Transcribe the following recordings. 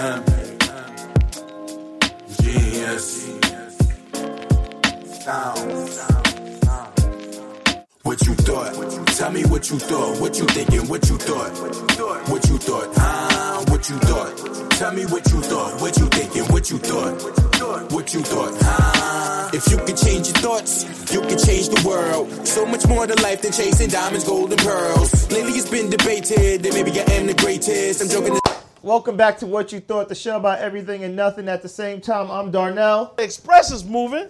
AM GS What you thought? Tell me what you thought. What you thinking? What you thought? What you thought? Ah, what you thought? Tell me what you thought. What you thinking? What you thought? What you thought? Ah. If you could change your thoughts, you could change the world. So much more to life than chasing diamonds, gold, and pearls. Lately, it's been debated that maybe I am the greatest. I'm joking. Welcome back to What You Thought, the show about everything and nothing at the same time. I'm Darnell. Express is moving.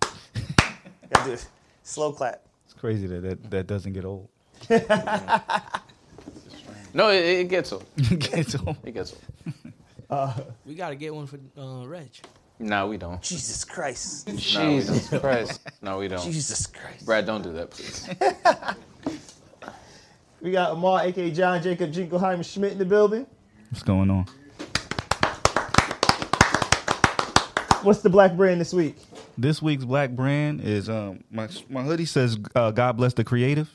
Gotta do it. Slow clap. It's crazy that that, that doesn't get old. No, it, it gets them. It's old. It gets them. We gotta get one for uh, Reg. No, we don't. Jesus Christ. Jesus Christ. No, we don't. Jesus Christ. Brad, don't do that, please. We got Amar, aka John Jacob Jingleheimer Schmidt in the building. What's going on? What's the black brand this week? This week's black brand is um my my hoodie says uh, God bless the creative,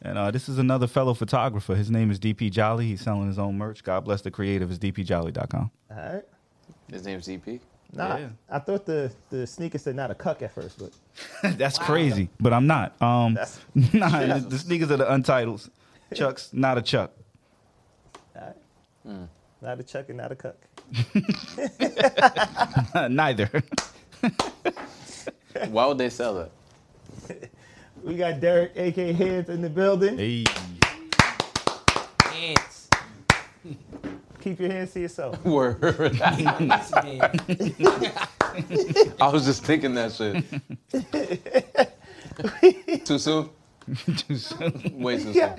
and uh, this is another fellow photographer. His name is DP Jolly. He's selling his own merch. God bless the creative is dpjolly.com. All right. His name's EP. Nah, Yeah. I thought the, the sneaker said not a cuck at first, but That's crazy, but I'm not. Um, That's- nah, the, the sneakers are the untitles. Chuck's not a Chuck. Hmm. not a chuck and not a cuck. Neither. Why would they sell that? We got Derek, aka Hands in the building. hey, Ants. Keep your hands to yourself. Word. Yes, man. I was just thinking that shit. Too soon? Way too soon.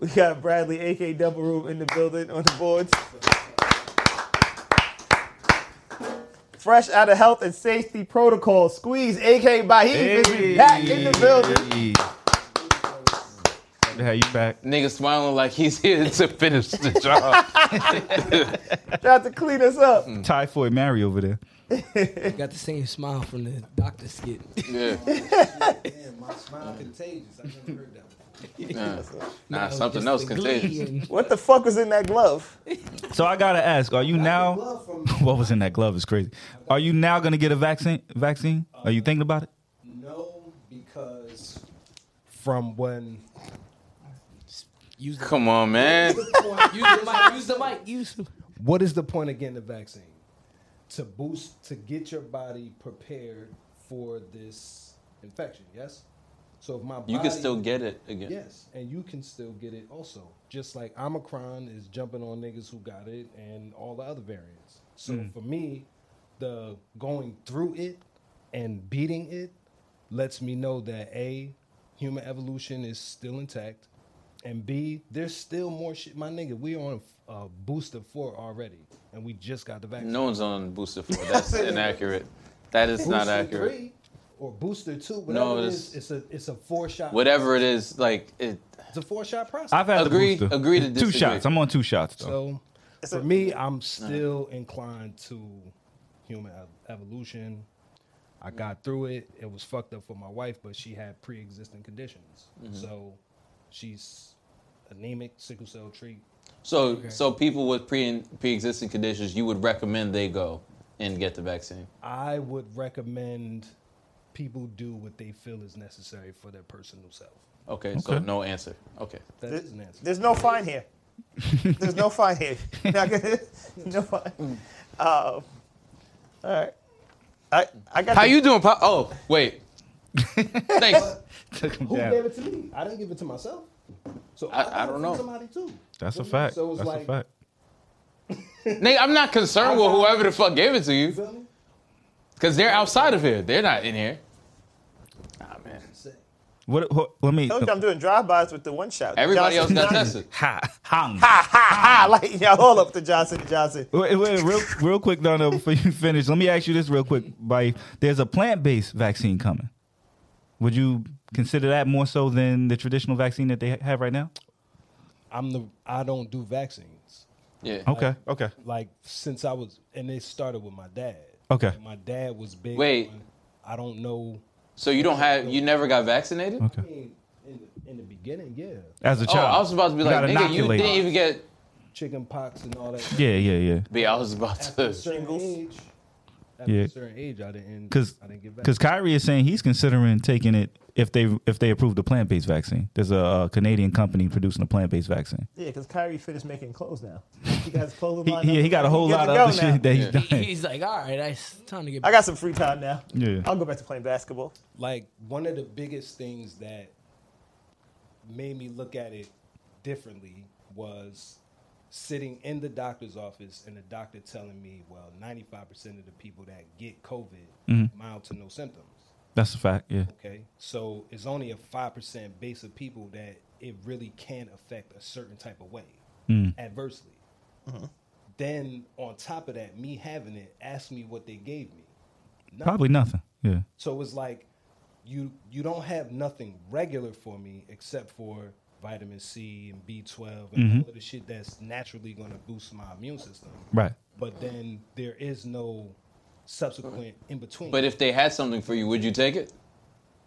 We got Bradley, aka Double Room in the building on the boards. Fresh out of health and safety protocol, Squeeze, aka Bahee, is back in the building. Hey. Glad to have you back. Nigga smiling like he's here to finish the job. Tried to clean us up. Typhoid Mary over there. Got the same smile from the doctor skit. Yeah. My smile contagious. I never heard that. Nah, something else contagious. What the fuck was in that glove? So I gotta ask: Are you now? What was in that glove is crazy. Are you now gonna get a vaccine? Vaccine? Are you thinking about it? No, because from when. Use the, Come on, man. mic, use the mic. Use the mic. Use. The, What is the point of getting the vaccine? To boost, to get your body prepared for this infection, yes? So if my body. You can still get it again. Yes, and you can still get it also. Just like Omicron is jumping on niggas who got it and all the other variants. So for me, the going through it and beating it lets me know that A, human evolution is still intact, and B, there's still more shit. My nigga, we on uh, booster four already, and we just got the vaccine. No one's on booster four. That's inaccurate. That is not Booster accurate. three or booster two, whatever it it's- is, it's a it's a four shot. Whatever it is, like it. It's a four shot process. I've had Agree- the booster. agree to two disagree. shots. I'm on two shots though. So for me, I'm still inclined to human ev- evolution. I Mm-hmm. got through it. It was fucked up for my wife, but she had pre-existing conditions, Mm-hmm. so she's anemic, sickle cell trait. So, so people with pre pre-existing conditions, you would recommend they go and get the vaccine. I would recommend people do what they feel is necessary for their personal self. Okay, so Okay. no answer. Okay. That is an answer. There's no fine here. There's no fine here. Not gonna- no fine. Um, all right. I, I got How the- you doing? Pop? Oh, wait. Thanks. Took him Who down. gave it to me? I didn't give it to myself. So I- got I it don't from know. Somebody too. That's a fact. So it was That's like, a fact. Nate, I'm not concerned with whoever the fuck gave it to you, feel me? because they're outside of here. They're not in here. Ah, man. Say- What, what? Let me. Told you I'm doing drive-bys with the one shot. Everybody else Johnson got Johnson. tested. Ha, hang. Ah, like y'all all up to Johnson and Johnson. Wait, wait, real, real quick, Donna, before you finish, let me ask you this real quick. By there's a plant-based vaccine coming. Would you consider that more so than the traditional vaccine that they ha- have right now? I'm the I don't do vaccines. Yeah. Okay, okay. Like since I was and it started with my dad. Okay. My dad was big. Wait. on, I don't know. So you don't have, you never got vaccinated? I mean, in the, in the beginning, yeah, As a Oh, child, I was about to be You like, got nigga, you inoculated. didn't even get. chicken pox and all that. Yeah, yeah, yeah. B, I was about After a to. certain age, after Yeah. a certain age, I didn't. Because I didn't get because Kyrie is saying he's considering taking it if they if they approve the plant-based vaccine. There's a, uh Canadian company producing a plant-based vaccine. Yeah, because Kyrie finished making clothes now. He got his clothing He, line. he, up. he got a whole Good lot to of go other now. shit that he's Yeah. done. He's like, all right, it's time to get. I got some free time now. Yeah. I'll go back to playing basketball. like one of the biggest things that made me look at it differently was sitting in the doctor's office and the doctor telling me, well, 95% of the people that get COVID mild to no symptoms. Mm-hmm. That's a fact. Yeah. Okay. So it's only a 5% base of people that it really can affect a certain type of way Mm. adversely. Mm-hmm. Then on top of that, me having it asked me what they gave me. Probably nothing. Yeah. So it's like you you don't have nothing regular for me except for vitamin C and B twelve and Mm-hmm. all of the shit that's naturally gonna boost my immune system. Right. But then there is no subsequent in between. But if they had something for you, would you take it?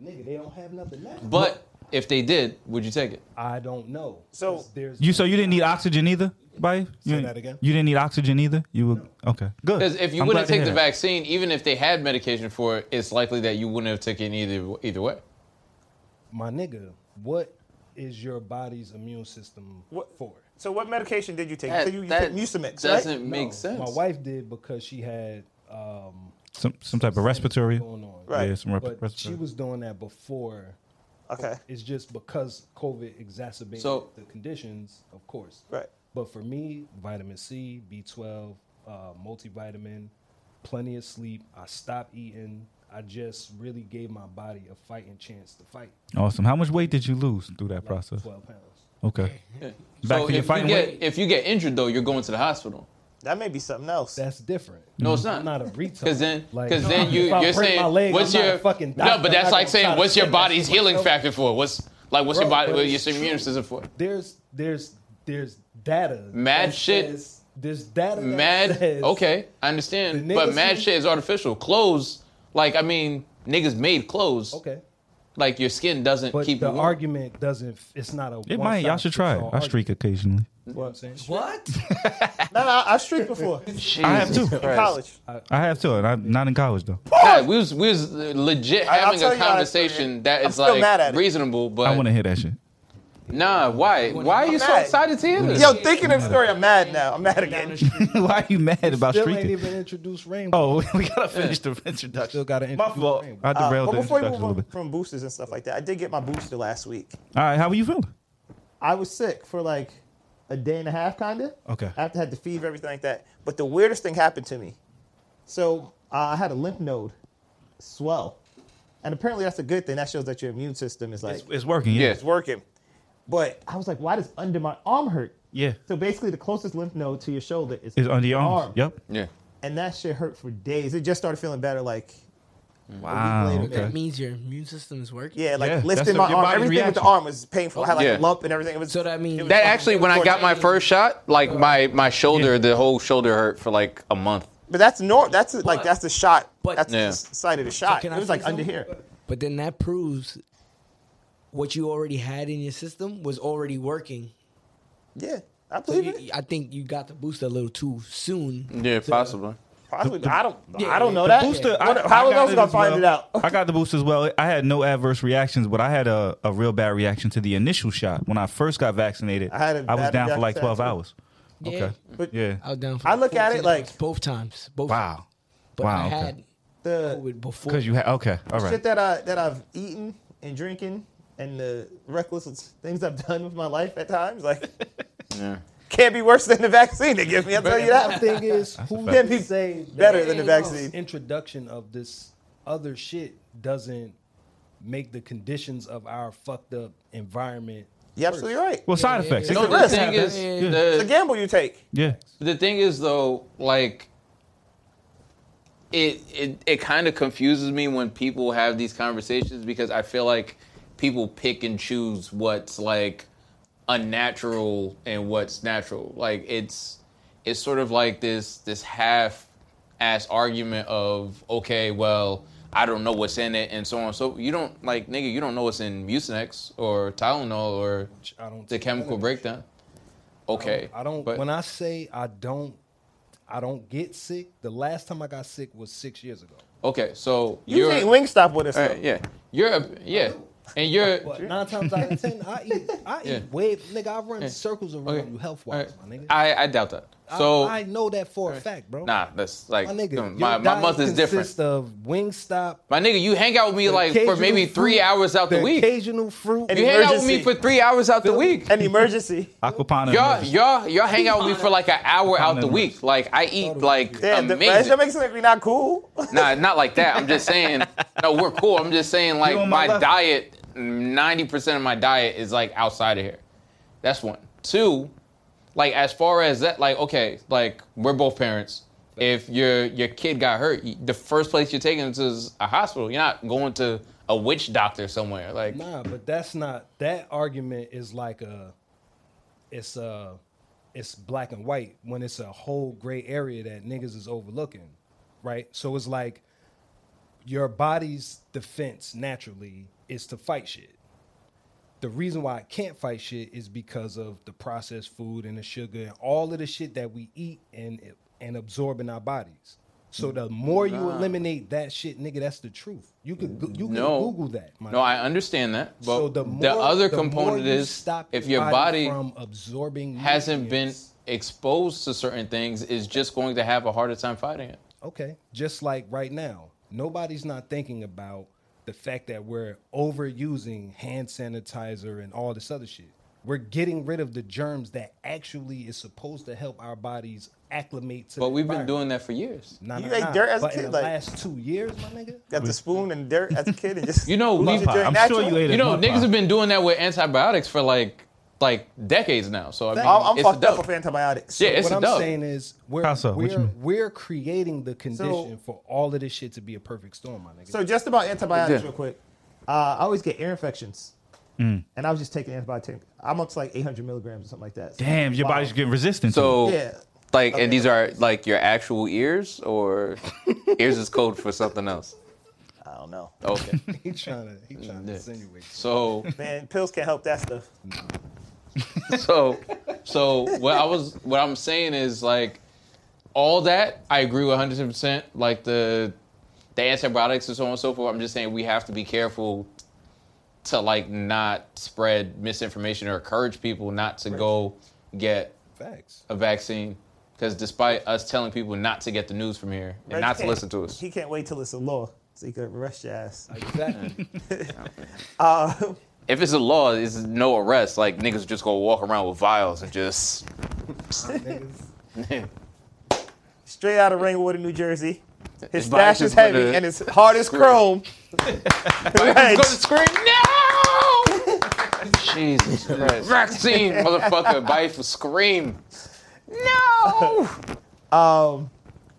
nigga, they don't have nothing now. But if they did, would you take it? I don't know. So- 'Cause there's You so you didn't need oxygen either, buddy. You, that again? You didn't need oxygen either. You were okay. Good. Because if you I'm wouldn't glad to take the hear that. vaccine, even if they had medication for it, it's likely that you wouldn't have taken either either way. my nigga, what is your body's immune system What- for? So what medication did you take? so you, you took Mucinex, doesn't right? make No, sense. My wife did because she had um some some type of respiratory. going on. Right. Yeah, some rep- But she respiratory. was doing that before Okay. It's just because COVID exacerbated So- the conditions, of course. Right. But for me, vitamin C, B12, uh, multivitamin, plenty of sleep. I stopped eating. I just really gave my body a fighting chance to fight. awesome. How much weight did you lose through that process? 12 pounds. Okay. Back so to your if you fighting get weight. if you get injured though, you're going to the hospital. That may be something else. That's different. No, it's not. I'm not a retard. Because then, Like, because then you if I you're break saying my leg, what's I'm not your a fucking no, doctor. but I'm that's not like gonna saying try to what's your send that body's shit myself. healing factor for? What's like what's your Bro, body, but what it's your immune true. system for? There's there's there's data. Mad that shit. says- There's data. that Mad, says- okay, I understand, The but niggas mad who- shit is artificial. Clothes, like I mean, niggas made clothes. Okay. like your skin doesn't But keep the you warm. argument doesn't. It's not a. It might. Y'all should try it. I streak occasionally. What? I'm saying? What? no, no, I streaked before Jesus I have too. in college. I have too, and I'm not in college though. God, we was we was legit I- I'll having tell a you how I conversation feel. that I'm is still mad like at it. reasonable, but I want to hear that shit. nah, why? Why are you so mad. excited to hear this? Yo, thinking of the story, I'm mad now. I'm mad Down the again. street. Why are you mad about Still ain't streaking? even introduced Rainbow. Oh, we gotta finish the introduction. Still got to My introduce fault. Rainbow. I Uh, derailed but the before you introduction a move little on bit. from boosters and stuff like that, I did get my booster last week. All right, how are you feeling? I was sick for like a day and a half, kind of. Okay. After I had the fever, everything like that. But the weirdest thing happened to me. So uh, I had a lymph node swell, and apparently that's a good thing. That shows that your immune system is like It's, it's working. Yeah. Yeah. it's working. But I was like, why does under my arm hurt? Yeah. So basically, the closest lymph node to your shoulder is It's under your arms. arm. Yep. yeah. And that shit hurt for days. It just started feeling better, like Wow. later, Okay. That means your immune system is working. yeah, like Yeah, that's lifting the- my your arm. body's Everything with the reaction. arm was painful. I had like Yeah. a lump and everything. It was So that means- it was That fucking actually, when I got my torture. first shot, like my my shoulder, the whole shoulder hurt for like a month. But that's normal. That's like that's the shot. but- that's Yeah. the side of the shot. can it I was say like under something? here. But then that proves what you already had in your system was already working. Yeah, I So believe you- it. I think you got the boost a little too soon. Yeah, to- possibly. Possibly. The- I don't. Yeah, I don't know the Oh, that. Booster, I- What- I how got else gonna as find well. it out? I got the boost as well. I had no adverse reactions, but I had a, a real bad reaction to the initial shot when I first got vaccinated. I, had a was bad down for like reaction to that twelve too. hours. Yeah. Okay, yeah. I was down. For I look at it 14 like- hours, both times. Both. Wow. But Wow, I okay. had The COVID before. Because you had okay, all right. shit that I that I've eaten and drinking and the reckless things I've done with my life at times, like can't be worse than the vaccine they give me. I'll tell you My that. thing is, who Can't be can say that better than the this vaccine. Introduction of this other shit doesn't make the conditions of our fucked up environment. You're absolutely right. Well, side effects. No, It's a the risk. thing is, Yeah. It's a the, gamble you take. Yeah. the thing is though, like it it, it kind of confuses me when people have these conversations because I feel like people pick and choose what's like unnatural and what's natural. Like it's it's sort of like this this half ass argument of okay, well, I don't know what's in it and so on. So you don't like nigga, you don't know what's in Mucinex or Tylenol or I don't the take chemical Tylenol. breakdown. Okay. I don't. but- when I say I don't, I don't get sick. The last time I got sick was six years ago. Okay, so You you're ain't Wingstop with us. all though. right, yeah, you're a- yeah, and you're But nine times out of ten, I eat. I eat Yeah. way, nigga. I run circles around Okay. you health all wise, right. my nigga. I I doubt that. So I, I know that for a fact, bro. nah, that's like my nigga. my my your diet month is different. consists Of Wingstop, My nigga, you hang out with me the like for maybe occasional three fruit- hours out the, week. Occasional fruit. You hang out with me emergency. for three hours out the week. An emergency. Aquapana. Y'all, y'all, y'all hang out with me for like an hour out the Condiments. week. Like I eat like Damn, the, that amazing. makes it like we not cool. Nah, not like that. I'm just saying. No, we're cool. I'm just saying like You on my my left. diet, ninety percent of my diet is like outside of here. That's one. Two, like as far as that, like okay, like we're both parents. If your your kid got hurt, you- the first place you're taking them to is a hospital. You're not going to a witch doctor somewhere. Like Nah, but that's not that argument is like a it's a it's black and white when it's a whole gray area that niggas is overlooking, right? So it's like your body's defense naturally is to fight shit. The reason why I can't fight shit is because of the processed food and the sugar and all of the shit that we eat and and absorb in our bodies. So the more you eliminate that shit, nigga, that's the truth. You could go- you could no, Google that. my no, I understand that. But so the, the, more, other the more component you is stop if your body, from absorbing hasn't been nutrients- exposed to certain things, is just going to have a harder time fighting it. okay, just like right now, nobody's not thinking about the fact that we're overusing hand sanitizer and all this other shit. We're getting rid of the germs that actually is supposed to help our bodies acclimate to. But the we've been environment. doing that for years. Nah, You nah, ate nah. dirt as a But kid, in the like- last two years, my nigga. Got the spoon and dirt as a kid and just You know, Well, we, it's your I'm natural. sure you ate it. you know, niggas have been doing that with antibiotics for like like decades now. So I mean, I'm, I'm it's a fucked up dub. with antibiotics. Yeah, it's what a I'm dub. saying is we're How so? What you we're, mean? we're creating the condition for all of this shit to be a perfect storm, my nigga. So just about antibiotics, Yeah. real quick. Uh, I always get ear infections, Mm. and I was just taking antibiotic. I'm up to like 800 milligrams or something like that. Damn, your body's getting resistant. so Yeah. like, and these are like your actual ears, or ears is code for something else. I don't know. Okay, he trying to he trying to Yeah. insinuate. so Man, pills can't help that stuff. so so what I was what I'm saying is like all that I agree with 100 percent like the the antibiotics and so on and so forth. I'm just saying we have to be careful to like not spread misinformation or encourage people not to go get Facts. a vaccine because despite us telling people not to get the news from here and Reg not to can't- listen to us. He can't wait till it's a law so he can arrest your ass. Uh, Exactly. If it's a law, it's no arrest. Like niggas just gonna walk around with vials and just Straight out of Rainwater, New Jersey. His His body stash just is heavy wanna- and it's hard as chrome. Go to scream no! Jesus Christ! Vaccine, motherfucker! Bite for scream. No! Um,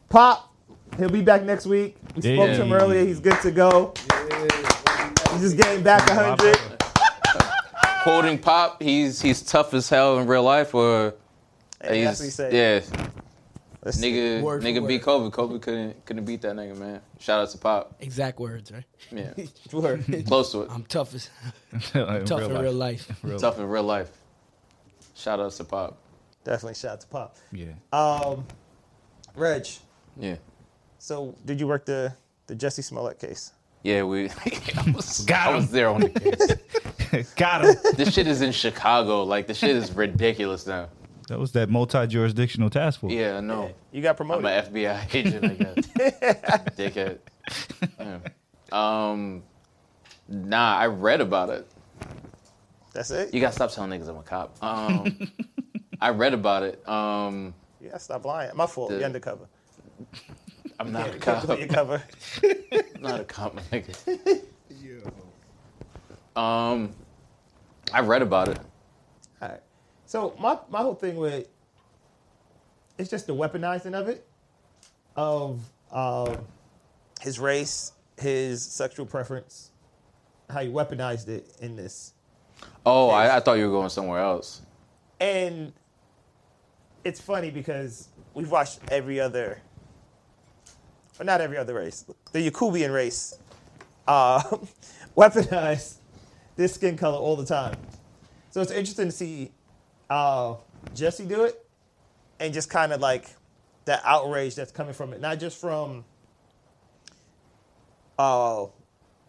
Pop, he'll be back next week. We spoke to him Yeah. earlier. He's good to go. He's just getting back 100. Quoting Pop, he's he's tough as hell in real life, or Hey, he's that's what he said. yeah, Let's see. nigga, Word for nigga word. beat Kobe. Kobe couldn't couldn't beat that nigga, man. Shout out to Pop. Exact words, right? Yeah, Word. close to it. I'm tough as tough tough in real life. Tough in real life. Shout out to Pop. Definitely shout out to Pop. Yeah. Um, Reg, Yeah. So did you work the the Jesse Smollett case? Yeah, we. I was, Got I was him. there on the case. Got him. This shit is in Chicago. Like this shit is ridiculous now. That was that multi-jurisdictional task force. Yeah, I know. You got promoted. I'm an FBI agent, I guess. Dickhead. Yeah. Um, nah, I read about it. That's it. You gotta stop telling niggas I'm a cop. Um, I read about it. Um, Yeah, stop lying. My fault. The- You're undercover. I'm not Yeah, a cop. completely cover. not a cop, my nigga. Um, I read about it. All right. So my my whole thing with it's just the weaponizing of it, of um, his race, his sexual preference, how he weaponized it in this, Oh, I, I thought you were going somewhere else. and it's funny because we've watched every other, or not every other race, the Yakubian race, uh, weaponize this skin color all the time. So it's interesting to see uh, Jesse do it and just kind of like that outrage that's coming from it, not just from uh,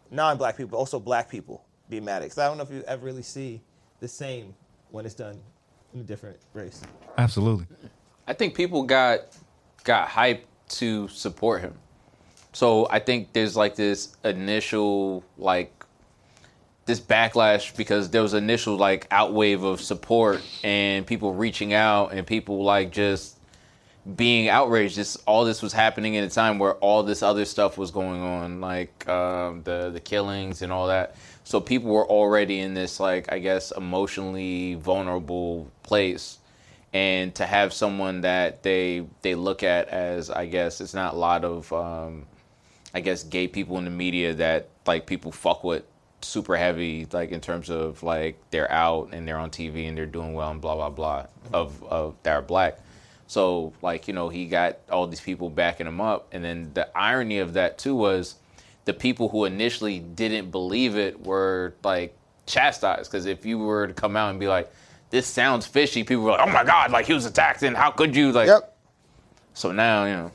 non black people, also black people being mad at it. 'Cause I don't know if you ever really see the same when it's done in a different race. Absolutely. I think people got got hyped to support him. So I think there's like this initial like this backlash because there was initial like outwave of support and people reaching out and people like just being outraged. This all this was happening in a time where all this other stuff was going on, like um, the the killings and all that. So people were already in this like I guess emotionally vulnerable place, and to have someone that they they look at as I guess it's not a lot of um, I guess gay people in the media that like people fuck with super heavy like in terms of like they're out and they're on TV and they're doing well and blah blah blah of of that are black. So like you know he got all these people backing him up and then the irony of that too was the people who initially didn't believe it were like chastised because if you were to come out and be like this sounds fishy people were like oh my god like he was attacked and how could you like so now you know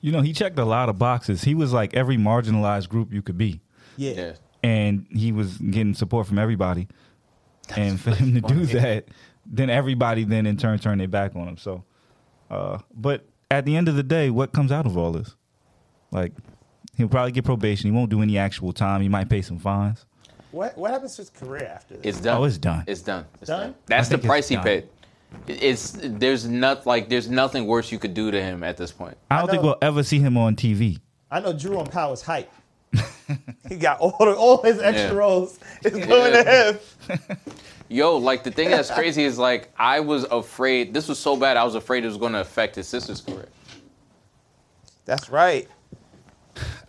You know, he checked a lot of boxes. He was like every marginalized group you could be. Yeah. And he was getting support from everybody. and for him to do that, then everybody then in turn turned their back on him. So uh but at the end of the day, what comes out of all this? Like he'll probably get probation. He won't do any actual time. He might pay some fines. What what happens to his career after this? It's done. Oh, it's done. It's done. It's Done? done. That's I the think it's price he done. paid. It's there's not like there's nothing worse you could do to him at this point. I don't think know. we'll ever see him on TV. I know Drew on Power's hype. he got all the, all his extra Yeah. roles is going to him. Yo, like the thing that's crazy is like I was afraid this was so bad I was afraid it was going to affect his sister's career. That's right.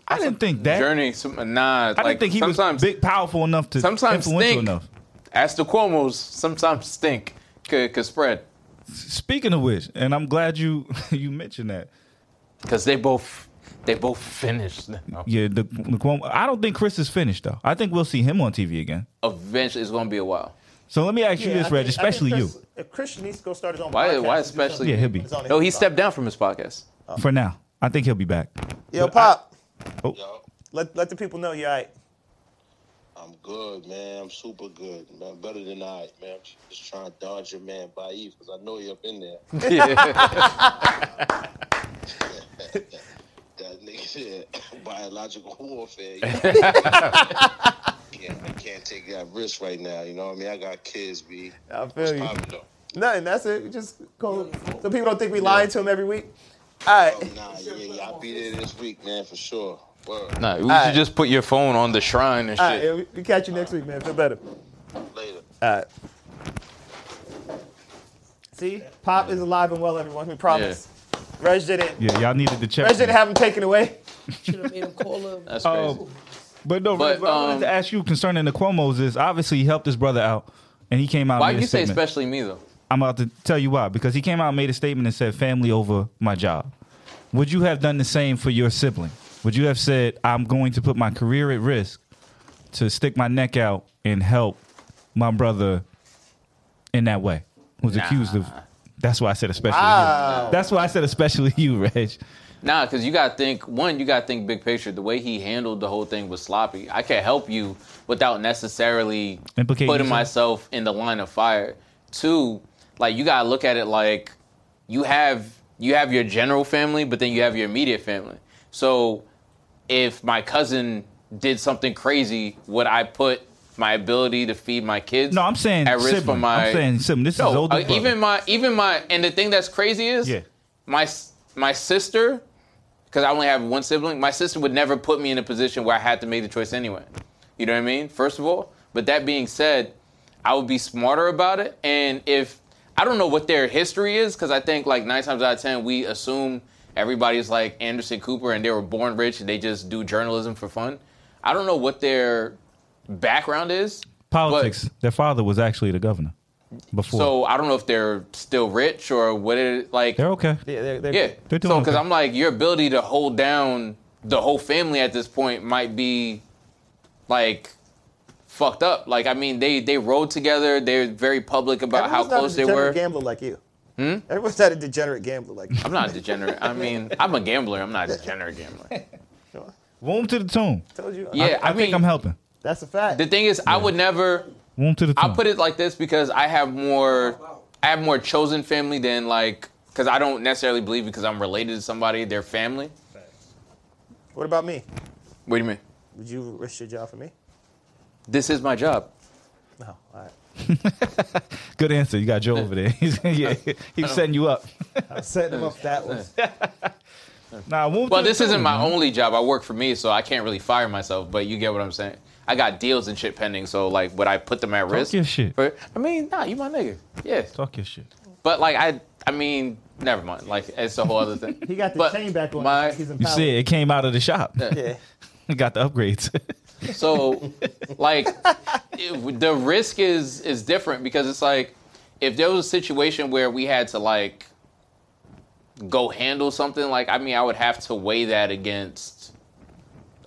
I didn't think that. Journey, some, nah. I like, didn't think he was sometimes, big, powerful enough to Sometimes influential think. enough. As the Cuomo's, sometimes stink could, could spread Speaking of which, and I'm glad you you mentioned that. because they both they both finished now. Yeah, the, the Cuomo- I don't think Chris is finished though. I think we'll see him on TV again. Eventually, it's going to be a while. So let me ask you Yeah, I this, Reg, think- I think especially Chris, you If Chris needs to go start his own Why? podcast Why and do something especially? Yeah, he'll be. Oh. on his own, No, he he'll stepped down from his podcast. for now. I think he'll be back. Yo, Pop. Oh. Let let the people know you're all right. I'm good, man. I'm super good. Man, better than I, man. I'm just trying to dodge your man Baif because I know you up in there. that nigga said biological warfare. you know? can't, I can't take that risk right now. You know what I mean? I got kids, B. I feel you. Poppin' though. Nothing. That's it. We Just go. So people don't think we lying to him every week. All right. Nah, yeah, yeah. I'll be there this week, man, for sure. Word. Nah, you Alright. should just put your phone on the shrine and All shit. right. yeah, we- We catch you next week, man. Feel better. Later. All Uh, right. See, Pop is alive and well, everyone. We promise. Reg did it. Yeah, y'all needed to check. Reg didn't have him taken away. Should have made him call him. That's crazy. Oh, but no, But, Reg, what I wanted um, to ask you concerning the Cuomo's is obviously he helped his brother out, and he came out. Why and made you a say statement. especially me though? I'm about to tell you why. Because he came out and made a statement and said, "Family over my job." Would you have done the same for your sibling? Would you have said, "I'm going to put my career at risk to stick my neck out and help my brother in that way?" Oh. Who's accused of. That's why I said especially you. That's why I said especially you, Reg. Nah, because you gotta think one, you gotta think big picture. The way he handled the whole thing was sloppy. I can't help you without necessarily Implicating putting yourself? myself in the line of fire. Two, like you gotta look at it like you have you have your general family, but then you have your immediate family. So if my cousin did something crazy, would I put my ability to feed my kids? No, I'm saying at risk for sibling. my. I'm saying sibling. This No, is older uh, brother. even my even my and the thing that's crazy is Yeah. my s- my sister because I only have one sibling. My sister would never put me in a position where I had to make the choice anyway. You know what I mean? First of all, but that being said, I would be smarter about it. And if I don't know what their history is, because I think like nine times out of ten we assume everybody's like Anderson Cooper and they were born rich and they just do journalism for fun. I don't know what their background is. Politics. Their father was actually the governor before. So I don't know if they're still rich or what it like. They're okay. Yeah, they're, yeah. They're doing so because okay. I'm like, your ability to hold down the whole family at this point might be like fucked up. Like I mean, they they rode together. They're very public about Everyone's how not close a they degenerate were. Gambler like you. Hmm? Everyone's not a degenerate gambler like you. I'm not a degenerate. I mean, I'm a gambler. I'm not a degenerate gambler. Womb to the tomb. Told you. Yeah, I, I think mean- I'm helping. That's a fact. The thing is, I would never. Womb to the tomb. I'll put it like this because I have more I have more chosen family than like because I don't necessarily believe because I'm related to somebody, their family. What about me? What do you mean? Would you risk your job for me? This is my job. Oh, No. All right. Good answer. You got Joe over there. He's, yeah, he was setting you up. I'm setting him up for that one. Nah, womb Well, to the this isn't tomb, my man. only job. I work for me, so I can't really fire myself. But you get what I'm saying. I got deals and shit pending, so like, would I put them at risk? Talk your shit. For- I mean, nah, you my nigga. Yeah. Talk your shit. But like, I, I mean, never mind. Like, it's a whole other thing. He got the But chain back on. my- Like he's in You power. see, it came out of the shop. Yeah. got the upgrades. So, like, it- the risk is is different because it's like, if there was a situation where we had to like go handle something, like, I mean, I would have to weigh that against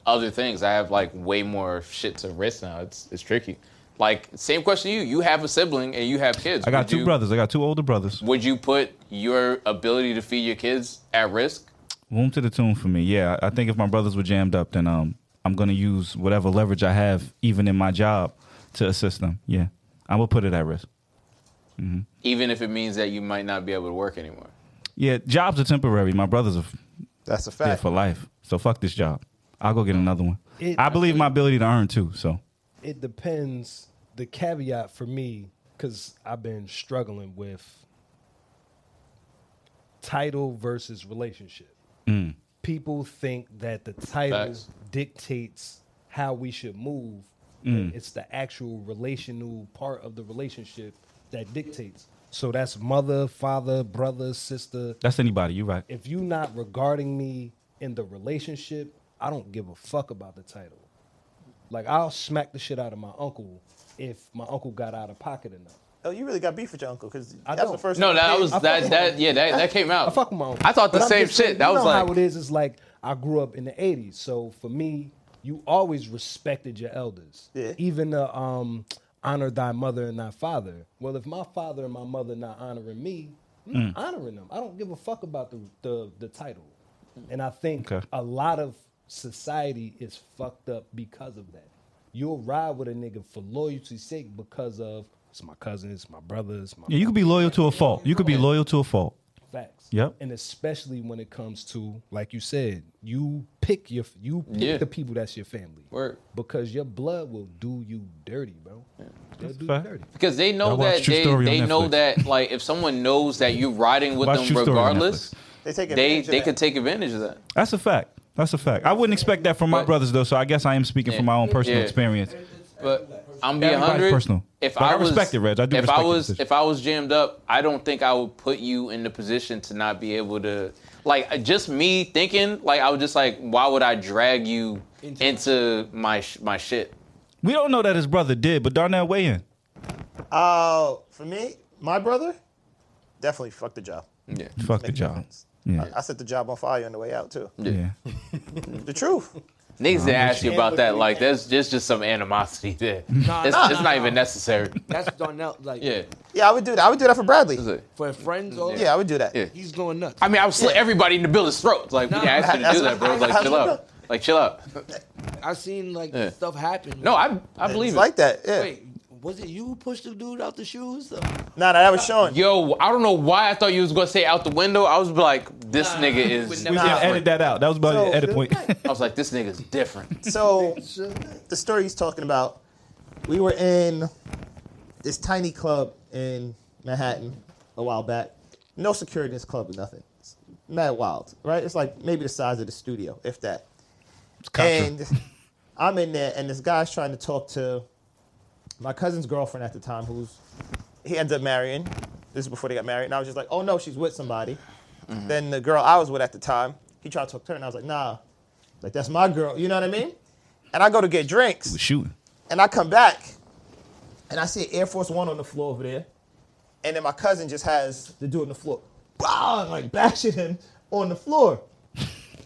other things. I have like way more shit to risk now. It's it's tricky. Like, same question to you. You have a sibling and you have kids. I got Would two you- brothers. I got two older brothers. Would you put your ability to feed your kids at risk? Womb to the tomb for me. Yeah, I I think if my brothers were jammed up, then um, I'm gonna use whatever leverage I have, even in my job, to assist them. Yeah, I'm gonna put it at risk. hmm Even if it means that you might not be able to work anymore. Yeah, jobs are temporary. My brothers are. That's a There fact. for life. So fuck this job. I'll go get another one. I believe in my ability to earn too. So it depends. The caveat for me, because I've been struggling with title versus relationship. mm. People think that the title Facts. dictates how we should move. Mm. It's the actual relational part of the relationship that dictates. So that's mother, father, brother, sister. that's anybody. You're right. If you not regarding me in the relationship, I don't give a fuck about the title. Like I'll smack the shit out of my uncle if my uncle got out of pocket enough. Oh, you really got beef with your uncle because I that's don't. the first. No, time that I was came- that that yeah that that came out. I fuck with my uncle. I thought the But I'm same just saying, shit. That you was know like how it is. It's like I grew up in the '80s, so for me, you always respected your elders. Yeah. Even the um, honor thy mother and thy father. Well, if my father and my mother not honoring me, I'm not Mm. honoring them. I don't give a fuck about the the, the title. And I think Okay. a lot of society is fucked up because of that. You'll ride with a nigga for loyalty's sake because of it's my cousin, it's my brother, it's my Yeah, you could be loyal to a fault. You could be loyal to a fault. Facts. Yep. And especially when it comes to, like you said, you pick your you pick Yeah. the people that's your family. Word. Because your blood will do you dirty, bro. They'll do you fact. dirty. because they I know watched that True they, Story on they know Netflix. that like if someone knows that you're riding with Watch True them Story on regardless, They take they advantage of they that. could take advantage of that. That's a fact. That's a fact. I wouldn't expect that from my But- brothers though. So I guess I am speaking from my own personal Yeah. experience. But I'm being Everybody's hundred. personal. If But I was, respect it, Reg. I do if respect I your was decision. if I was jammed up, I don't think I would put you in the position to not be able to like just me thinking like I was just like why would I drag you into, my sh- my shit? We don't know that his brother did, but Darnell weigh in. Oh, for me, my brother, definitely fuck the job. Yeah. Fuck the Make job. difference. Yeah. I, I set the job on fire on the way out too. Yeah. the truth. Niggas didn't ask you about that. Yeah. Like, there's there's just some animosity there. Nah, it's, nah, it's nah. not even necessary. That's Darnell. Like, Yeah. Yeah, I would do that. I would do that for Bradley. For friends, all Yeah, I would do that. Yeah. He's going nuts. I mean, I would slit everybody in the builder's throats. Like, we Nah, asked you to that's- do that, bro. Like, chill out. Like, chill out. I've seen like Yeah. stuff happen. No, I I believe it. Wait, was it you who pushed the dude out the shoes? Or- Nah, nah, that was Sean. Yo, I don't know why I thought you was gonna say out the window. I was like, this nigga is. We can edit that out. That was about So- the edit point. I was like, this nigga's different. So the story he's talking about, we were in this tiny club in Manhattan a while back. No security in this club or nothing. It's mad wild, right? It's like maybe the size of the studio, if that. And I'm in there, and this guy's trying to talk to my cousin's girlfriend at the time, who's he ends up marrying. This is before they got married, and I was just like, oh no, she's with somebody. Then the girl I was with at the time, he tried to talk to her, and I was like, nah, like that's my girl. You know what I mean? And I go to get drinks. shooting. And I come back and I see an Air Force One on the floor over there. And then my cousin just has the dude on the floor. Wow, and, like bashing him on the floor.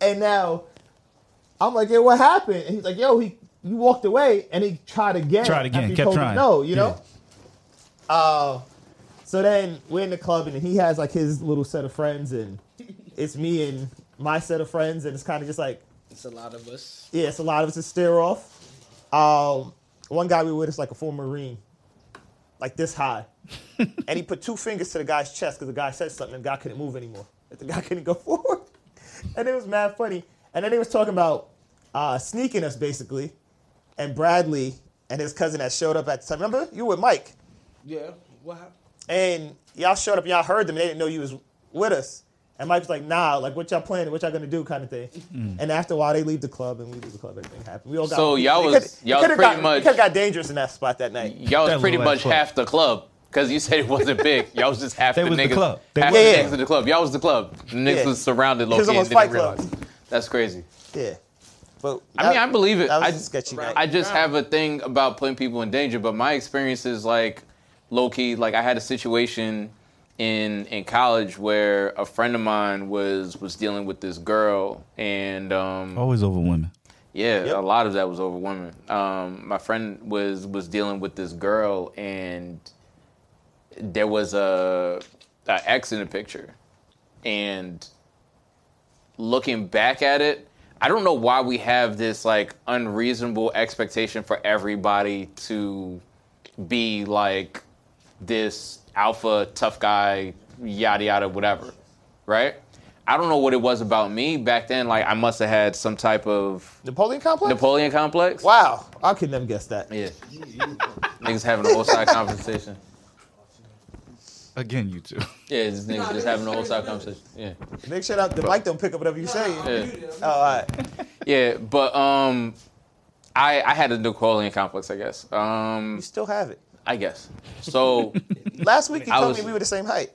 and now I'm like, yeah, what happened? And he's like, yo, he you walked away and he tried again. Tried again, after he kept told him trying. No, you know? Uh, so then we're in the club and he has like his little set of friends and it's me and my set of friends and it's kind of just like It's a lot of us. yeah, it's a lot of it's a stare off. Um, one guy we were with is like a former Marine, like this high, and he put two fingers to the guy's chest because the guy said something and the guy couldn't move anymore. Like, The guy couldn't go forward, and it was mad funny. And then he was talking about uh, sneaking us basically, and Bradley and his cousin that showed up at the time. Remember, you were with Mike, Yeah. What happened? and y'all showed up. and Y'all heard them. They didn't know you was with us. And Mike was like, "Nah, like what y'all planning? What y'all gonna do?" kind of thing. And after a while, they leave the club, and we leave the club. Everything happened. We all got So y'all it was- could've- y'all it could've pretty got, much- could have got dangerous in that spot that night. Y'all was That pretty little much ass club. half the club because you said it wasn't big. Y'all was just half They the was the niggas. club. They half was- the Yeah, yeah. niggas in the club. Y'all was the club. The niggas Yeah. was surrounded It was low-key and almost didn't Fight Club. realize. That's crazy. Yeah, but I mean, I believe it. That was I, a sketchy. night. I just have a thing about putting people in danger, but my experience is like low key. Like I had a situation in in college where a friend of mine was was dealing with this girl, and um, Always over women. yeah, a lot of that was over women. Um, my friend was was dealing with this girl, and there was a, a ex in the picture, and looking back at it, I don't know why we have this like unreasonable expectation for everybody to be like this alpha tough guy, yada yada, whatever, right? I don't know what it was about me back then. Like I must have had some type of Napoleon complex. Napoleon complex. Wow, I could never guess that. Yeah, niggas having a whole side conversation. Again, you two. Yeah, just niggas just having a whole side conversation. Yeah. Make sure that the mic don't pick up whatever you say. Yeah. Oh, all right. Yeah, but um, I I had a Napoleon complex, I guess. Um, you still have it, I guess. So Last week you I told was- me we were the same height.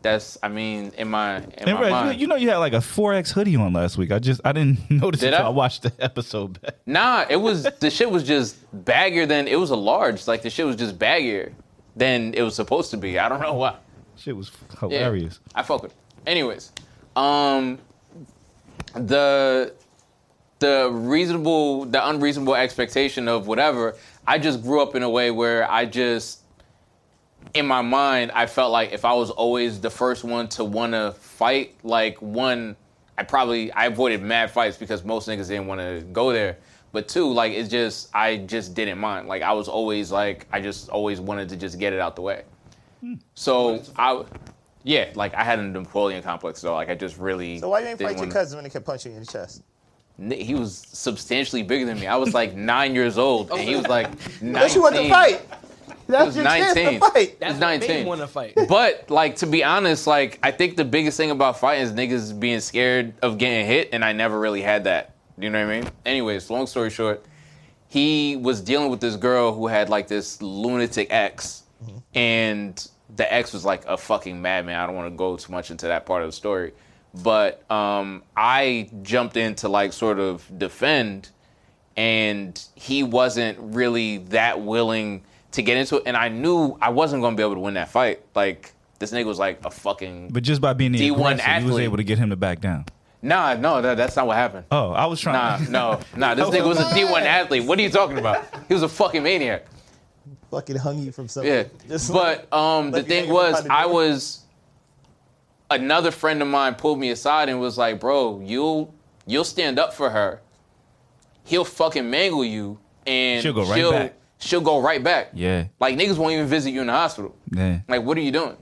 that's I mean in my in And my Reg, mind. you, you know you had like a 4X hoodie on last week. I just I didn't notice Did until I? I? watched the episode back. Nah, it was the shit was just baggier than it was a large. Like the shit was just baggier than it was supposed to be. I don't know why. Shit was hilarious. I fuck with. it. Anyways, um, the the reasonable, the unreasonable expectation of whatever. I just grew up in a way where I just, in my mind, I felt like if I was always the first one to want to fight, like one, I probably I avoided mad fights because most niggas didn't want to go there. But two, like it's just I just didn't mind. Like I was always like I just always wanted to just get it out the way. So I, yeah, like I had a Napoleon complex though. Like I just really. So why you ain't didn't fight your wanna- cousin when he kept punching you in the chest? Ni- He was substantially bigger than me. I was like nine years old, and he was like nineteen. Unless you want to fight. That's He your was chance to fight. He was nineteen. want to fight. But like to be honest, like I think the biggest thing about fighting is niggas being scared of getting hit, and I never really had that. You know what I mean? Anyways, long story short, he was dealing with this girl who had like this lunatic ex, Mm-hmm. and the ex was like a fucking madman. I don't want to go too much into that part of the story, but um, I jumped in to like sort of defend, and he wasn't really that willing to get into it. And I knew I wasn't going to be able to win that fight. Like this nigga was like a fucking But just by being the D1 aggressor, he was athlete. able to get him to back down. Nah, no, that, that's not what happened. Oh, I was Nah, trying. no, nah. This nigga was a D1 athlete. What are you talking about? He was a fucking maniac. Fucking hung you from something. Yeah. Just But um, the Let me thing hang was, up on the I door. was another friend of mine pulled me aside and was like, "Bro, you'll you'll stand up for her. He'll fucking mangle you, and She'll go right she'll, back. she'll go right back. Yeah. Like niggas won't even visit you in the hospital. Yeah. Like, what are you doing?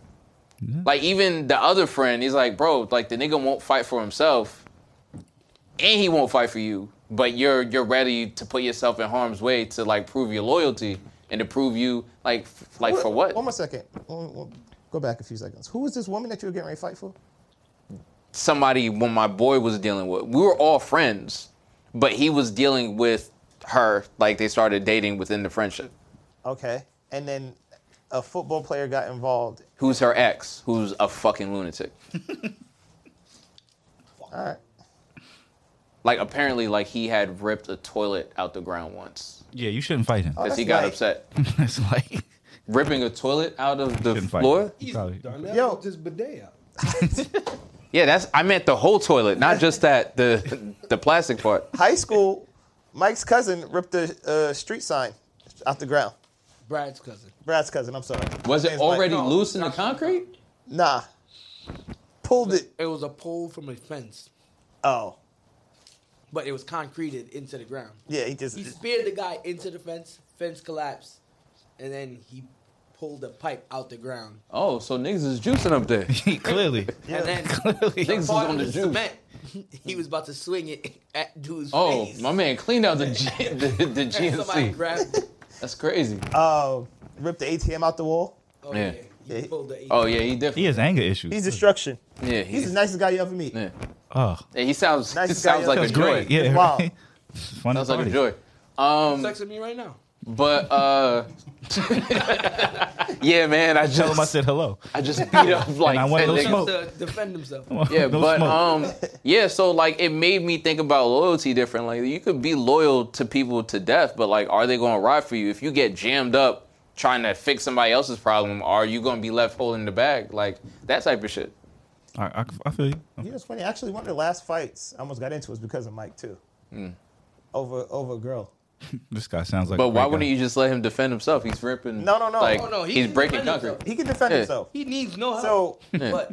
Like, even the other friend, he's like, bro, like the nigga won't fight for himself, and he won't fight for you. But you're you're ready to put yourself in harm's way to like prove your loyalty and to prove you like f- like for what? One more second. One- one- Go back a few seconds. Who was this woman that you were getting ready to fight for? Somebody when my boy was dealing with, we were all friends, but he was dealing with her. Like they started dating within the friendship. Okay. And then a football player got involved. Who's her ex? Who's a fucking lunatic? All right. Like apparently, like he had ripped a toilet out the ground once. Yeah, you shouldn't fight him. Oh, because he got upset. It's like Ripping a toilet out of the Shouldn't fight. floor? Probably. Yo, just bidet out. Yeah, that's I meant the whole toilet, not just that the the plastic part. High school, Mike's cousin ripped the uh, street sign off the ground. Brad's cousin. Brad's cousin, I'm sorry. Was it His name's Mike. already loose in the concrete? Nah. Pulled it. It was a pole from a fence, Oh. but it was concreted into the ground. Yeah, he just. He speared the guy into the fence. Fence collapsed, and then he pulled the pipe out the ground. Oh, so niggas is juicing up there. Clearly. And then Niggas is part on of the the juice. cement, he was about to swing it at dude's Oh, face. my man cleaned out the G, the, the And Somebody GNC. grabbed. That's crazy. Oh, ripped the ATM out the wall. Oh, Yeah. yeah. He pulled the. Oh yeah, he definitely. He has anger issues. He's destruction. Yeah, He's he, the nicest guy you ever meet. yeah. oh, Yeah, he sounds he Nice guy, sounds like a that's joy. great. Yeah. Wow. right? Fun Sounds like a party. joy. Um, Sex with me right now. But uh, yeah, man, I Tell him I just said hello. I just beat up like I want 10 no niggas. smoke. He has to defend himself. Yeah, No but smoke. um, yeah. So like, it made me think about loyalty differently. you could be loyal to people to death, but like, are they going to ride for you? If you get jammed up trying to fix somebody else's problem, are you going to be left holding the bag? Like that type of shit. I, I, I feel you. You know, it's funny. Actually, one of the last fights I almost got into was because of Mike, too. Mm. Over, over a girl. This guy sounds like. But a why great wouldn't guy. you just let him defend himself? He's ripping. No, no, no. Like, Oh, no, he he's can breaking defend himself. concrete. He can defend Yeah. himself. He needs no help. So but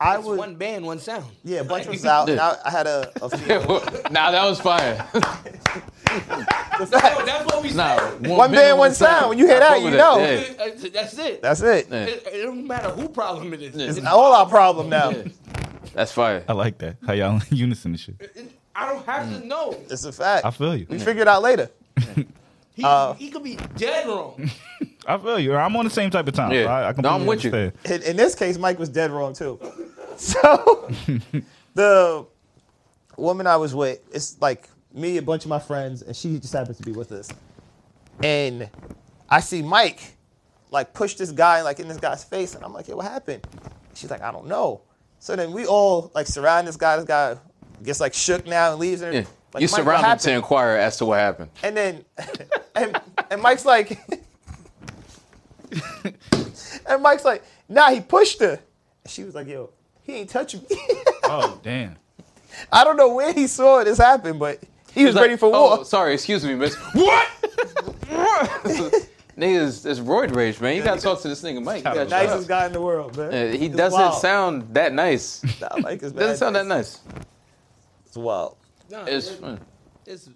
I it's was one band, one sound. yeah, bunch was out. And I, I had a, a few. nah, that was fire. No, that's what we Nah, said. One band, one sound. When you hear I that, fuck you with know. Yeah. That's Uh, that's it. That's it. Yeah. it. It don't matter who problem it is. It's all our problem now. That's fire. I like that. How y'all in unison and shit. It- I don't have to know. It's a fact. I feel you. we figure it out later. He, Uh, he could be dead wrong. I feel you. I'm on the same type of time. Yeah. so I, I No, I'm completely with you. understand. In, in this case, Mike was dead wrong too. So the woman I was with, it's like me, a bunch of my friends, and she just happens to be with us. And I see Mike like push this guy like in this guy's face, and I'm like, "Yo, what happened?" She's like, "I don't know." So then we all like surround this guy. This guy gets like shook now and leaves. And Yeah. like, you "Mike, what surround him happened?" to inquire as to what happened. And then, and, and Mike's like, and Mike's like, nah, he pushed her. And she was like, yo, he ain't touch me. Oh damn. I don't know where he saw this happen, but he was It's like, ready for oh, war. sorry, excuse me, miss. What? Niggas, it's roid rage, man. You gotta talk to this nigga, Mike. You gotta try. Nicest guy in the world, man. Uh, He It's doesn't wild. sound that nice. Nah, Mike is Doesn't mad sound that nice. It's wild. Nah, It's it- fun. it's-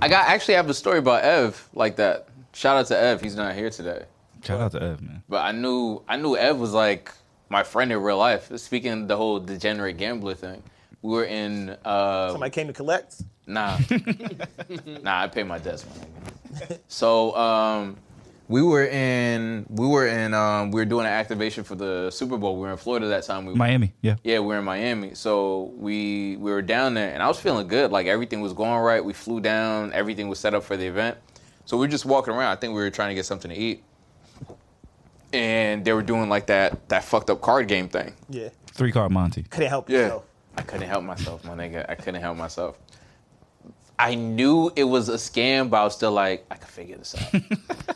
I got actually have a story about Ev like that. Shout out to Ev. He's not here today, Shout out to Ev, man. but I knew I knew Ev was like my friend in real life. Speaking of the whole degenerate gambler thing, we were in. Uh, Somebody came to collect. Nah. nah, I pay my debts. my nigga. So um, we were in we were in um, we were doing an activation for the Super Bowl. We were in Florida that time. We Miami. Yeah. Yeah, we were in Miami. So we we were down there and I was feeling good. Like everything was going right. We flew down, everything was set up for the event. So we were just walking around. I think we were trying to get something to eat. And they were doing like that that fucked up card game thing. Yeah. Three card Monty. Couldn't help Yeah. yourself. I couldn't help myself, my nigga. I couldn't help myself. I knew it was a scam, but I was still like, I can figure this out.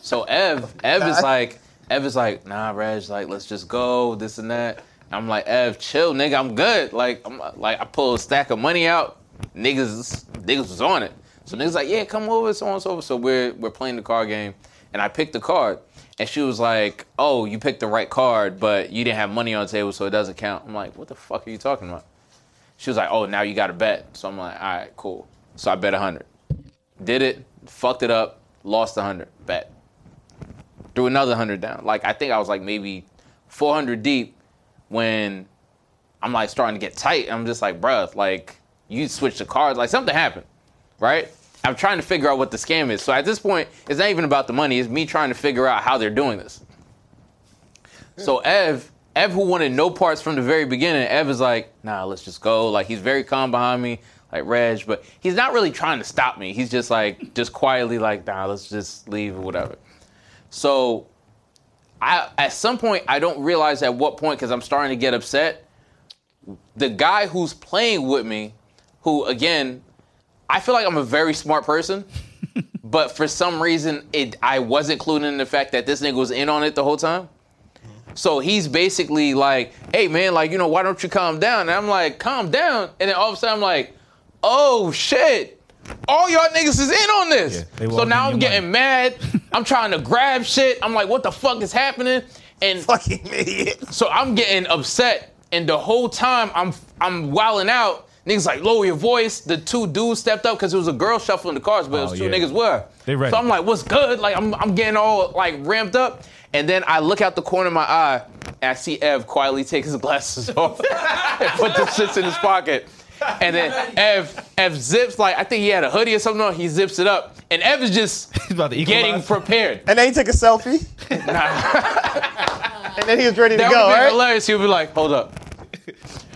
so Ev, Ev is like, Ev is like, nah, Reg, like, let's just go, this and that. I'm like, Ev, chill, nigga, I'm good. Like, I'm like, I pull a stack of money out, niggas, niggas was on it. So niggas like, yeah, come over, so on and so forth. So we're we're playing the card game, and I picked the card, and she was like, oh, you picked the right card, but you didn't have money on the table, so it doesn't count. I'm like, what the fuck are you talking about? She was like, oh, now you got to bet. So I'm like, all right, cool. So I bet 100. Did it, fucked it up, lost 100, bet. Threw another 100 down. Like, I think I was like maybe 400 deep when I'm like starting to get tight. I'm just like, bruh, like, you switched the cards. Like, something happened, right? I'm trying to figure out what the scam is. So at this point, it's not even about the money. It's me trying to figure out how they're doing this. So Ev, Ev who wanted no parts from the very beginning, Ev is like, nah, let's just go. Like he's very calm behind me, like Reg, but he's not really trying to stop me. He's just like, just quietly like, nah, let's just leave or whatever. So I at some point I don't realize at what point because I'm starting to get upset. The guy who's playing with me, who again, I feel like I'm a very smart person, but for some reason it I wasn't clued in the fact that this nigga was in on it the whole time. So he's basically like, hey man, like, you know, why don't you calm down? And I'm like, calm down. And then all of a sudden I'm like, oh shit. All y'all niggas is in on this. they so walking now your I'm getting mad. I'm trying to grab shit. I'm like, what the fuck is happening? And fucking idiot. So I'm getting upset. And the whole time I'm I'm wilding out. Niggas like, lower your voice. The two dudes stepped up because it was a girl shuffling the cards, but it was Oh, two yeah. niggas were. They ready. So I'm like, what's good? Like I'm I'm getting all like ramped up. And then I look out the corner of my eye and I see Ev quietly take his glasses off and put the shits in his pocket. And then Ev Ev zips like I think he had a hoodie or something on. He zips it up, and Ev is just getting prepared. And then he took a selfie. and then he was ready that to go, would be right? hilarious. He would be like, "Hold up."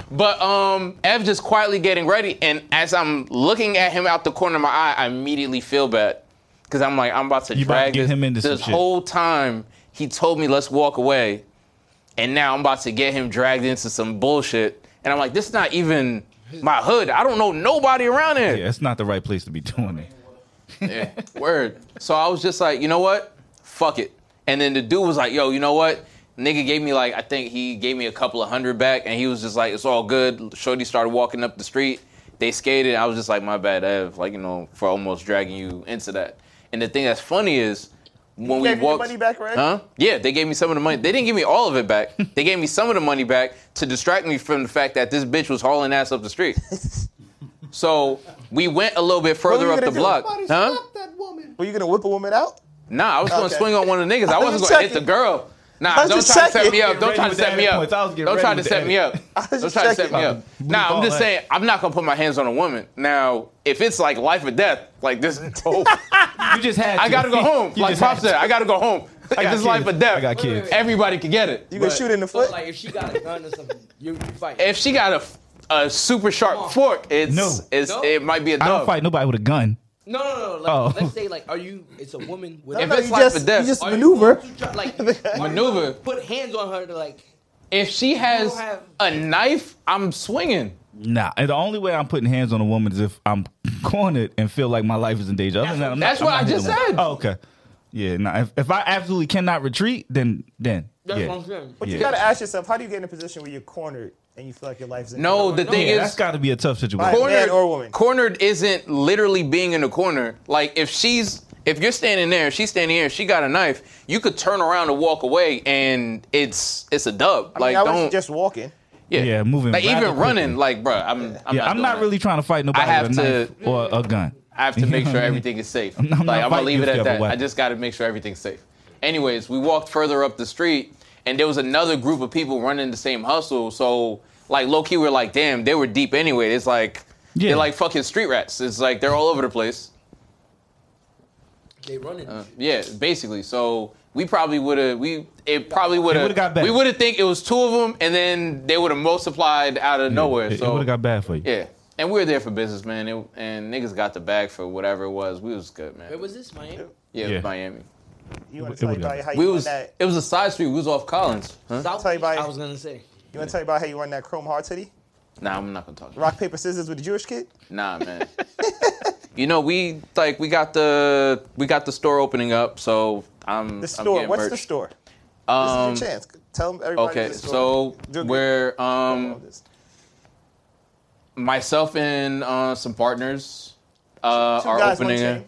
But um, Ev just quietly getting ready, and as I'm looking at him out the corner of my eye, I immediately feel bad because I'm like, I'm about to You about to drag get this. him into some this shit. whole time, he told me let's walk away, and now I'm about to get him dragged into some bullshit, and I'm like, this is not even my hood. I don't know nobody around here. Yeah, it's not the right place to be doing it. Yeah, word. So I was just like, you know what? Fuck it. And then the dude was like, yo, you know what? Nigga gave me like, I think he gave me a couple of hundred back, and he was just like, it's all good. Shorty started walking up the street. They skated. I was just like, my bad, Ev, like, you know, for almost dragging you into that. And the thing that's funny is when He we gave you the walked. money back, right? Huh? Yeah, they gave me some of the money. They didn't give me all of it back. they gave me some of the money back to distract me from the fact that this bitch was hauling ass up the street. so we went a little bit further were you up the gonna do? block. Somebody Huh? Were you gonna whip a woman out? Nah, I was gonna Okay. swing on one of the niggas. I I'm wasn't just gonna hit the checking. girl. I Nah, was don't just try to set checking. me up. Don't Getting try to ready with set the me edit up. points. I was getting Don't try ready to with the set me up. edit. I was Don't just try to set checking. me About up. to Nah, ball I'm just out. saying I'm not gonna put my hands on a woman. Now, if it's like life or death, like this, Oh. you just had. I to. gotta go home. You Like just Pop had said, to. I gotta go home. I If got it's life or kids. death, I got kids. Everybody could get it. You can But- shoot in the So, foot. like if she got a gun or something, you, you fight. If she got a, a super sharp fork, it's No. it's it might be a I dub. don't fight nobody with a gun. No, no, no. Like, Oh. Let's say like, are you? It's a woman with. No, a no, gun. you just- you just Are you maneuver. going to try- like Maneuver. Put hands on her to like. If she has a knife, I'm swinging. Nah, and the only way I'm putting hands on a woman is if I'm cornered and feel like my life is in danger. Other than that, I'm not- That's I'm what not I just hitting a woman. said. Oh, okay. Yeah, nah. If, if I absolutely cannot retreat, then then yeah. But you Yeah. gotta ask yourself, how do you get in a position where you're cornered and you feel like your life's in No, danger? the thing Yeah, is, that's got to be a tough situation. cornered Cornered isn't literally being in the corner. Like if she's if you're standing there, she's standing here, she got a knife, you could turn around and walk away and it's it's a dub. I mean, like I was don't just walking. yeah. Yeah, moving Like rather even running, quickly. like bruh, I'm I'm yeah, not, I'm not doing really trying to fight nobody have with a to- knife or a gun. that. I have You to know make what sure I mean? everything is safe. I'm not- I'm like not I'm gonna fighting leave it this at type of that. I weapon. just gotta make sure everything's safe. Anyways, we walked further up the street and there was another group of people running the same hustle. So like low key, we're like, damn, they were deep anyway. It's like they're like fucking street rats. It's like they're all over the place. They running. Uh, yeah, basically. So we probably would have we it probably would would've got have better. we would have think it was two of them and then they would have multiplied out of nowhere. It- it, so would have got bad for you. yeah, and we were there for business, man, and, and niggas got the bag for whatever it was. We was good, man. Where was this, Miami? Yeah, Yeah. Miami. You wanna tell me about how you we won was that? it was a side street. We was off Collins. Huh? South Tell you about- I was gonna say. You wanna tell me about how you won that chrome hard titty? Nah, I'm not gonna talk. Rock, paper, scissors with the Jewish kid? Nah, man. you know we like we got the we got the store opening up, so I'm The I'm store. getting What's merch. the store? Um, this is your chance. Tell them everybody. Okay, the story. so Do it. where um, myself and uh, some partners uh, Two are guys, one opening. a- chain.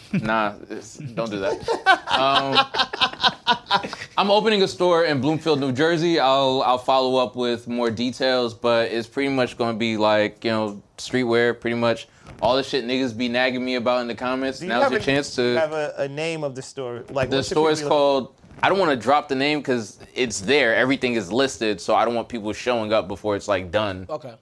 Nah, it's- don't do that. Um, I'm opening a store in Bloomfield, New Jersey. I'll I'll follow up with more details, but it's pretty much going to be like you know streetwear, pretty much all the shit niggas be nagging me about in the comments. Do you Now's have your a- chance do to you have a, a name of the store. Like the what should store is people be looking- called. I don't want to drop the name because it's there. Everything is listed, so I don't want people showing up before it's like done. Okay.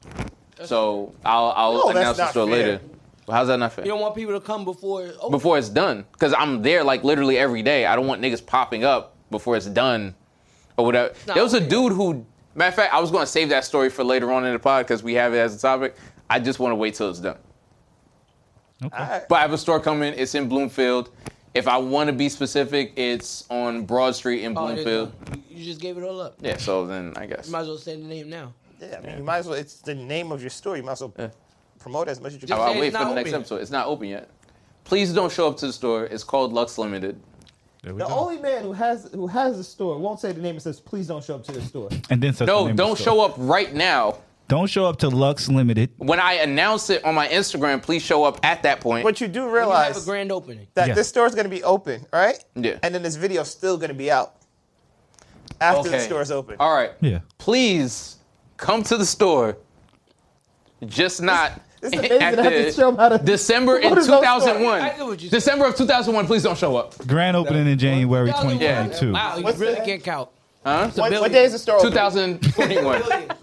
So I'll I'll Oh, No, that's announce the not store fair. later. Well, how's that not fair? You don't want people to come before. Oh, Before it's done, because I'm there like literally every day. I don't want niggas popping up before it's done, or whatever. Nah, there was a dude who, matter of fact, I was going to save that story for later on in the pod because we have it as a topic. I just want to wait till it's done. But I have a store coming. It's in Bloomfield. If I want to be specific, it's on Broad Street in oh, there's Bloomfield. no- you just gave it all up. Yeah, so then I guess. You might as well say the name now. Yeah, I mean, you might as well. It's the name of your store. You might as well promote it as much as you can. I'll I'll wait for the next episode. It's not open yet. Please don't show up to the store. It's called Lux Limited. The only man who has who has the store won't say the name and says, "Please don't show up to the store." And then says the No, name of don't the show store. up right now. Don't show up to Lux Limited. When I announce it on my Instagram, please show up at that point. But you do realize a grand opening. that Yeah. this store is going to be open, right? Yeah. And then this video is still going to be out after the Okay. store is open. All right. Yeah. Please come to the store. Just not. It's amazing I have to after show 'em how to December in promote his own store. 2001. December of 2001. Please don't show up. Grand opening in January 2022. Wow, you really can't count. Huh? What, what day is the store open? 2021.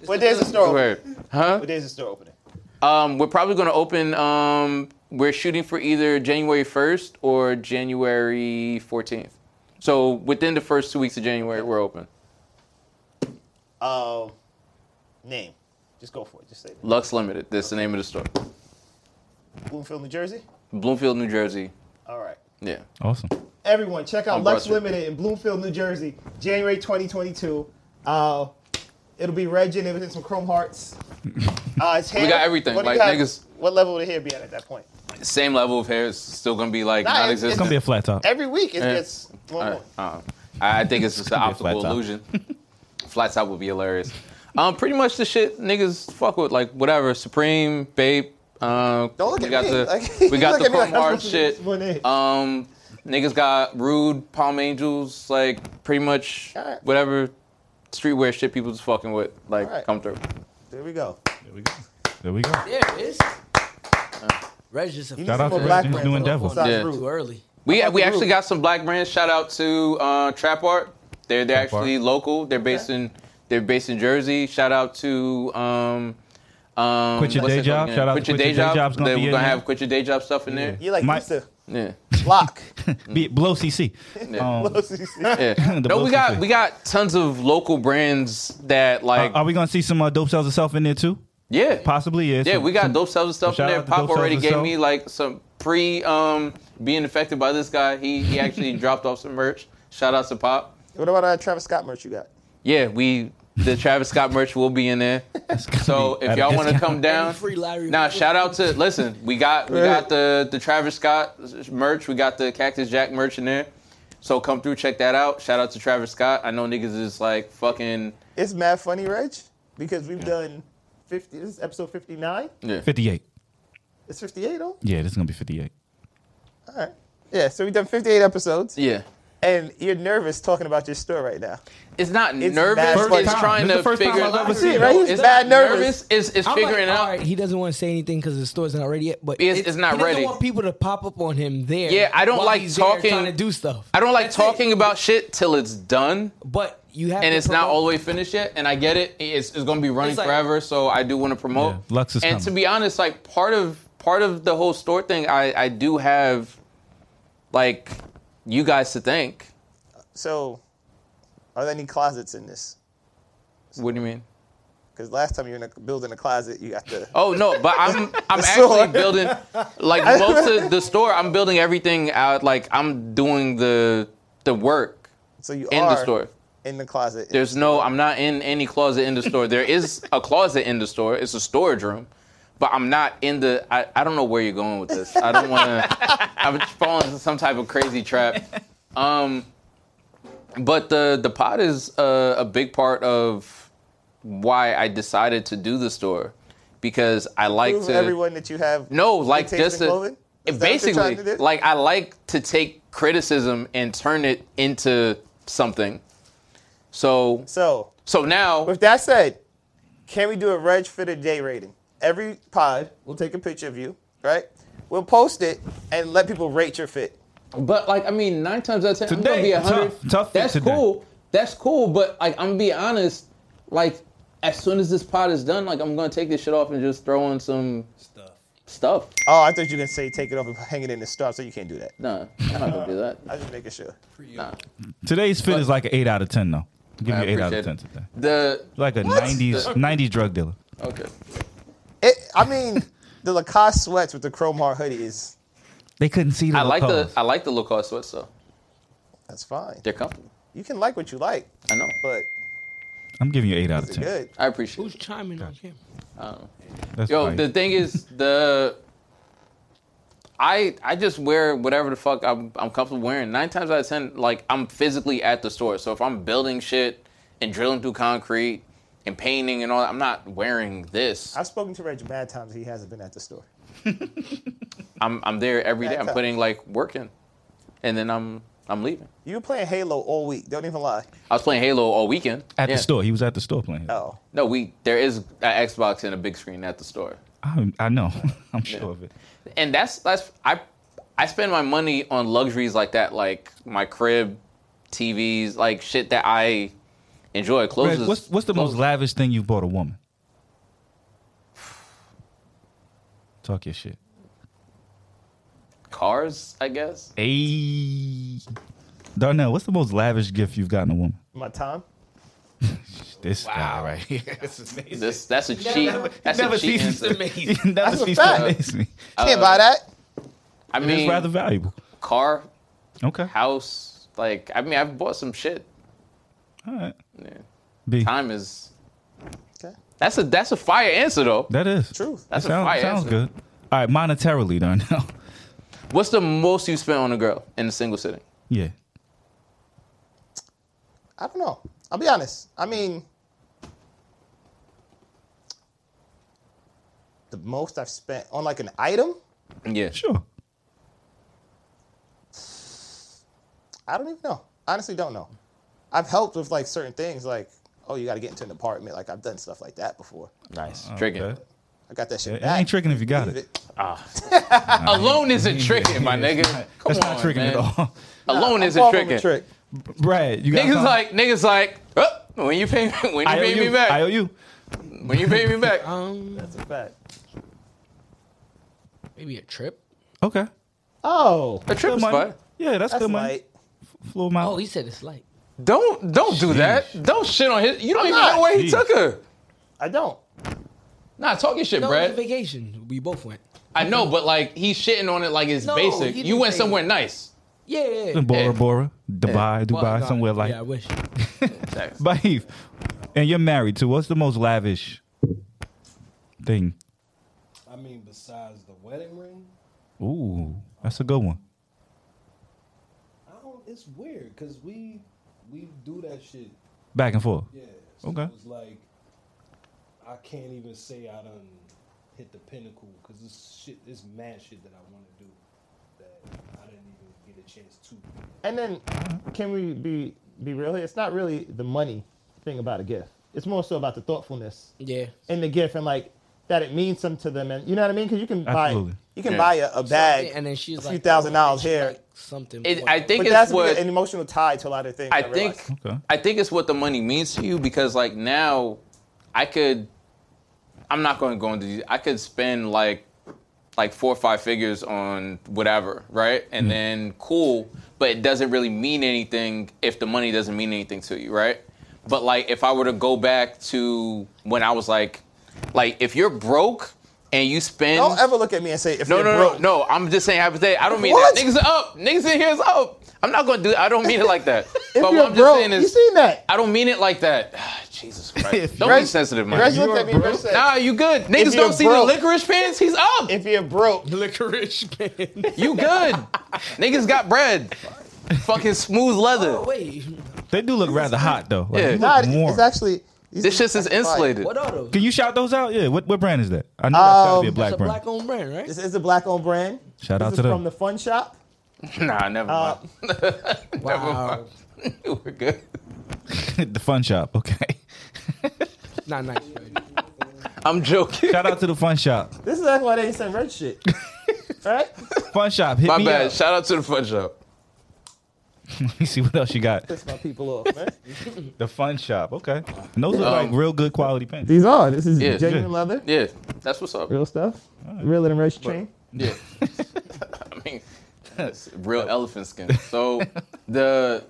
What day is the store open? Wait, huh? What day is the store opening? Um, we're probably going to open. Um, we're shooting for either January 1st or January 14th. So within the first two weeks of January, we're open. Uh, name. Just go for it. Just say it. Lux Limited. That's the name of the store. Bloomfield, New Jersey. Bloomfield, New Jersey. All right. Yeah. Awesome. Everyone, check out On Broad Lux Street. Limited in Bloomfield, New Jersey, January 2022. Uh, it'll be red gin and some chrome hearts. Uh, it's We hair. got everything, What do you like, have- niggas- What level would the hair be at at that point? Same level of hair. It's still going to be like Nah, it's- non-existent. it's gonna be a flat top. Every week it Eh, gets one more. Uh, I I think it's just an Could be a flat optical top. illusion. flat top would be hilarious. Um, pretty much the shit niggas fuck with, like whatever. Supreme, Babe. Um, Don't look we at got me. the Like, we you got look the at me like Chrome I'm Hard supposed to be shit. Um, niggas got rude Palm Angels, like pretty much Alright. whatever streetwear shit people just fucking with, like Alright. come through. There we go. There we go. There we go. There it is. Reg just a need Shout some out more to black Reg brands. New Endeavor. Going Yeah. Too early. We How about we the actually group? got some black brands. Shout out to uh, Trap Art. They're they're Trap Art. actually local. They're based in they're based in Jersey. Shout out to um, um, Quit Your what's Day it called Job. again? Shout out to Quit Your Quit Day Your Day Job. Job's gonna They- be we're in gonna there. have Quit Your Day Job stuff in there. You like My- pizza? Yeah. Block. Be, blow CC. Um, Yeah. The no, we Boston got thing. we got tons of local brands that like are, are we gonna see some uh, dope sells itself in there too? yeah Possibly, yeah. yeah Some- we got some- dope sells and stuff in shout there. out to Pop Dope Sells already and gave Self. me like some pre um being affected by this guy. He he actually dropped off some merch. Shout out to Pop. What about that Travis Scott merch you got? Yeah, we the Travis Scott merch will be in there. So at if a y'all want to discount. come down, Free Larry. nah. Shout out to listen. We got we Right. got the the Travis Scott merch. We got the Cactus Jack merch in there. So come through, check that out. Shout out to Travis Scott. I know niggas is like fucking It's mad funny, Reg, because we've done 50. This is episode 59. yeah. 58. It's 58, oh? Yeah, this is gonna be 58. All right. Yeah, so we've done 58 episodes. Yeah. And you're nervous talking about your store right now. It's not It's nervous. mad It's funny. trying This is to the first time figure. I've ever It's seen it. Right? He's mad not nervous. nervous. It's, it's I'm figuring like, out. all right, he doesn't want to say anything because the store's not ready yet. But It's- it- it's not he doesn't ready. want people to pop up on him there. Yeah, I don't while like he's there talking- trying to do stuff. I don't like talking about shit till it's done. But you have and to it's not promote- all the way finished yet. And I get it; it's, it's going to be running It's like- forever. So I do want to promote. Yeah, Lux is and coming. to be honest, like part of part of the whole store thing, I I do have like you guys to thank. So, are there any closets in this? What do you mean? Because last time you were in a, building a closet, you got the. Oh no, but I'm I'm store. actually building like most of the store. I'm building everything out. Like I'm doing the the work So you in are the store. in the closet. There's no, I'm not in any closet in the store. There is a closet in the store. It's a storage room, but I'm not in the. I, I don't know where you're going with this. I don't want to. I'm falling into some type of crazy trap. Um, But the the pot is uh, a big part of why I decided to do the store because I like Prove to everyone that you have. no like dictation just and to, clothing? Is that what you're trying basically to do? like I like to take criticism and turn it into something. So so so now With that said, can we do a Reg Fitter Day rating? Every pod, we'll take a picture of you, right? We'll post it and let people rate your fit. But like, I mean, nine times out of ten, I'm gonna Today, be a hundred. tough- tough fit That's today. cool. That's cool. But like, I'm gonna be honest. Like, as soon as this pot is done, like, I'm gonna take this shit off and just throw in some stuff. Stuff. Oh, I thought you were gonna say take it off and hang it in the stuff, so you can't do that. No, I'm not gonna do that. I just making sure. Nah. Today's fit is like an eight out of ten though. Give I me an eight out of ten appreciate today. it. The Like a What? nineties The- nineties drug dealer. Okay. It, I mean, the Lacoste sweats with the chrome heart hoodie is They couldn't see the I like Lacoste. the I like the low cost sweats though. that's fine. They're comfortable. You can like what you like. I know, but I'm giving you eight out of it's ten. good. I appreciate. Who's chiming on camera? Um, That's yo, right. the thing is, the I I just wear whatever the fuck I'm I'm comfortable wearing. Nine times out of ten, like I'm physically at the store. So if I'm building shit and drilling through concrete and painting and all, that, I'm not wearing this. I've spoken to Reg mad times. He hasn't been at the store. I'm I'm there every day. I'm That's a- putting like work in, and then I'm I'm leaving. You were playing Halo all week. Don't even lie. I was playing Halo all weekend At Yeah. the store. He was at the store playing. Oh, No, we there is an Xbox and a big screen at the store. I, I know. I'm sure of it. and that's that's I I spend my money on luxuries like that, like my crib, TVs, like shit that I enjoy. Clothes. Greg, is- what's what's the most lavish thing you bought a woman? Talk your shit. cars, I guess. Hey. Darnell, what's the most lavish gift you've gotten a woman? my time. This guy right here. This is amazing. This that's a cheat. That's a cheat. answer. You never That's a cease fact. to amaze me. Can't Uh, buy that. I It is mean, rather valuable. car, Okay. house. Like I mean, I've bought some shit. All right. Yeah. B. Time is. Okay. That's a that's a fire answer though. That is. Truth. That's a sound- fire Sounds answer. good. All right, monetarily, Darnell. What's the most you spent on a girl in a single sitting? yeah. I don't know. I'll be honest. I mean, the most I've spent on like an item, Yeah. Sure. I don't even know. Honestly, don't know. I've helped with like certain things, like oh, you got to get into an apartment. Like I've done stuff like that before. Nice. Tricking. Okay. I got that shit It back. ain't tricking if you got it. Ah. Alone isn't tricking, my Yeah, nigga. it's not- Come that's on, not tricking man. at all. Alone I'm isn't far from a tricking. trick. Brad, you got Niggas something? like niggas like "Oh, when you pay when you I owe pay you. me back I owe you. when you pay me back. Um, That's a fact. maybe a trip. Okay. Oh, A trip Good is money. fun. Yeah, that's, that's good money. light. Floor amount. Oh, he said it's light. Don't don't do that. Don't shit on his. You don't I'm even not. know where he Jeez. took her. I don't. Nah, talk your shit, No, it was a Brad. vacation. We both went. I know, but like he's shitting on it like it's No, basic. he You didn't went say somewhere nice. Eh. Yeah, yeah. yeah. Bora Yeah. Bora, Dubai, Dubai, Well, God. somewhere like. Yeah, I wish. Facts. Baif, and you're married too. What's the most lavish thing? I mean, besides the wedding ring, Ooh, that's a good one. I don't. Oh, It's weird because we we do that shit. Back and forth. Yeah. So Okay. It's like I can't even say I done hit the pinnacle because this shit, this mad shit that I want to do that I didn't even get a chance to. And then, can we be be real here? It's not really the money thing about a gift. It's more so about the thoughtfulness Yeah. in the gift and like that it means something to them. And you know what I mean? Because you can Absolutely. buy you can Yeah. buy a, a bag and then she's a like, few thousand oh, dollars she here. like something. It, more. I think but it's that's what what, an emotional tie to a lot of things. I realize. think Okay. I think it's what the money means to you because like now I could I'm not going to go into these. I could spend like like four or five figures on whatever, right? And then cool, but it doesn't really mean anything if the money doesn't mean anything to you, right? But like if I were to go back to when I was like like if you're broke and you spend Don't ever look at me and say if no, you're no, broke. no, no. I'm just saying hypothetically. I don't mean What? that. Niggas are up. Niggas in here is up. I'm not gonna do. I don't mean it like that. If but you're what I'm broke, just saying is, you seen that? I don't mean it like that. Jesus Christ. Don't be Reg- sensitive, man. Reg looked at me and Reg said, Nah, you good. Niggas you're don't see broke- the licorice pants. He's up. If you're broke, licorice man. you good. Niggas got bread. Fucking smooth leather. Wait, They do look rather hot though. Like, Yeah. you look Nah, it's- warm. it's actually This shit is insulated. What are those? Can you shout those out? Yeah. What what brand is that? I know that's gotta be a Um, black brand. owned brand, right? This is a black owned brand. Shout this out is to them. from the Fun Shop. Nah, never Uh, mind. Never mind. We're good. the Fun Shop. Okay. Not nice. I'm joking. Shout out to the Fun Shop. This is actually why they didn't send red shit. right? Fun Shop. Hit My me bad. up. Shout out to the fun shop. Let me see what else you got. Piss my people off, man. The Fun Shop. Okay. And those are like Um, real good quality pens. These are. This is Yeah. genuine Good. leather. Yeah, that's what's up. Real stuff. Real and red train. Yeah. I mean, that's real elephant skin. So the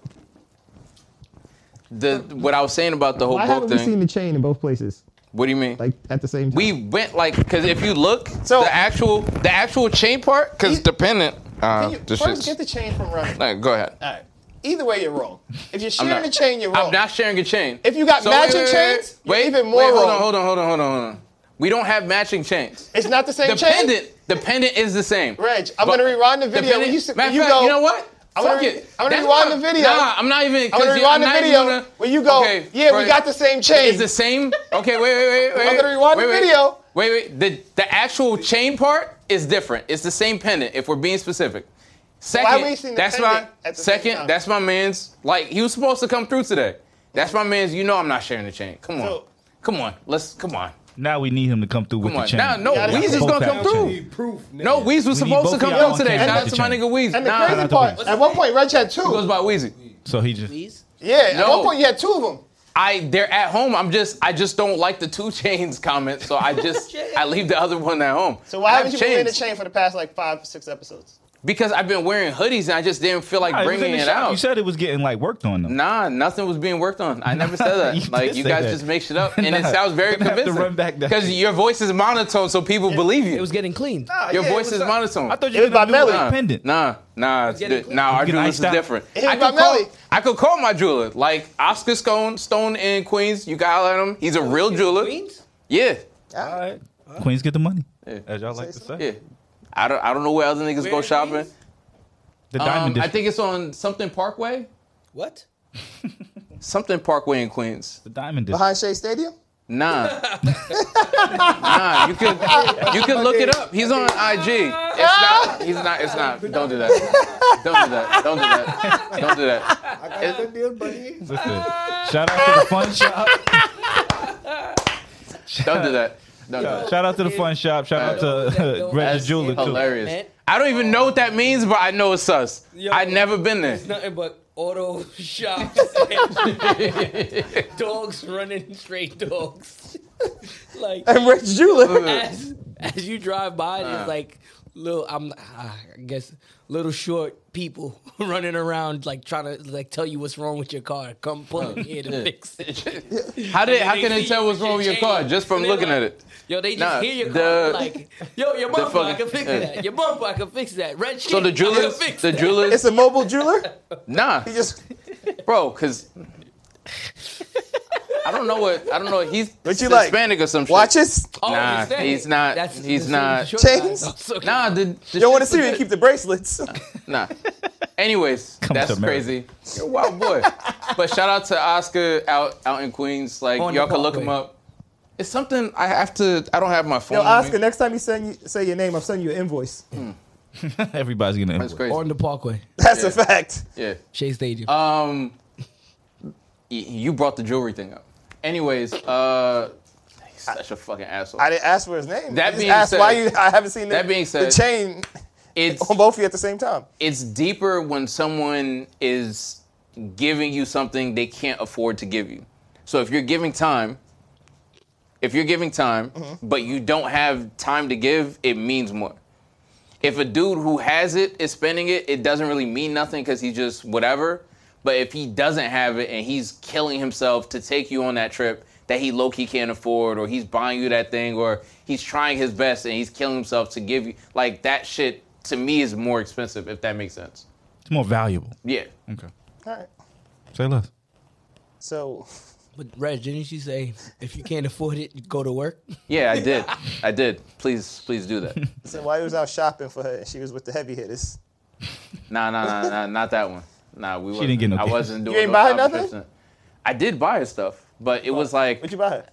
the what I was saying about the whole Why book haven't we thing. seen the chain in both places? what do you mean? Like at the same time. we went like because if you look, the actual the actual chain part because dependent. Uh, Can you this first shit's- get the chain from running. Nah, go ahead. All right. Either way, you're wrong. If you're I'm sharing not- a chain, you're wrong. I'm not sharing a chain. If you got matching chains, you're even more wait, hold wrong. on, hold on, hold on, hold on, hold on. We don't have matching chains. It's not the same chain. Dependent, dependent is the same. Reg, I'm But gonna rewind the video. When dependent- you, s- Matter when you of fact, go, you know what? I'm Fuck gonna, re- it. I'm gonna That's rewind why- the video. Nah, I'm not even. I'm 'cause gonna you- rewind the not even video. gonna- when you go, Okay, yeah, we right. got the same chain. It's the same. Okay, wait, wait, wait, wait. I'm gonna rewind wait, the wait. video. Wait, wait. The the actual chain part is different. It's the same pendant. If we're being specific. Second, we seen the that's my pendant at the same second. time? That's my man's. Like he was supposed to come through today. That's my man's. You know I'm not sharing the chain. Come on, So- come on. Let's come on. Now we need him to come through with Come the on. chain. Now, no, gotta Weez have is both gonna have come the through. chain. Proof. No, Weez was We need supposed to both come y'all through today. on Shout camera out with to the my chain. nigga Weez. and the Nah, crazy out to part, Weezy. at one point, Reg had two. he goes by Weezy. So he just yeah, at No. one point you had two of them. I they're at home. I'm just I just don't like the two chains comment, so I just I leave the other one at home. So why I haven't you have been wearing the chains. chain for the past like five, six episodes? Because I've been wearing hoodies and I just didn't feel like Nah, it was in bringing the it, shop. out. You said it was getting like worked on them. nah, nothing was being worked on. I never said that. You like did you say guys that. just make shit up, and it Nah, sounds very you're gonna have to convincing. run back that Because shit. your voice is monotone, so people believe you. It was getting cleaned. your yeah, it voice was is not- monotone. I thought you It was were gonna by do Melly. Nah, pendant. Nah, nah, It's getting th- nah. Our You getting jewelers is iced out. different. It was I by could, call, Melly. I could call my jeweler like Oscar Stone, Stone in Queens. You gotta let him. He's a real jeweler. Yeah, All right. Queens get the money, as y'all like to say. yeah. I don't, I don't know where other niggas go Where shopping. is The Um, diamond. I district. think it's on something Parkway. What? Something Parkway in Queens. the diamond. District. Behind Shea Stadium? Nah. nah, you could you could look it up. He's on IG. It's not he's not it's not. Don't do that. Don't do that. Don't do that. Don't do that. I got a good deal, buddy. Listen, shout out to the fun shop. Don't do that. Don't do that. Shout out to the fun shop. Shout out to uh, Reg's That's jeweler too. hilarious. I don't even know what that means, but I know it's us. I never been there. Nothing but auto shops, dogs running, stray dogs. like And Reg Jeweler. as, as you drive by, there's like little I'm ah, I guess little short people running around like trying to like tell you what's wrong with your car. Come Oh, pull it here to fix it. How did And how they can they see tell what's wrong with your shit car change. just from And they looking like- at it? Yo, they just Nah, hear your the- car like, yo, your bumper, I fucking- can fix yeah. that. Your bumper, I can fix that. Red shit, So I the can jewelers, fix the that. jewelers, It's a mobile jeweler? nah, He just bro, because I don't know what I don't know. He's What you like? Hispanic or some shit. watches. Oh, Nah, you said he's it. not- the he's same not- short guy. Chains? Also- Nah, the, the You don't want to shit's see me legit. keep the bracelets. Nah. Anyways, Come that's to America. crazy. You're a wild boy. but shout out to Oscar out out in Queens. Like On the y'all can look Parkway. him up. It's something I have to. I don't have my phone. Yo, with me. Oscar, next time you send you, say your name, I'm sending you an invoice. Hmm. Everybody's getting an that's invoice. crazy. On the parkway. That's a fact. yeah. Shea Stadium. Um, y- you brought the jewelry thing up. Anyways, uh, he's such a fucking asshole. I didn't ask for his name. That I just being asked said- why you I haven't seen the, That being said- the chain it's on both of you at the same time. it's deeper when someone is giving you something they can't afford to give you. So if you're giving time, if you're giving time, Mm-hmm. but you don't have time to give, it means more. If a dude who has it is spending it, it doesn't really mean nothing because he's just whatever. But if he doesn't have it and he's killing himself to take you on that trip that he low key can't afford, or he's buying you that thing, or he's trying his best and he's killing himself to give you, like that shit to me is more expensive, if that makes sense. It's more valuable. Yeah. Okay. All right. Say less. So but Reg, didn't you say if you can't afford it, you go to work? Yeah, I did. I did. Please, please do that. So while he was out shopping for her, and she was with the heavy hitters. Nah, nah, nah, nah, not that one. Nah, we She wasn't. didn't get no I gift. wasn't You doing. ain't no buy her competition. nothing? I did buy her stuff, but it was like. What Oh, you buy?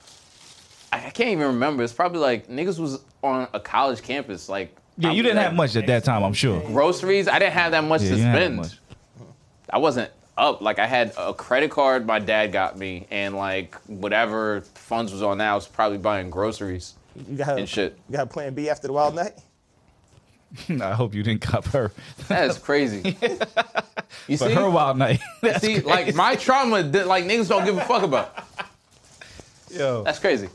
I I can't even remember. It's probably like niggas was on a college campus, like Yeah, you didn't have much at that time, I'm sure. groceries. I didn't have that much Yeah, to you didn't have spend. much. I wasn't up. Like I had a credit card my dad got me, and like whatever funds was on that, I was probably buying groceries You got and shit. You got Plan B after the wild night. I hope you didn't cop her. That's crazy. You For see? her wild night. You see, like my trauma, that, like niggas don't give a fuck about. Yo, That's crazy.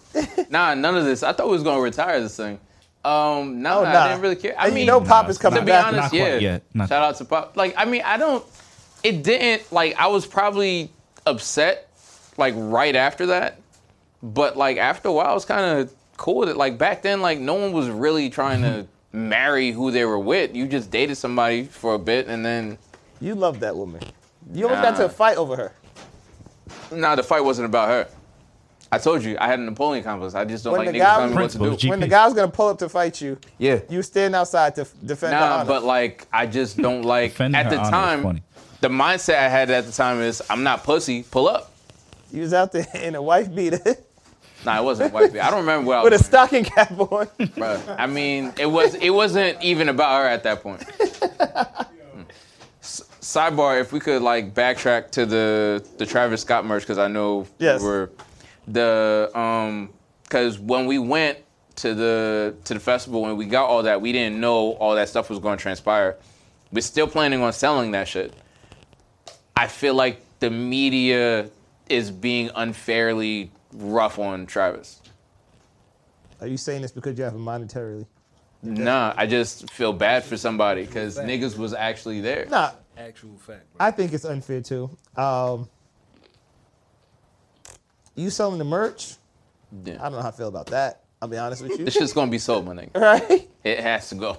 Nah, none of this. I thought we was gonna retire this thing. Um, no, Oh, I nah. didn't really care. I And you mean, know Pop is coming to be back. honest, Not quite yeah. yet. Not- Shout out to Pop. Like, I mean, I don't. It didn't. Like, I was probably upset. Like right after that, but like after a while, I was kind of cool with it. Like back then, like no one was really trying to marry who they were with. You just dated somebody for a bit, and then you loved that woman. You almost got to a fight over her. Nah, the fight wasn't about her. I told you I had a Napoleon complex. I just don't When like the niggas guy telling me what was, to do. when the guy was gonna pull up to fight you, Yeah. you stand outside to f- defend the Nah, honor. but like I just don't like at her the honor is time. funny. The mindset I had at the time is I'm not pussy. Pull up. you was out there in a wife beater Nah, it wasn't white. I don't remember what I with a was. stocking cap on. Bro, I mean, it was it wasn't even about her at that point. Hmm. S- Sidebar, if we could like backtrack to the the Travis Scott merch because I know Yes. we were the um because when we went to the to the festival and we got all that, we didn't know all that stuff was going to transpire. We're still planning on selling that shit. I feel like the media is being unfairly rough on Travis. Are you saying this because you have him monetarily? Nah, I just feel bad for somebody because niggas was actually there. Nah. Actual fact. I think it's unfair too. Um, you selling the merch? Yeah. I don't know how I feel about that. I'll be honest with you. This shit's gonna be sold, my nigga. Right? It has to go.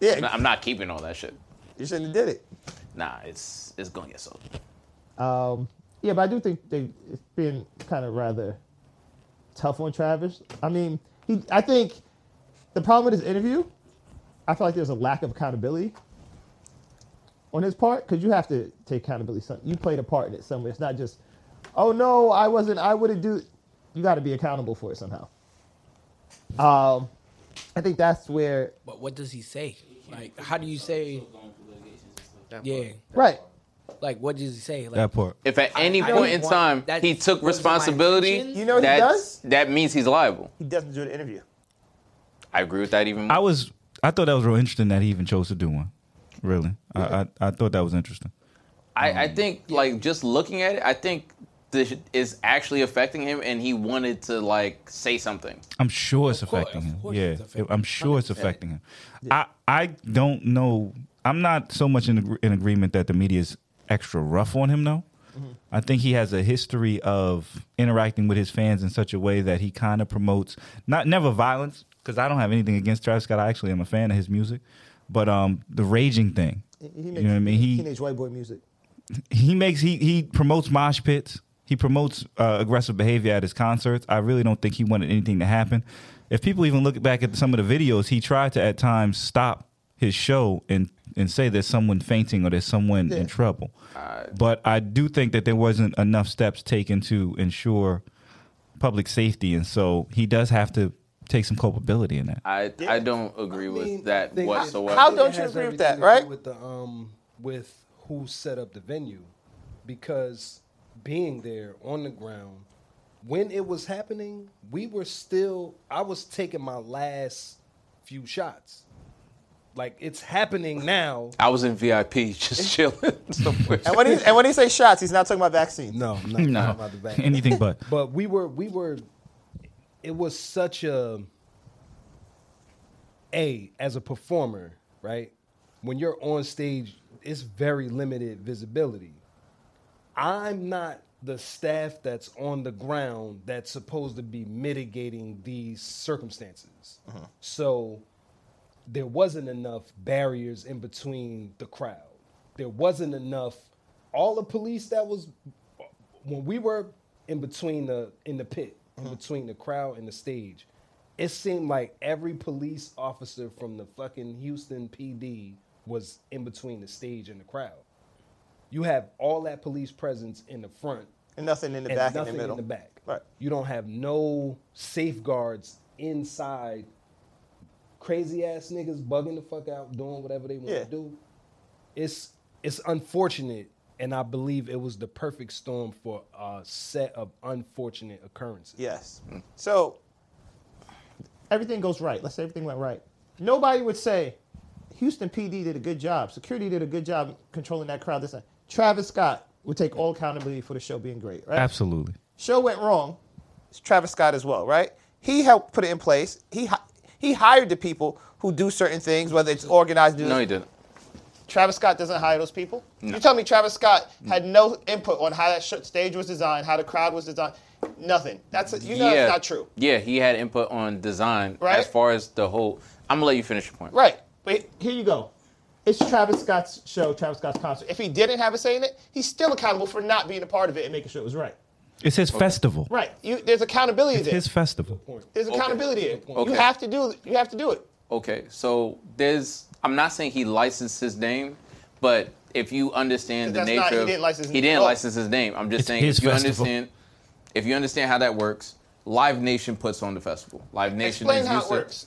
Yeah. I'm not, I'm not keeping all that shit. You shouldn't have did it. Nah, it's it's gonna get sold. Um, yeah, but I do think they it's been kind of rather tough on Travis. I mean, he. I think the problem with his interview, I feel like there's a lack of accountability on his part because you have to take accountability. Some you played a part in it somewhere. It's not just, oh no, I wasn't. I wouldn't do. You got to be accountable for it somehow. Um, I think that's where But what does he say? Like, how do you say? Yeah. Right. Like, what does he say? Like, That part. If at any I- I point in don't time want- that he took was my responsibility, intentions. You know what he that's- does? That means he's liable. he doesn't do the interview. I agree with that even more. I was. I thought that was real interesting that he even chose to do one. Really, I, I I thought that was interesting. I, I think like just looking at it, I think this is actually affecting him, and he wanted to like say something. I'm sure it's affecting him. Yeah, It- I'm sure it's affecting him. I I don't know. I'm not so much in agr- in agreement that the media is extra rough on him though. Mm-hmm. I think he has a history of interacting with his fans in such a way that he kind of promotes not never violence because I don't have anything against Travis Scott. I actually am a fan of his music, but um the raging thing. He makes you know what I mean? He teenage white boy music. he makes he he promotes mosh pits. He promotes uh, aggressive behavior at his concerts. I really don't think he wanted anything to happen. If people even look back at some of the videos, he tried to at times stop his show and and say there's someone fainting or there's someone Yeah. in trouble. but I do think that there wasn't enough steps taken to ensure public safety, and so he does have to take some culpability in that. I I don't agree with that think it- whatsoever. I think it has everything to do With the um, with who set up the venue, because being there on the ground when it was happening, we were still. I was taking my last few shots. Like it's happening now. I was in VIP, just chilling somewhere. And when he and when he say shots, he's not talking about vaccines. No, not No. talking about the vaccine. Anything but. But we were we were. It was such a. A as a performer, right? When you're on stage, it's very limited visibility. I'm not the staff that's on the ground that's supposed to be mitigating these circumstances. So there wasn't enough barriers in between the crowd. There wasn't enough all the police that was when we were in between the in the pit, Hmm. in between the crowd and the stage. It seemed like every police officer from the fucking Houston PD was in between the stage and the crowd You have all that police presence in the front And nothing in the and back and nothing the middle. in the back. Right. You don't have no safeguards inside. Crazy ass niggas bugging the fuck out, doing whatever they want Yeah. to do. It's it's unfortunate, and I believe it was the perfect storm for a set of unfortunate occurrences. Yes. So everything goes right. Let's say everything went right. Nobody would say Houston PD did a good job. Security did a good job controlling that crowd. This Travis Scott would take all accountability for the show being great, right? Absolutely. show went wrong. It's Travis Scott as well, right? He helped put it in place. He hi- he hired the people who do certain things, whether it's organized. No, he didn't. Travis Scott doesn't hire those people. No. You tell me Travis Scott had no input on how that sh- stage was designed, how the crowd was designed, nothing. That's you know that's not true, Yeah, he had input on design Right? as far as the whole. I'm gonna let you finish your point. right? But here you go. It's Travis Scott's show, Travis Scott's concert. If he didn't have a say in it, he's still accountable for not being a part of it and making sure it was right. It's his festival. Right. You, there's accountability It's there. his festival. there's Okay. accountability there. Okay. You have to do. You have to do it. Okay, so there's. I'm not saying he licensed his name, but if you understand the That's nature not- he of, didn't license he his- didn't oh. license his name. I'm just It's saying his if you festival. understand, if you understand how that works, Live Nation puts on the festival. Live Nation Explain is how used it to- works,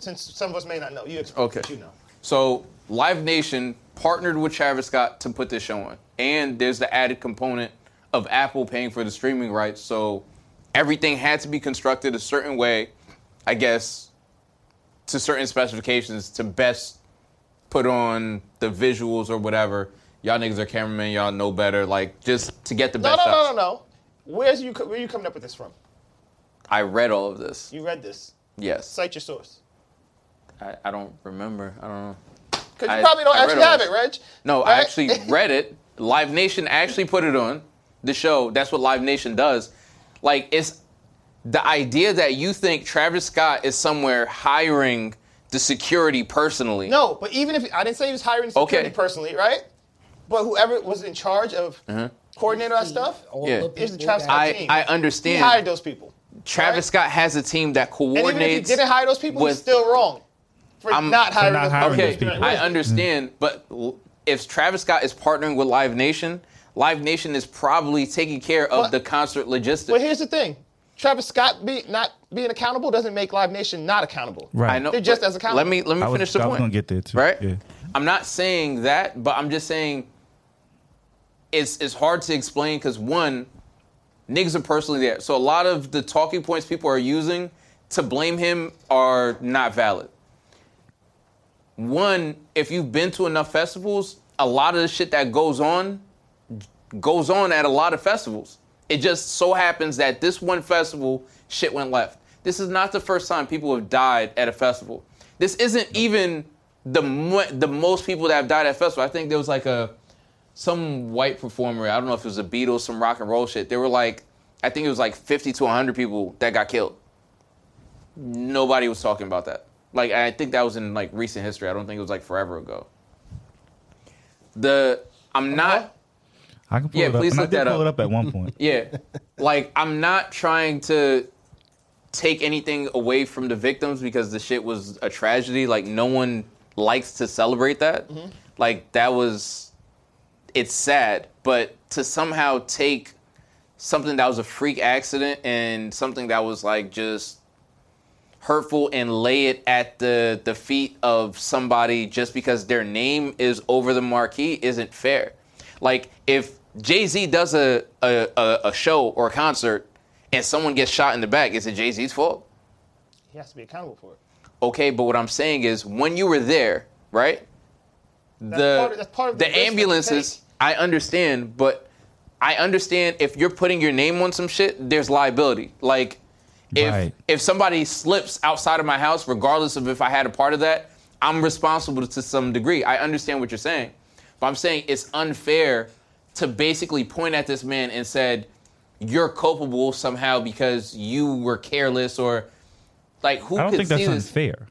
since some of us may not know. You explain Okay. what you know. So Live Nation partnered with Travis Scott to put this show on, and there's the added component of Apple paying for the streaming rights. So everything had to be constructed a certain way, I guess, to certain specifications to best put on the visuals or whatever. Y'all niggas are cameramen, y'all know better. Like just to get the No, best. no, shots. no, no, no. Where's you? co- Where you coming up with this from? I read all of this. You read this. Yes, Cite your source. I, I don't remember. I don't know. Because I- you probably don't I read actually all have this. it, Reg. No, I Right? actually read it. Live Nation actually put it on the show. That's what Live Nation does. Like it's the idea that you think Travis Scott is somewhere hiring the security personally. No, but even if I didn't say he was hiring security Okay. personally, right? But whoever was in charge of Uh-huh. coordinating that stuff Yeah. the is the Travis Scott I, team. I He understand. hired those people. Travis Scott has a team that And coordinates. even if he didn't hire those people, he's with- still wrong for I'm- not For hiring, not those, hiring people. those people. Mm-hmm. I understand, but l- if Travis Scott is partnering with Live Nation, Live Nation is probably taking care of But- the concert logistics. But here's the thing. Travis Scott be, not being accountable doesn't make Live Nation not accountable. I know. They're just but as accountable. Let me let me I was- finish the I was point. gonna get there, too. Right. Yeah. I'm not saying that, but I'm just saying it's it's hard to explain because one, niggas are personally there, so a lot of the talking points people are using to blame him are not valid. One, if you've been to enough festivals, a lot of the shit that goes on goes on at a lot of festivals. It just so happens that this one festival, shit went left. This is not the first time people have died at a festival. This isn't even the mo- the most people that have died at festival. I think there was like a some white performer. I don't know if it was the Beatles, some rock and roll shit. There were like I think it was like 50 to 100 people that got killed. Nobody was talking about that. Like I think that was in like recent history. I don't think it was like forever ago. The I'm not I can pull Yeah, it up. please and I look did that pull it up. up at one point. yeah. Like I'm not trying to take anything away from the victims because the shit was a tragedy. Like no one likes to celebrate that. Like that was it's sad, but to somehow take something that was a freak accident and something that was like just hurtful and lay it at the the feet of somebody just because their name is over the marquee isn't fair. Like if Jay Z does a, a a a show or a concert and someone gets shot in the back, is it Jay Z's fault? He has to be accountable for it. Okay, but what I'm saying is when you were there, right? the part of- that's part of the the risk that you ambulances. I understand, but I understand if you're putting your name on some shit, there's liability. Like if Right. if somebody slips outside of my house, regardless of if I had a part of that, I'm responsible to some degree. I understand what you're saying, but I'm saying it's unfair to basically point at this man and said you're culpable somehow because you were careless or like who I don't could think see that's this? unfair.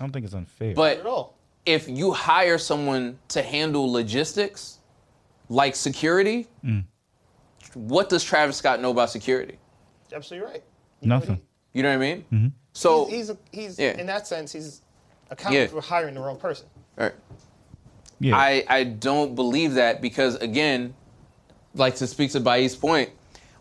I don't think it's unfair. But if you hire someone to handle logistics, like security, Mm. what does Travis Scott know about security? You're absolutely right. Nothing. You know what I mean? Mm-hmm. So he's he's, a, he's Yeah. in that sense he's accountable Yeah. for hiring the wrong person. All right. Yeah. I, I don't believe that because again, like to speak to Bae's point,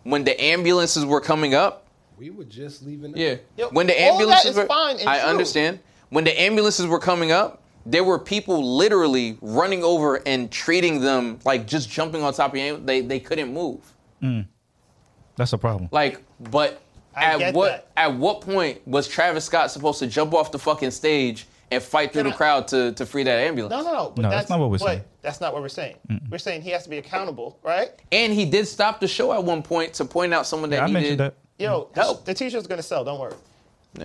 when the ambulances were coming up, We were just leaving. yeah, Yo, when the all ambulances that is were, fine and I true. understand when the ambulances were coming up, there were people literally running over and treating them like just jumping on top of the ambulance. They they couldn't move. Mm. That's a problem. Like, but at get what at what point was Travis Scott supposed to jump off the fucking stage and fight through the crowd to, to free that ambulance? No, no, no. but No, that's not what we're but saying. That's not what we're saying. We're saying he has to be accountable, right? And he did stop the show at one point to point out someone that he did. Yo, Mm-hmm. help. The t-shirt's gonna sell. Don't worry.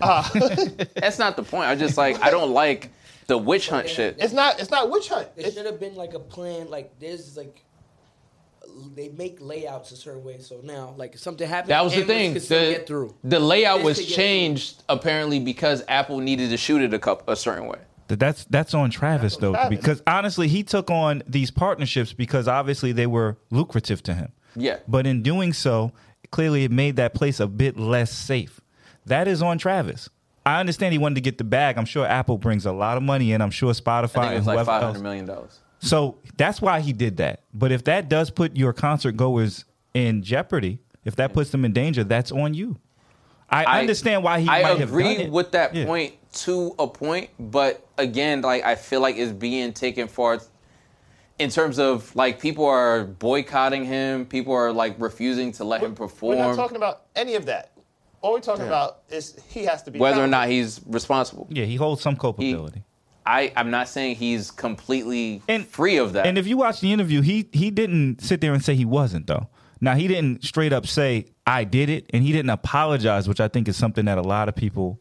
Ah. That's not the point. I just like I don't like the witch hunt shit. It's not. It's not witch hunt. It should have been like a plan. Like there's like they make layouts a certain way. So now, like if something happens, That was the ambulance thing. can still get The, through. the layout This was could get changed apparently because Apple needed to shoot it a cup a certain way. Th- That's that's on Travis though, Travis. because honestly, he took on these partnerships because obviously they were lucrative to him. Yeah. But in doing so, clearly it made that place a bit less safe. That is on Travis. I understand he wanted to get the bag. I'm sure Apple brings a lot of money in. I'm sure I Spotify think it and was like whoever five else. hundred million dollars. So that's why he did that. But if that does put your concert goers in jeopardy, if that puts them in danger, that's on you. I, understand why he I might agree have done it. with that point to a point, but again, like I feel like it's being taken far in terms of like people are boycotting him, people are like refusing to let him We're not perform, talking about any of that. All we're talking Yeah. about is he has to be whether or accountable. not he's responsible. Yeah, he holds some culpability. I I'm not saying he's completely free of that. And if you watch the interview, he he didn't sit there and say he wasn't though. Now he didn't straight up say I did it, and he didn't apologize, which I think is something that a lot of people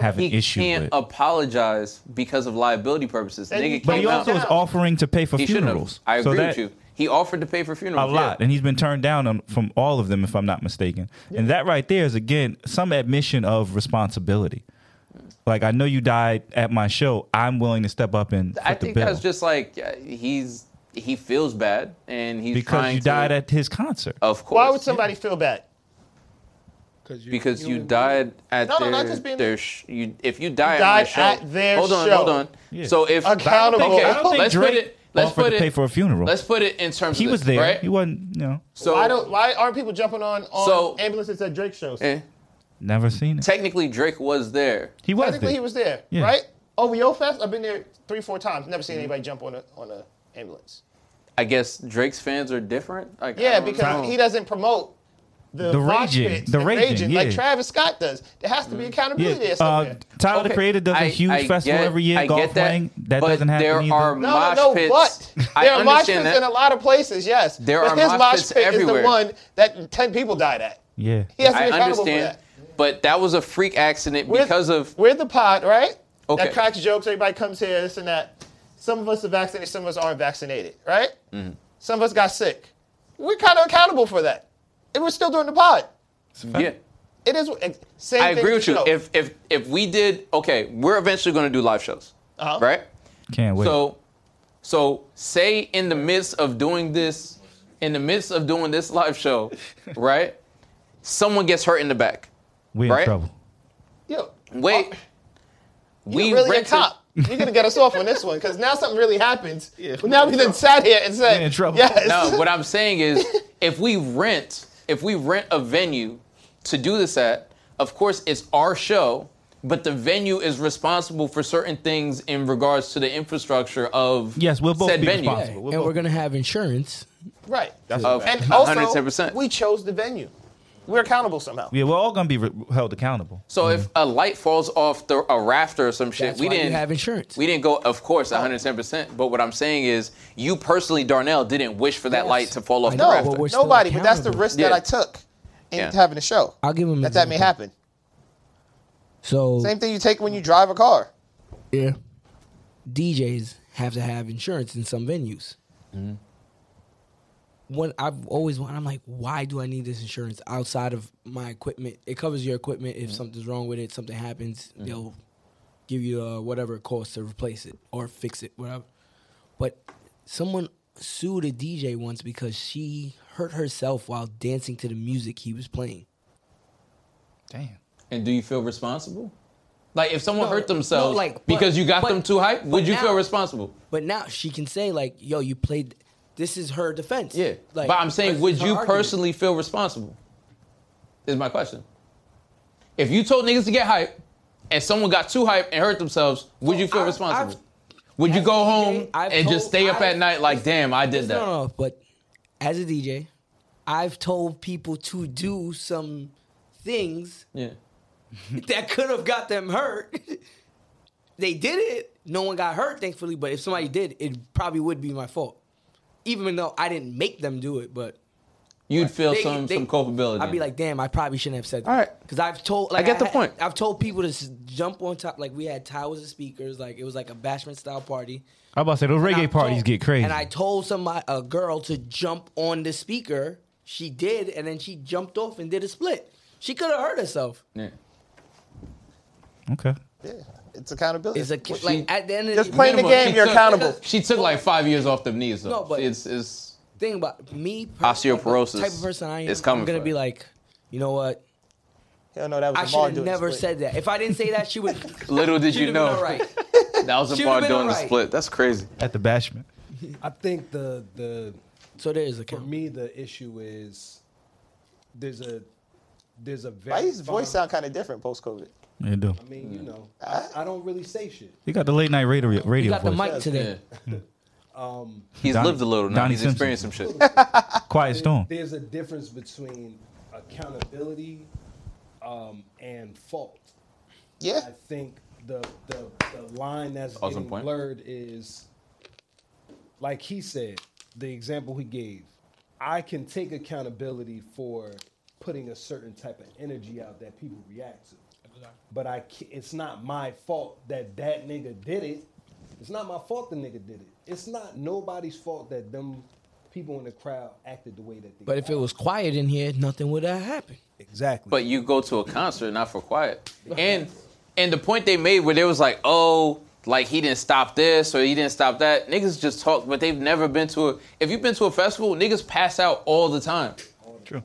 have an he issue can't with. apologize because of liability purposes. And Nigga but came he also out. was offering to pay for he shouldn't have. funerals. I agree So with that- you. He offered to pay for a funerals. yeah. lot, and he's been turned down on, from all of them, if I'm not mistaken. And that right there is again some admission of responsibility. Like I know you died at my show, I'm willing to step up and I foot the think bill that's just like uh, he's he feels bad and he's because trying you died to, Uh, at his concert. of Why course would somebody feel bad? because you died at No, no, their, not just being- their sh- you if you die You at my died show at their hold on show. hold on Yeah. so if Accountable. I don't think- I okay, don't think let's put Drake it let's offered put to it pay for a funeral. let's put it in terms he of was this, there. right? He wasn't. You know, so why don't why aren't people jumping on, on So- ambulances at Drake shows? eh, never seen it. technically Drake was there He was Technically, there. he was there, Yeah. right? OVO Fest. I've been there three, four times. Never Mm-hmm. seen anybody jump on a on a ambulance. I guess Drake's fans are different like, I Yeah, don't because know. he doesn't promote the, The mosh raging, pits the and raging, like yeah. Travis Scott does. There has to Mm-hmm. be accountability Yeah. there Uh, somewhere. Tyler the Okay, Creator does a I- huge I festival get- every year. I get golf that, ring. That but doesn't happen there either. are no, mosh no, no, pits. but I there are mosh pits understand that. in a lot of places. Yes, There but are his mosh mosh pits pit is everywhere. the one that ten people died at. yeah. He has to be I accountable for understand that. but that was a freak accident We're- because of We're the pod, right? Okay. That cracks jokes. Everybody comes here, this and that. Some of us are vaccinated. Some of us aren't vaccinated, right? mm, Some of us got sick. We're kind of accountable for that, and we're still doing the pod. yeah It is it- same. I thing agree with with you. the show. If if if we did okay, we're eventually going to do live shows, Uh-huh. right? Can't wait. So, so say in the midst of doing this, in the midst of doing this live show, right? Someone gets hurt in the back. We're right? in trouble. Yo, uh, Wait, we you're really rented- a cop. You're gonna get us off on this one because now something really happens. Well, now we done sat here and said, in trouble. Yes. No, what I'm saying is, if we rent, if we rent a venue to do this at, of course it's our show, but the venue is responsible for certain things in regards to the infrastructure of Yes, we'll both said be venue. responsible. and we're gonna have insurance. right. Of and 110%. also, we chose the venue. We're accountable somehow. Yeah, we're all gonna be re- held accountable. So if a light falls off the, a rafter or some shit, That's we why you didn't have insurance. We didn't go, of course, 110. percent But what I'm saying is, you personally, Darnell, didn't wish for that light to fall off the No, rafter. but we're still nobody. But that's the risk that Yeah. I took in Yeah. having a show. I'll give him That that may happen. So Same thing you take when you drive a car. yeah, DJs have to have insurance in some venues. Mm-hmm. When I've always wanted, I'm like, why do I need this insurance outside of my equipment? It covers your equipment Mm-hmm. if something's wrong with it, something happens, they'll give you uh, whatever it costs to replace it or fix it, whatever. But someone sued a DJ once because she hurt herself while dancing to the music he was playing. Damn. And do you feel responsible? Like if someone No, hurt themselves no, like, but- because you got but- them too hype, but would you now- feel responsible? But now she can say like, "Yo, you played." This is her defense. Yeah. Like, but I'm saying, this would is her you argument. personally feel responsible? Is my question. If you told niggas to get hype and someone got too hype and hurt themselves, would you feel responsible? would you go home I've and just told- stay up I- at night like, damn, I did that? No, no, no, but as a DJ, I've told people to do some things Yeah. that could have got them hurt. they did it. No one got hurt, thankfully. But if somebody did, it probably would be my fault. Even though I didn't make them do it, but You'd feel they- some, they- some culpability. I'd be like, damn, I probably shouldn't have said that. All right. because I've told. Like, I get the had- point. I've told people to s- jump on top. Like we had towers of speakers. Like it was like a bashment style party. I'm about to say those And I reggae parties told- get crazy. And I told somebody a girl to jump on the speaker. She did, and then she jumped off and did a split. She could have hurt herself. Yeah. okay. Yeah, it's accountability. It's a ki- like at the end of Just playing the Minimum, game, she you're took- accountable. She took like five years off them knees, though. No, but- it's, it's thing about me, per- Osteoporosis type of person I am, is coming I'm gonna for be it. like, you know what? Hell no, that was I the should ball have doing never split. said that. If I didn't say that, she would. she little did you would've been know all right. that was a Should've bar been doing the alright. split. That's crazy. At the bashment. I think the the So there is a for count. me the issue is there's a there's a very Why his voice fine- sound kind of different post COVID? Yeah, do. I mean, you know, I, I don't really say shit. You got the late night radio You radio got the voice. mic Yeah. today. Um, He's Donnie- lived a little now. Donnie He's Simpson. experienced some shit. Quiet storm. There's a difference between accountability um, and fault. Yeah. I think the the, the line that's Awesome getting point. blurred is like he said, the example he gave. I can take accountability for putting a certain type of energy out that people react to. But I ca- it's not my fault that that nigga did it. It's not my fault the nigga did it. It's not nobody's fault that them people in the crowd acted the way that they But if it acted. was quiet in here, nothing would have happened. Exactly. But you go to a concert, not for quiet. And and the point they made where they was like, oh, like he didn't stop this or he didn't stop that. Niggas just talk, but they've never been to a. If you've been to a festival, niggas pass out all the time. True.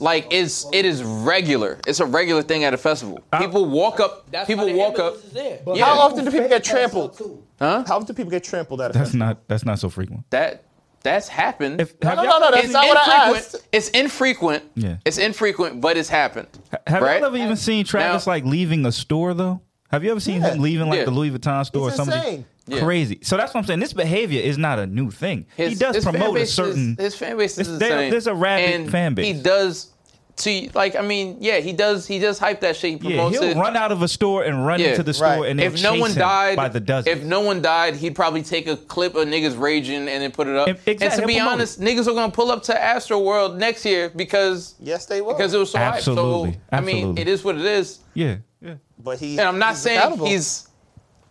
Like it's it is regular. It's a regular thing at a festival. People walk up. That's people why the walk up. ambulance is there. But Yeah. How often do people get Fake pass out trampled? too. Huh? How often do people get trampled at a That's festival? not that's not so frequent. That that's happened. If- have No, no, y'all- no, that's it's not what I infrequent. asked. It's infrequent. Yeah. It's infrequent, but it's happened. Have right? you ever even seen Travis Now- like leaving a store though? Have you ever seen Yeah. him leaving like Yeah. the Louis Vuitton store He's or something? insane. Yeah. Crazy. So that's what I'm saying. This behavior is not a new thing. he His- does his fan promote a base is- certain. his fan base is It's- there- insane. there's a rabid and fan base. He does. To like, I mean, yeah, he does. He does hype that shit. He yeah, promotes he'll it. run out of a store and run Yeah. into the store Right. and they'll if no chase one him died, by the dozen. if no one died, he'd probably take a clip of niggas raging and then put it up. If- exactly, and to he'll be promote honest, niggas are gonna pull up to Astro World next year because Yes, they will. because it was so hype. So Absolutely. I mean, Absolutely. it is what it is. yeah, yeah. but he And I'm not he's saying accountable. he's.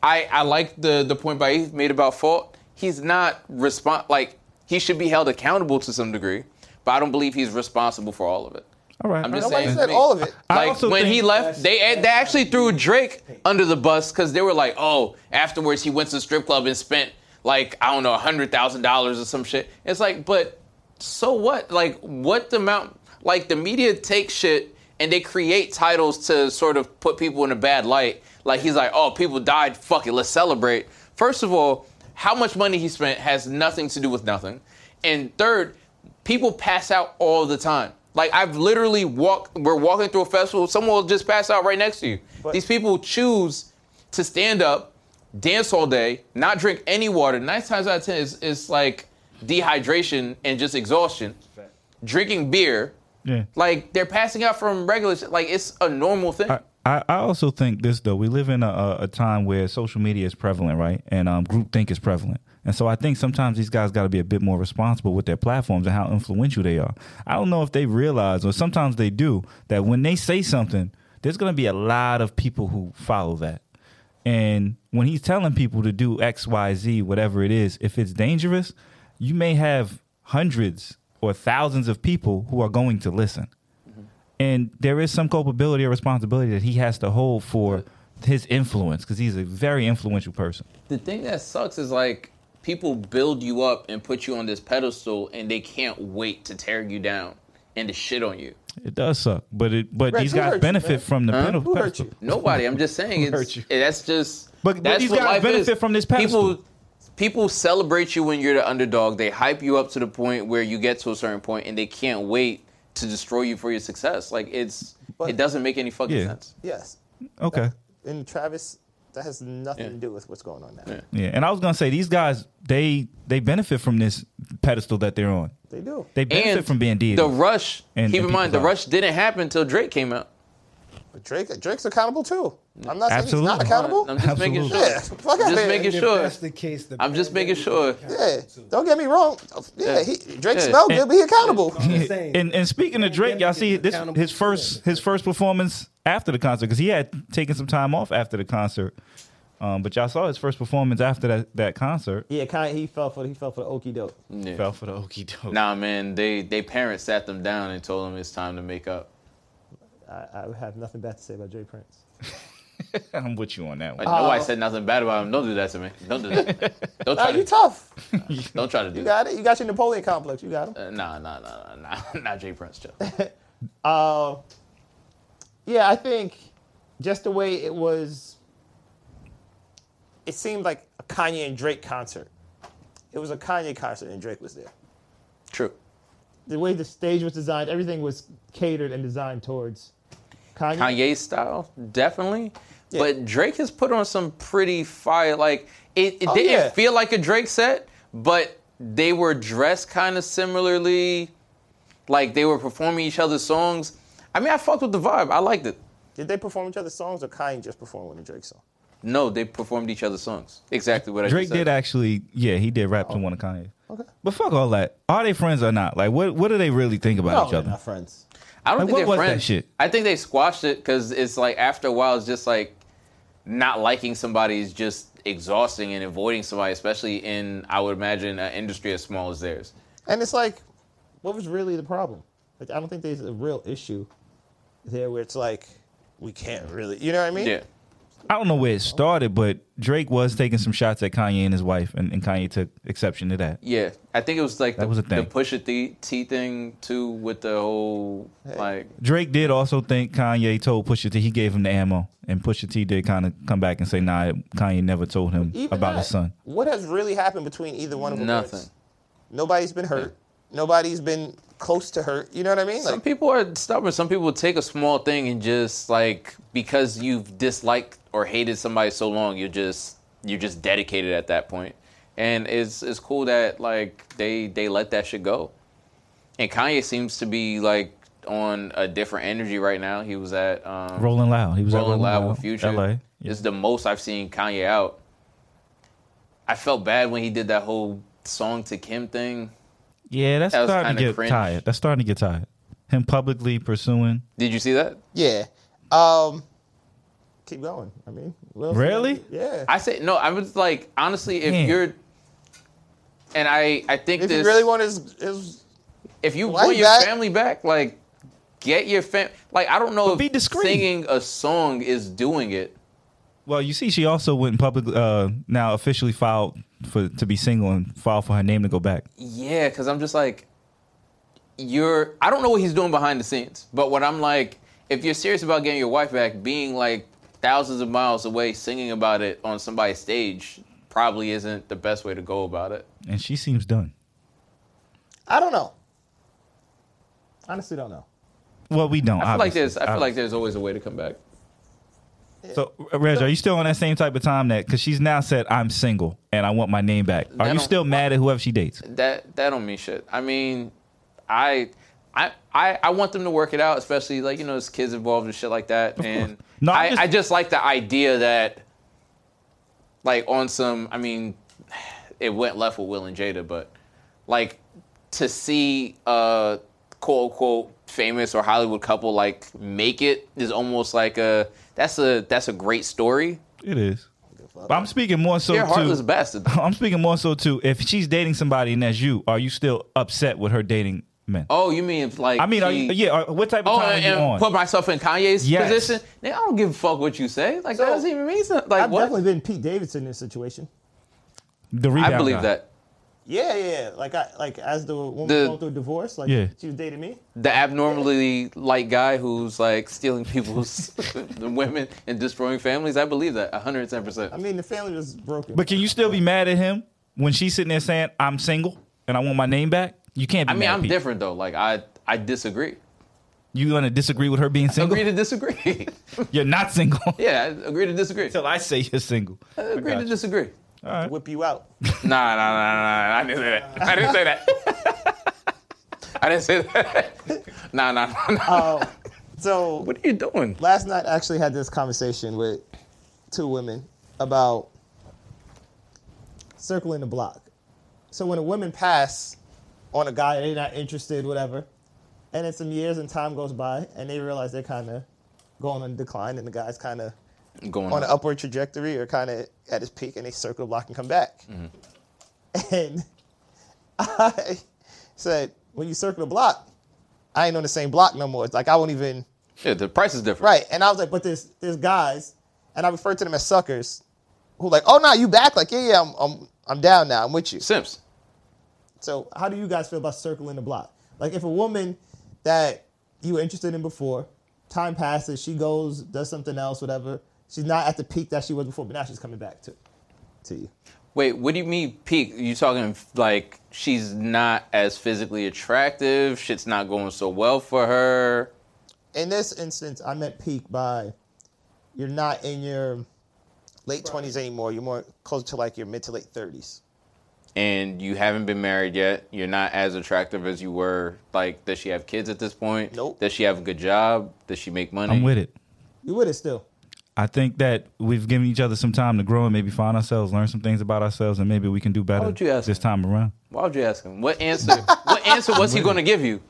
I I like the the point by Heath made about fault. He's not respond like he should be held accountable to some degree, but I don't believe he's responsible for all of it. All right. I'm just Nobody saying. said all of it. I Like also when think- he left, they they actually threw Drake under the bus because they were like, oh, afterwards he went to the strip club and spent like I don't know hundred thousand dollars or some shit. It's like, but so what? Like what the amount? Like the media takes shit and they create titles to sort of put people in a bad light. Like he's like, oh, people died. Fuck it, let's celebrate. First of all, how much money he spent has nothing to do with nothing. And third, people pass out all the time. Like I've literally walked, we're walking through a festival, someone will just pass out right next to you. These people choose to stand up, dance all day, not drink any water. Nine times out of ten, it's, it's like dehydration and just exhaustion. Drinking beer, Yeah. like they're passing out from regular, shit. like it's a normal thing. I, I I also think this though. We live in a, a, a time where social media is prevalent, right? And um, groupthink is prevalent. And so I think sometimes these guys got to be a bit more responsible with their platforms and how influential they are. I don't know if they realize, or sometimes they do, that when they say something, there's going to be a lot of people who follow that. And when he's telling people to do X, Y, Z, whatever it is, if it's dangerous, you may have hundreds or thousands of people who are going to listen and there is some culpability or responsibility that he has to hold for his influence because he's a very influential person. the thing that sucks is like people build you up and put you on this pedestal and they can't wait to tear you down and to shit on you. It does suck, but it but Rex, these who hurt guys you, benefit man? from the Huh? penalty. Who hurt you? Nobody. I'm just saying Who it's that's just But- but that's these what guys life benefit is. from this pedestal. People people celebrate you when you're the underdog. They hype you up to the point where you get to a certain point and they can't wait to destroy you for your success. Like it's it doesn't make any fucking Yeah. sense. Yes. Okay. And Travis, that has nothing to do with what's going on now. Yeah, and I was gonna say these guys they they benefit from this pedestal that they're on. They do. They benefit and from being deities. The rush. And- keep and in mind, the people's rush didn't happen until Drake came out. But Drake, Drake's accountable too. I'm not saying he's Absolutely. not accountable. I'm just making sure. Yeah, fuck I'm outta just here. making If sure. that's the case, the I'm just making sure. Yeah, don't get me wrong. Yeah, Yeah. he, Drake Yeah. smelled good, but he accountable. and and speaking of Drake, y'all see this his first his first performance after the concert because he had taken some time off after the concert. Um, but y'all saw his first performance after that, that concert. Yeah, kind he fell for he fell for the okey doke. Yeah. Fell for the okey doke. Nah, man, they they parents sat them down and told them it's time to make up. I, I have nothing bad to say about Jay Prince. I'm with you on that Like, one. nobody said nothing bad about him. Don't do that to me. Don't do that. Don't Uh, Nah, try you to. tough. Don't try to do You that. got it. You got your Napoleon complex. You got him. Uh, Nah, nah, nah, nah, nah. Not Jay Prince, Joe. Uh, yeah, I think just the way it was, It seemed like a Kanye and Drake concert. It was a Kanye concert and Drake was there. True. the way the stage was designed, everything was catered and designed towards Kanye. Kanye style, definitely. But Drake has put on some pretty fire. Like it, it Oh, didn't yeah. feel like a Drake set, but they were dressed kind of similarly. Like they were performing each other's songs. I mean, I fucked with the vibe. I liked it. Did they perform each other's songs or Kanye just performed one of Drake's songs? No, they performed each other's songs. Exactly what I Drake just said. did actually, yeah, he did rap to one of Kanye. Okay. But fuck all that. Are they friends or not? Like, what what do they really think about each they're other? not friends. I don't Like, think what they're was that friends. shit? I think they squashed it because it's like after a while, it's just like not liking somebody is just exhausting and avoiding somebody, especially in I would imagine an industry as small as theirs. And it's like, what was really the problem? Like, I don't think there's a real issue There where it's like we can't really, you know what I mean? Yeah, I don't know where it started, but Drake was taking some shots at Kanye and his wife, and, and Kanye took exception to that. yeah. I think it was like That the, was a the thing. Pusha T, T thing too with the whole like Drake did also think Kanye told Pusha T he gave him the ammo, and Pusha T did kind of come back and say, "Nah, Kanye never told him Even about that, his son." What has really happened between either one of them? nothing. Nobody's been hurt. Nobody's been close to hurt. You know what I mean? Some Like, people are stubborn. Some people take a small thing and just like because you've disliked or hated somebody so long, you're just you're just dedicated at that point. And it's it's cool that like they they let that shit go. And Kanye seems to be like on a different energy right now. He was at um, Rolling Loud, he was at Rolling Rolling Loud Loud, with Future. LA, yeah. It's the most I've seen Kanye out. I felt bad when he did that whole song to Kim thing. Yeah, that's That was starting to kinda get cringe. tired. That's starting to get tired. Him publicly pursuing. Did you see that? yeah. Um, keep going. I mean, what else- Really? Yeah. I say no. I was like, honestly, if Yeah. you're, and I, I think if this. you really want his, his if you Why want you your back? family back, like, get your fam. Like, I don't know if be discreet. singing a song is doing it. Well, you see, she also went and public. Uh, now officially filed for to be single and filed for her name to go back. Yeah, because I'm just like, you're. I don't know what he's doing behind the scenes, but when I'm like, if you're serious about getting your wife back, being like thousands of miles away singing about it on somebody's stage probably isn't the best way to go about it. and she seems done. I don't know. Honestly, don't know. Well, we don't. I feel like obviously. there's. I feel like there's always a way to come back. So, Reg, are you still on that same type of time that? Because she's now said, "I'm single and I want my name back." I Are you don't- still mad at whoever she dates? that that don't mean shit. I mean, I I I, I want them to work it out, especially like you know, there's kids involved and shit like that. and No, I'm I, just- I just like the idea that like on some. I mean, it went left with Will and Jada, but like to see a quote unquote famous or Hollywood couple like make it is almost like a that's a that's a great story. It is. But I'm speaking more so They're heartless to. bastards. I'm speaking more so to if she's dating somebody and that's you. Are you still upset with her dating men? Oh, you mean if, like I mean, are you, she- yeah. Are, what type of Oh, time and, are you and on? put myself in Kanye's Yes. position. Nigga, I don't give a fuck what you say. Like that So, doesn't even mean something. Like I've what? definitely been Pete Davidson in this situation. the rebound I believe guy. that. Yeah, yeah. Like I like as the woman The- going through divorce, like Yeah. she was dating me. The abnormally light guy who's like stealing people's the women and destroying families. I believe that 110. percent I mean, the family was broken. But can you still be mad at him when she's sitting there saying, "I'm single and I want my name back"? You can't. Be I mean, mad at I'm people. different though. Like I, I disagree. You gonna disagree with her being single? Agree to disagree. You're not single. yeah, I agree to disagree. Until I say you're single. I agree to disagree. All right. Whip you out. Nah, nah, nah, nah, nah. I didn't say that. I didn't say that. I didn't say that. Nah, nah, nah, nah. Oh, so what are you doing? Last night, I actually had this conversation with two women about circling the block. So when a woman pass on a guy, they're not interested, whatever, and then some years and time goes by, and they realize they're kind of going on decline, and the guy's kind of Going on an up. upward trajectory or kind of at his peak, and they circle the block and come back. Mhm. And I said, when you circle the block, I ain't on the same block no more. It's like I won't even. Yeah, the price is different. Right. And I was like, but there's there's guys, and I refer to them as suckers, who like, oh no, you back? Like, yeah, yeah, I'm I'm I'm down now. I'm with you. Simps. So how do you guys feel about circling the block? Like if a woman that you were interested in before, time passes, she goes, does something else, whatever. She's not at the peak that she was before, but now she's coming back to to you. Wait, what do you mean peak? You talking like she's not as physically attractive? Shit's not going so well for her. In this instance, I meant peak by you're not in your late twenties anymore. You're more closer to like your mid to late thirties. and you haven't been married yet, you're not as attractive as you were. Like, does she have kids at this point? Nope. Does she have a good job? Does she make money? I'm with it. You with it still? I think that we've given each other some time to grow and maybe find ourselves, learn some things about ourselves, and maybe we can do better would you ask this time around. Why would you ask him? What answer? what answer was he going to give you?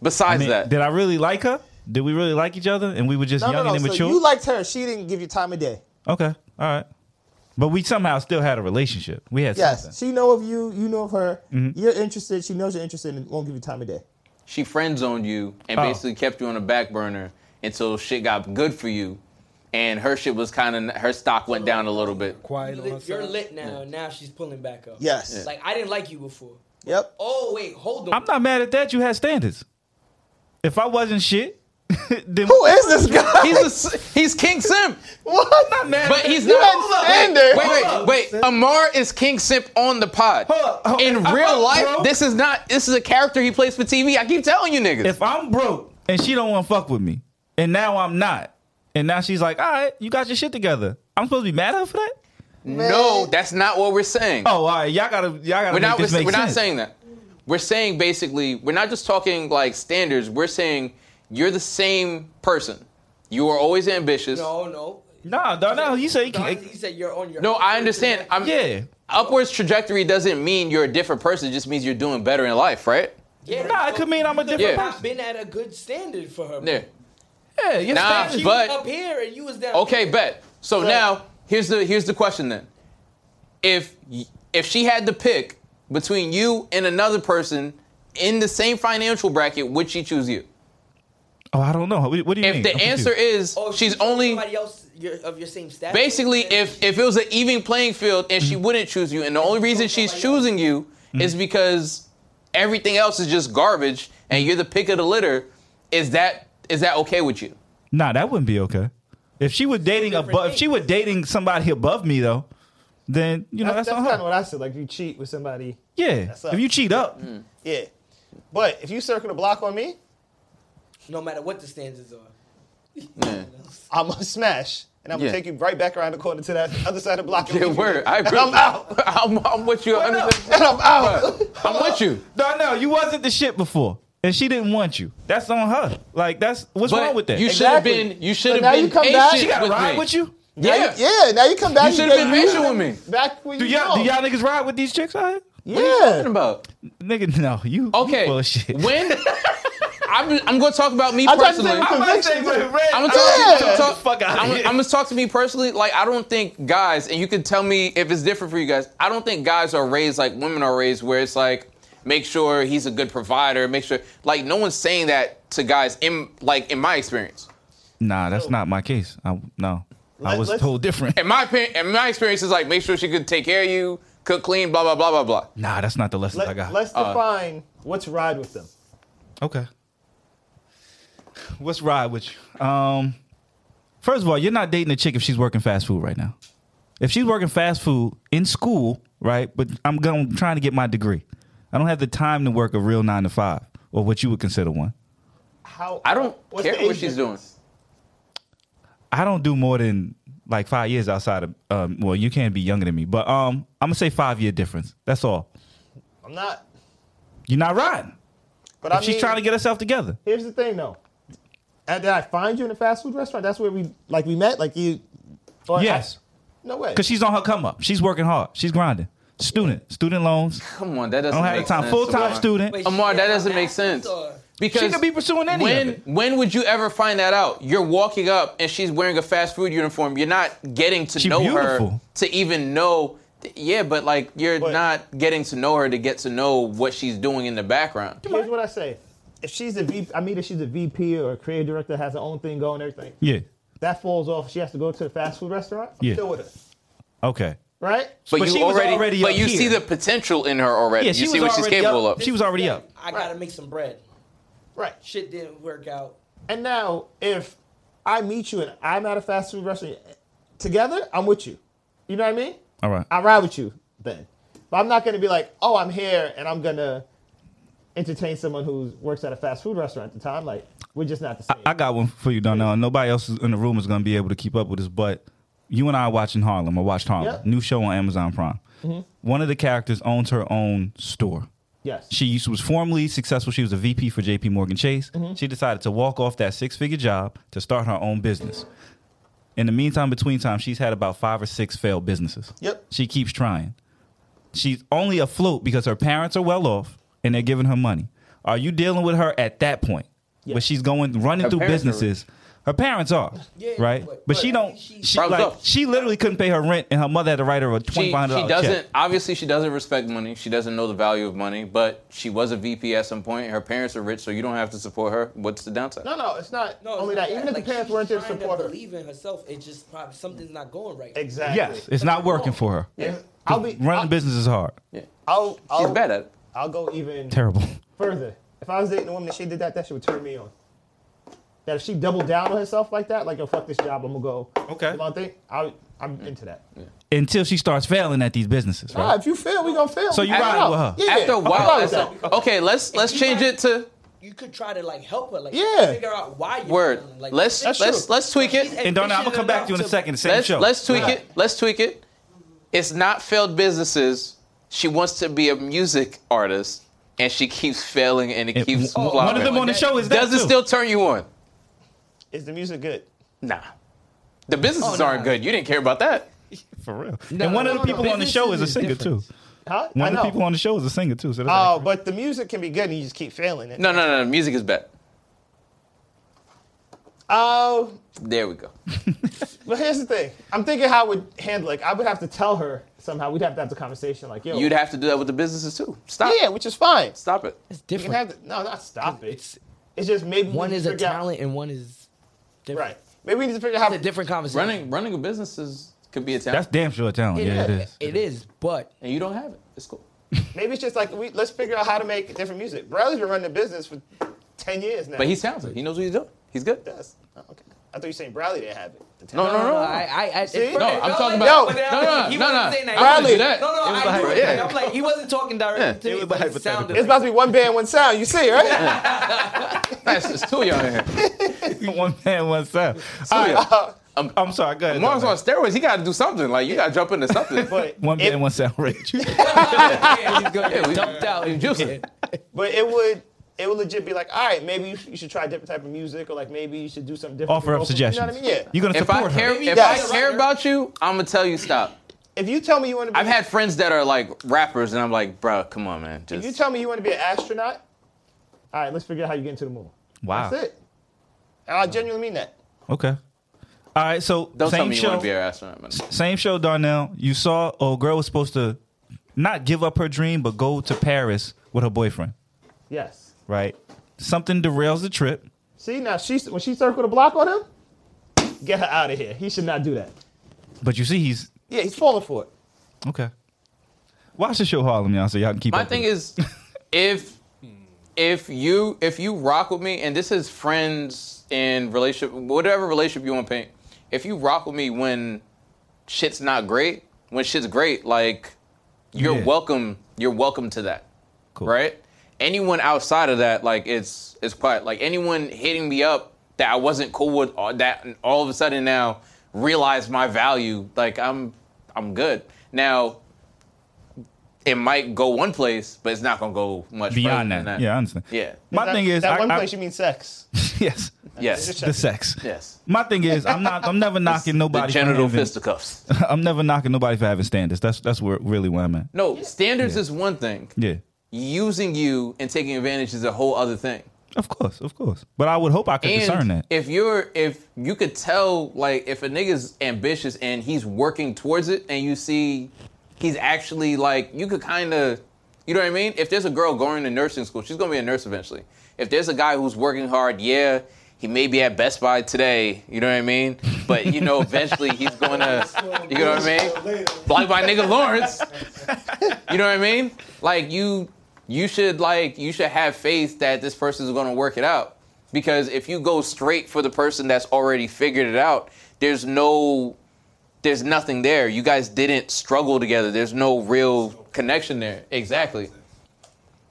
Besides that, Did I really like her? Did we really like each other? And we were just No, young no, no. and So immature. you liked her. She didn't give you time of day. okay, all right. But we somehow still had a relationship. We had yes, something. she know of you. You know of her. Mhm. You're interested. She knows you're interested and won't give you time of day. she friend zoned you and Oh. basically kept you on the back burner until shit got good for you, and her shit was kind of her stock went down a little bit. Quiet Lit- You're lit now. Now she's pulling back up. Yes. Yeah. Like I didn't like you before. Yep. Oh wait, hold on. I'm not mad at that. You had standards. If I wasn't shit, then who is this guy? He's a, he's King Simp. what? not mad. But he's You not. had standards. Wait, Hold wait, up. wait, wait. Amar is King Simp on the pod. In If I'm real broke, life, bro. this is not. This is a character he plays for TV. I keep telling you, niggas. If I'm broke and she don't want to fuck with me, and now I'm not, and now she's like, all right, you got your shit together. I'm supposed to be mad at her for that? No, that's not what we're saying. Oh, all right, y'all gotta, y'all gotta we're make not. this we're make not sense. saying that. We're saying basically, we're not just talking like standards. We're saying you're the same person. You are always ambitious. No, no. No, no, no. You say you can. He said you're on your. No, I understand. I'm, yeah. Upwards trajectory doesn't mean you're a different person. It just means you're doing better in life, right? Yeah. Nah, it could mean I'm a different Yeah. I've been at a good standard for her. Yeah. Yeah. Your Nah, standard- she but was up here and you was down. Okay, here. bet. So now here's the here's the question then. If y- if she had to pick between you and another person in the same financial bracket, would she choose you? Oh, I don't know. What, what do you If mean? the I'm answer confused. is she's only Oh, Somebody else your, of your same status. basically if if it was an even playing field and Mm-hmm. she wouldn't choose you, and the only reason she's choosing you is because everything else is just garbage and you're the pick of the litter, is that is that okay with you? nah, that wouldn't be okay. If she was dating above, if she were dating somebody above me though, then you know that's, that's on kind her. of what I said. Like you cheat with somebody. Yeah, That's up. if you cheat up, Yeah. But if you circle the block on me, no matter what the standards are. I'm gonna smash, and I'm gonna Yeah. take you right back around the corner to that other side of the block. and Yeah, leave you. word. I And agree. I'm out. I'm, I'm with you 100%. And I'm out. I'm with you. no, no, you wasn't the shit before, and she didn't want you. That's on her. Like that's what's But wrong with that? you should have Exactly. been- you should But have now been you come back- patient She got with ride me. with you. Now you- Yeah. yeah. Now you come back. You should've get been used patient to with me. Back when Do you y'all, do know. y'all niggas ride with these chicks out here? What are you Yeah. talking about? Nigga, no, you Okay. bullshit. When I'm, I'm gonna talk about me I tried to personally. say I'm conviction. too. gonna Yeah. talk, I'm gonna talk- fuck outta I'm- here. I'm gonna talk to me personally. Like I don't think guys, and you can tell me if it's different for you guys. I don't think guys are raised like women are raised, where it's like make sure he's a good provider, make sure like no one's saying that to guys in like in my experience. Nah, that's not my case. I, no, I Let- was let's- told different. In my opinion, in my experience is like make sure she could take care of you, cook clean, blah blah blah blah blah. Nah, that's not the lessons I got. Let's Uh, define what's ride with them. Okay. What's ride with you? Um, first of all, you're not dating a chick if she's working fast food right now. If she's working fast food in school, right? But I'm going trying to get my degree. I don't have the time to work a real nine to five or what you would consider one. How I don't what's care the what age she's doing. difference? I don't do more than like five years outside of. Um, well, you can't be younger than me, but um, I'm gonna say five year difference. That's all. I'm not. You're not riding. But if I she's mean, trying to get herself together, Here's the thing, though. And did I find you in a fast food restaurant? That's where we like we met. Like you. or I- yes, no way. because she's on her come up. She's working hard. She's grinding. Student, student loans. Come on, that doesn't I don't have make the time. sense. Full-time Amar. student. Wait, she Amar, that got doesn't make masters sense. or- Because She could be pursuing any of When it. when would you ever find that out? You're walking up and she's wearing a fast food uniform. You're not getting to She know her beautiful. to even know. Yeah, but like you're not getting to know her to get to know what she's doing in the background. Here's what I say. If she's a VP, I mean, if she's a VP or a creative director, has her own thing going, everything. Yeah. That falls off. She has to go to the fast food restaurant. I'm Yeah. still with her, Okay. right? But, But you she was already, already but up you here. see the potential in her already. Yeah, she you see was what she's already capable up. of. She was already up. I gotta make some bread. Right. Shit didn't work out. And now, if I meet you and I'm at a fast food restaurant together, I'm with you. You know what I mean? All right. I ride with you then. But I'm not going to be like, oh, I'm here and I'm going to entertain someone who works at a fast food restaurant at the time. Like, we're just not the same. I got one for you, Donnell. Nobody else is- in the room is going to be able to keep up with this, but you and I are watching Harlem. I watched Harlem. Yeah. New show on Amazon Prime. Mhm. One of the characters owns her own store. Yes. She used- was formerly successful. She was a VP for JP Morgan Chase. Mm-hmm. She decided to walk off that six figure job to start her own business. In the meantime, between time, she's had about five or six failed businesses. Yep. She keeps trying. She's only afloat because her parents are well off and they're giving her money. Are you dealing with her at that point? Yeah. But she's going running Her through parents are rich. businesses. Her parents are Yeah, right, but, but- she but don't. she- She Bro, like look. she literally couldn't pay her rent, and her mother had to write her a She, twenty she five hundred doesn't dollar check. obviously she doesn't respect money. She doesn't know the value of money, but she was a VP at some point. Her parents are rich, so you don't have to support her. What's the downside? no, no, it's not No, it's only not that. Even if like the parents she's weren't there to trying support her. believe in herself. It's just probably something's not going right. Exactly. Yes, it's not working for her. Yeah. I'll be. Running I'll, business is hard. Yeah. I'll, I'll, She's bad at it. I'll go even Terrible. further. If I was dating a woman that she did that, that shit would turn me on. That if she doubled down on herself like that, like yo, fuck this job, I'm gonna go. Okay. You know what I think? I, Mm. I'm into that. Until she starts failing at these businesses, Nah, right? if you fail, we gonna fail. So We you gotta riding go. with her? Yeah, After a I'm while, fine that's with that. a, okay. Let's let's you change got- it to You could try to like help her, like Yeah. figure out why you're word. feeling Like, let's That's let's true. let's tweak it. and Donna, I'm gonna come back to you in a second. The same let's, show. Let's tweak Right. it. Let's tweak it. It's not failed businesses. She wants to be a music artist, and she keeps failing, and it, It- keeps one flopping. of them on the show is that Does it too. still turn you on? Is the music good? Nah. The businesses nah. aren't good. You didn't care about that. for real. and one of Oh, no, the people no. on the show is a Business is singer different. too. Huh? One I of know. the people on the show is a singer too. So that's oh, like- but the music can be good and you just keep failing it. No, no, no. no. Music is bad. Oh, There we go. but here's the thing. I'm thinking how I would handle it. I would have to tell her somehow. We'd have to have the conversation like, yo, You'd have to do that with the businesses too. Stop. yeah, which is fine. Stop it. It's You can have different. the, no, not stop it. It's, It's- just maybe we One need to is a figure out- talent and one is different. right? Maybe we need to figure out how It's a different conversation. Running running a business is could be a talent, that's damn sure a talent. Oh, yeah, it is. It is, but and you don't have it. It's cool. Maybe it's just like we let's figure out how to make different music. Bradley's been running a business for ten years now. But he's talented. He knows what he's doing. He's good. yes. Oh, okay. I thought you were saying Bradley didn't have it. The No, no, talent. no, no. I, I, I See? No, I'm talking like- about- but then no, I'm no, like, he no, wasn't no. saying that. I wouldn't do that. No, no, It was I agree. hypothetical. I'm like, he wasn't talking directly to me. but It sounded It's like- about to be one band, one sound. You see, right? That's just two of y'all in here. one man, one sound. Two of y'all. I'm sorry. Go ahead. Mark's Donna. on steroids. He got to do something. Like you got to jump into something. but one it, man, one sound. Rich. Yeah, he's gonna we- get dumped out. we juicing. but it would it would legit be like, all right, maybe you, sh- you should try a different type of music, or like maybe you should do something different. Offer up Vocal- suggestions. You know what I mean? Yeah. You're gonna if I support care, her. if Yes. I care about you, I'm gonna tell you stop. if you tell me you want to, be, I've had friends that are like rappers, and I'm like, bro, come on, man. If you Just tell me you want to be an astronaut, all right, let's figure out how you get into the moon. Wow. That's it. And I genuinely mean that. Okay. All right. So don't same tell me you show. want to be an astronaut. Man. same show, Darnell. You saw a girl was supposed to not give up her dream, but go to Paris with her boyfriend. Yes. Right. Something derails the trip. See now, she when she circled a block on him, get her out of here. He should not do that. But you see, he's Yeah, he's falling for it. okay. Watch the show Harlem, y'all, so y'all can keep My up. thing is, if if you if you rock with me, and this is friends in relationship, whatever relationship you want to paint. If you rock with me when shit's not great, when shit's great, like you're Yeah. welcome. You're welcome to that, right? Anyone outside of that, like it's it's quiet. Like anyone hitting me up that I wasn't cool with, all, that all of a sudden now realize my value. Like I'm I'm good now it might go one place, but it's not gonna go much Beyond that. further than that. Yeah, I understand. Yeah. My That- thing is, that I- one I- place you mean sex. yes. Yes. Just The sex. Yes. My thing is, I'm not. I'm never knocking nobody. for genital having- fisticuffs. I'm never knocking nobody for having standards. That's that's where really where I'm at. No, standards is one thing. Yeah, Using you and taking advantage is a whole other thing. of course, of course. But I would hope I could and discern that. if you're if you could tell like if a nigga's ambitious and he's working towards it and you see he's actually like you could kind of you know what i mean if there's a girl going to nursing school she's going to be a nurse eventually if there's a guy who's working hard yeah he may be at best buy today you know what i mean but you know eventually he's going to you know what i mean like my nigga lawrence you know what I mean? Like you you should like you should have faith that this person is going to work it out. Because if you go straight for the person that's already figured it out, there's no there's nothing there. You guys didn't struggle together. There's no real connection there. Exactly.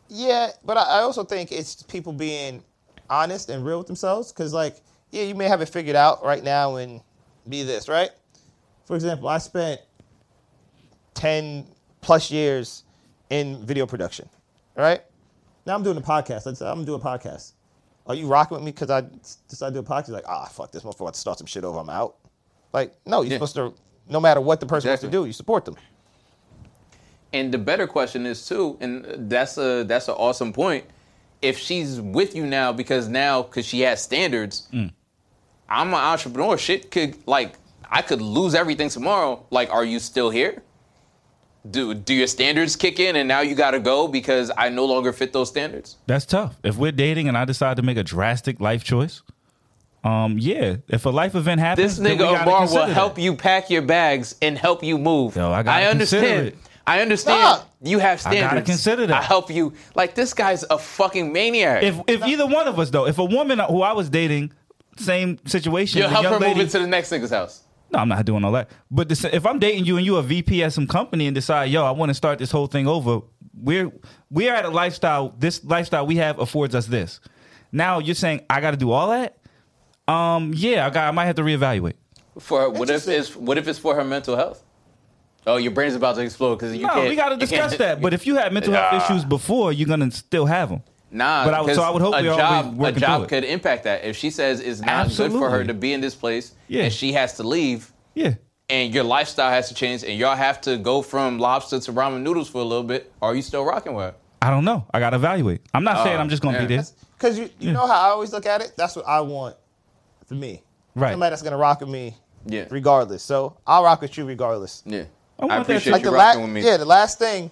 Yeah, but I, I also think it's people being honest and real with themselves. Because, like, yeah, you may have it figured out right now and be this, right? For example, I spent 10 plus years in video production, right? Now I'm doing a podcast. Let's say I'm doing a podcast. Are you rocking with me because I s- decided to do a podcast? Like, ah, fuck this motherfucker. I have to start some shit over. I'm out. Like, no, you're Yeah. supposed to, no matter what the person wants to do, you support them. And the better question is too, and that's a that's an awesome point. If she's with you now because now because she has standards, Mm. I'm an entrepreneur. Shit could like I could lose everything tomorrow. Like, are you still here? Do do your standards kick in and now you gotta go because I no longer fit those standards? That's tough. If we're dating and I decide to make a drastic life choice, um, yeah. If a life event happens, This then we nigga gotta Omar will consider that. help you pack your bags and help you move. I gotta consider understand. it. I understand. You have I gotta standards. consider that. I help you. Like this guy's a fucking maniac. If if either one of us though, if a woman who I was dating, same situation, You'll the help young her lady, move into the next nigga's house. No, I'm not doing all that. But this, if I'm dating you and you a VP at some company and decide, yo, I want to start this whole thing over, we're we're at a lifestyle. This lifestyle we have affords us this. Now you're saying I got to do all that? Um, yeah, I got. I might have to reevaluate. For her, what if it's what if it's for her mental health? Oh, your brain's about to explode because you No, can't. we got to you can't- discuss that. But if you had mental health Nah. issues before, you're gonna still have them. Nah, But I would- so because I would hope a we're always job a working through job it. could impact that. If she says it's not good for her Absolutely. to be in this place Yeah. and she has to leave, Yeah. and your lifestyle has to change, and y'all have to go from lobster to ramen noodles for a little bit, are you still rocking with her? I don't know. I got to evaluate. I'm not saying Oh, I'm just gonna yeah. be there. Because you, you know how I always look at it? That's what I want for me. Right. Somebody that's going to rock with me Yeah. regardless. So I'll rock with you regardless. Yeah. I want I, that appreciate Like you the rocking la- with me. Yeah, the last thing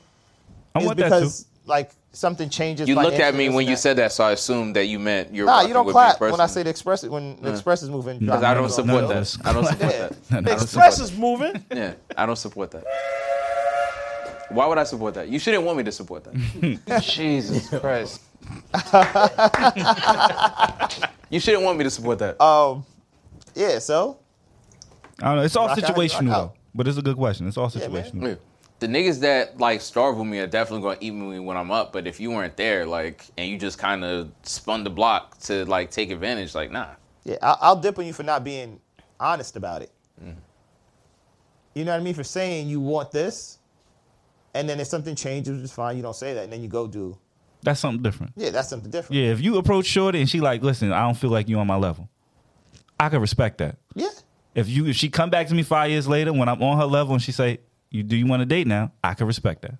I is want that too. because like something changes. you looked at financially, me this when and you that. said that, so I assumed that you meant you're Nah, rocking you don't with me clap when I personally. say the express when the express is moving. Because I don't None support of that. us I don't support Yeah. that. I don't support Express that. is moving. Yeah, I don't support that. Why would I support that? You shouldn't want me to support that. Jesus Christ. you shouldn't want me to support that. Um, yeah. So I don't know. It's all Rock out, situational rock though. out. But it's a good question. It's all man. situational. Yeah. the niggas that like starve with me are definitely gonna eat me when I'm up. But if you weren't there, like, and you just kind of spun the block to like take advantage, like, nah. yeah, I- I'll dip on you for not being honest about it. Mm. You know what I mean? For saying you want this, and then if something changes, it's fine. You don't say that, and then you go do. That's something different. Yeah, that's something different. Yeah, if you approach Shorty and she like, listen, I don't feel like you on my level, I can respect that. Yeah. If you if she come back to me five years later when I'm on her level and she say, you do you want to date now? I can respect that.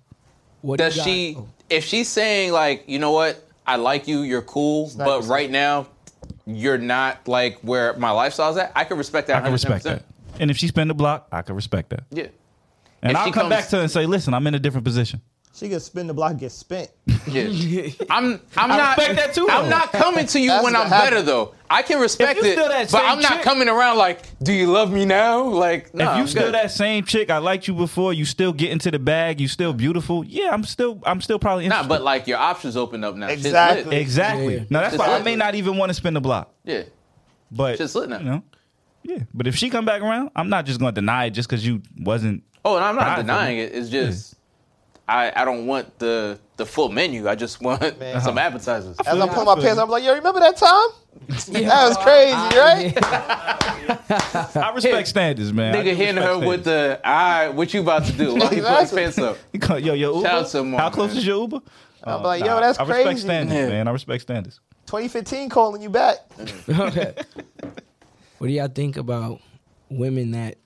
What Does you got? she? If she's saying like, you know what, I like you, you're cool, but right now, you're not like where my lifestyle's at. I can respect that. I can respect 110%. that. And if she spend the block, I can respect that. Yeah. And If I'll she come back comes- to her and say, listen, I'm in a different position. She could spin the block, get spent. Yeah. I'm I'm I not respect that too, I'm though. not coming to you That's when what I'm happened. better though. I can respect If you it, still that but same I'm not chick- coming around like, do you love me now? Like, no. if you still that same chick, I liked you before. You still get into the bag. You still beautiful. Yeah, I'm still, I'm still probably interested. Nah, but like your options open up now. Shit's lit. exactly. Now that's Shit's why I lit. may not even want to spin the block. Yeah. But Shit's lit now. You know, yeah. But if she come back around, I'm not just going to deny it just because you wasn't. Oh, and I'm not Right. denying it. It's just I, I don't want the the full menu. I just want some Uh-huh. appetizers. As I'm pulling my pants, I'm like, yo, remember that time? That was crazy, right? I respect standards, man. I do Nigga hitting respect her with the, all right, what you about to do? Why you put Exactly. pants up? standards. yo, yo, Uber. Shout out to someone, How close man. is your Uber? I'm like, yo, that's Oh, I respect crazy. standards, Yeah. Mm-hmm. man. I respect standards. 2015 calling you back. What do y'all think about women that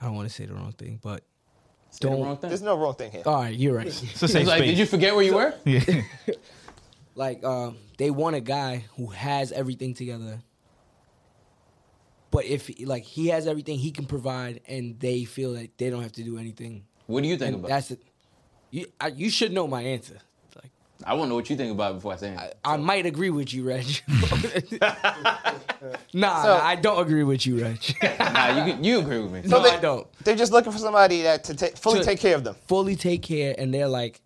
I don't want to say the wrong thing, but Did the don't. wrong thing. There's no wrong thing here. All right, you're right. It's a It's safe like, space. did you forget where you were? yeah. like um, they want a guy who has everything together. But if like he has everything, he can provide, and they feel that they don't have to do anything. What do you think And about? that's it. You I, you should know my answer. Like it? I want to know what you think about it before I say anything. I might agree with you, Reg. nah, So- I don't agree with you, Reg. nah, you can- you agree with me? no, they- I don't. They're just looking for somebody that to take, fully To- take care of them. Fully take care, and they're like,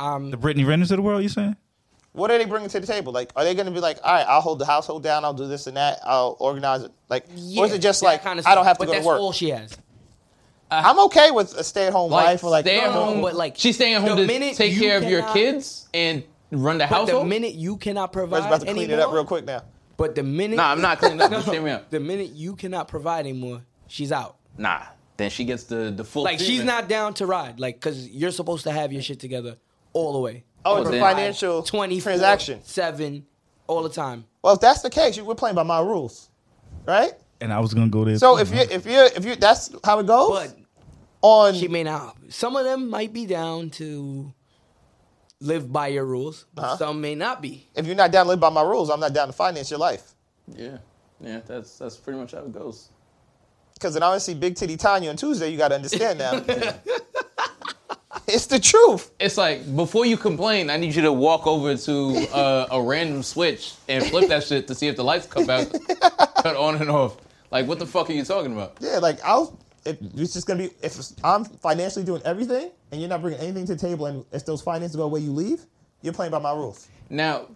um, The Brittany Renners of the world, you saying? What are they bringing to the table? Like, are they going to be like, all right, I'll hold the household down, I'll do this and that, I'll organize it? Like, or is it just that like, kinda I stuff. don't have to but go that's to work? all she has. I'm okay with a stay at home wife or like, Uh, stay at no, home, but, like, she's staying at home the to minute take you care of your cannot- kids and run the But the household. minute you cannot I provide was about to clean anymore, it up real quick now. But the minute nah, I'm not cleaning up. Just hear me out. the minute you cannot provide anymore, she's out. Nah, then she gets the the full. Like she's treatment. not down to ride. Like because you're supposed to have your shit together all the way. Oh, Oh, for then- financial 20 transaction. seven, all the time. Well, if that's the case, you, we're playing by my rules, right? And I was gonna go there. So too, if you man. if you if you that's how it goes But on she may not. Some of them might be down to live by your rules. but Uh-huh. Some may not be. if you're not down to live by my rules, I'm not down to finance your life. Yeah, yeah, that's that's pretty much how it goes. Because then I don't see Big Titty Tanya on Tuesday. You got to understand now. it's the truth. It's like before you complain, I need you to walk over to uh, a random switch and flip that shit to see if the lights come out, cut on and off. Like, what the fuck are you talking about? Yeah, like I'll. If it's just gonna be if I'm financially doing everything and you're not bringing anything to the table, and if those finances go away, you leave. You're playing by my rules. Now,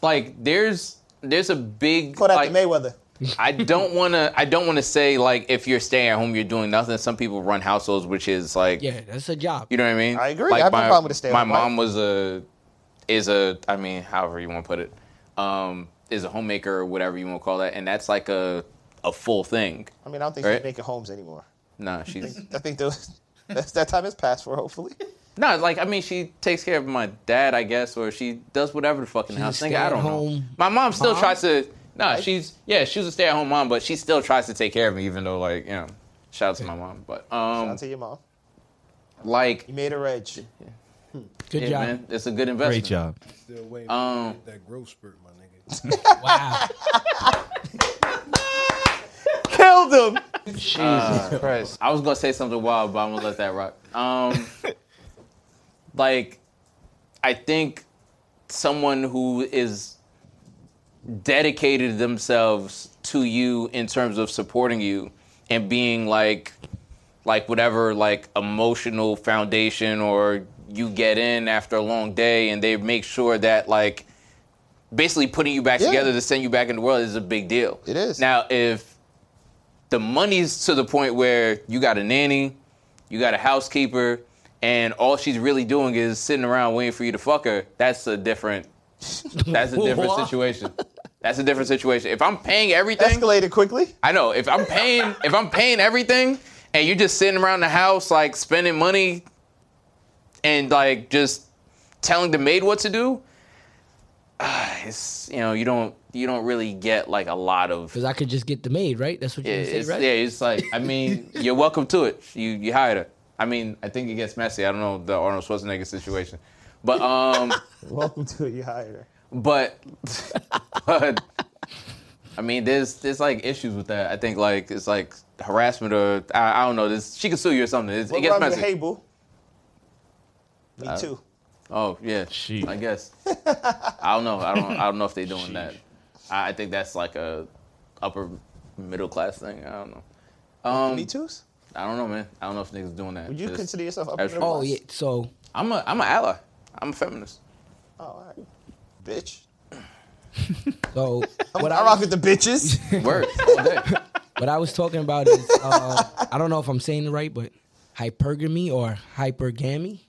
like, there's there's a big Call that like, the Mayweather. I don't want to. I don't want to say like if you're staying at home, you're doing nothing. Some people run households, which is like, Yeah, that's a job. you know what I mean. I agree. Like, I have no my- problem with a stay-at-home My wife. mom was a is a. I mean, however you want to put it, um, is a homemaker or whatever you want to call that, and that's like a a full thing. I mean, I don't think Right. she's making homes anymore. Nah, she's I think those that's, that time has passed for hopefully. no like I mean she takes care of my dad, I guess, or she does whatever the fucking house. a Nigga, I don't know. stay-at-home My mom still mom? tries to. Nah, she's yeah, she was a stay at home mom, but she still tries to take care of me, even though like you know. Shout out to my mom, but I'll um, tell your mom. like You made a reg. Good Yeah, job. man, it's a good investment. great job. Still waiting Um, for that growth spurt, my nigga. Wow. Killed him. Christ. uh, I was gonna say something wild, but I'm gonna let that rock. Um, like, I think someone who is dedicated themselves to you in terms of supporting you and being like, like whatever like emotional foundation or you get in after a long day, and they make sure that like basically putting you back Yeah. together to send you back in the world is a big deal. It is. Now, if the money's to the point where you got a nanny, you got a housekeeper, and all she's really doing is sitting around waiting for you to fuck her, that's a different that's a different What? situation. That's a different situation. If I'm paying everything, Escalated quickly. I know. If I'm paying, if I'm paying everything, and you're just sitting around the house like spending money, and like just telling the maid what to do, ah, it's you know you don't you don't really get like a lot of. Because I could just get the maid, right? That's what Yeah, you yeah, it's, say, right? yeah, it's like I mean you're welcome to it. You you hired her. I mean I think it gets messy. I don't know the Arnold Schwarzenegger situation, but um. Welcome to it. You hired her. but, but I mean, there's there's like issues with that. I think like it's like harassment or I, I don't know. This she could sue you or something. It's, it What gets about messy. hey boo? Me I- too. Oh yeah, I guess. I don't know. I don't. I don't know if they're doing that. I, I think that's like a upper middle class thing. I don't know. Um, Me too's? I don't know, man. I don't know if niggas doing that. Would you Just- consider yourself upper that's- middle class? Oh, yeah, So I'm a I'm an ally. I'm a feminist. Oh, all right. Bitch. So what I rock with the bitches. Word. what I was talking about is uh, I don't know if I'm saying it right, but hypergamy or hypergamy.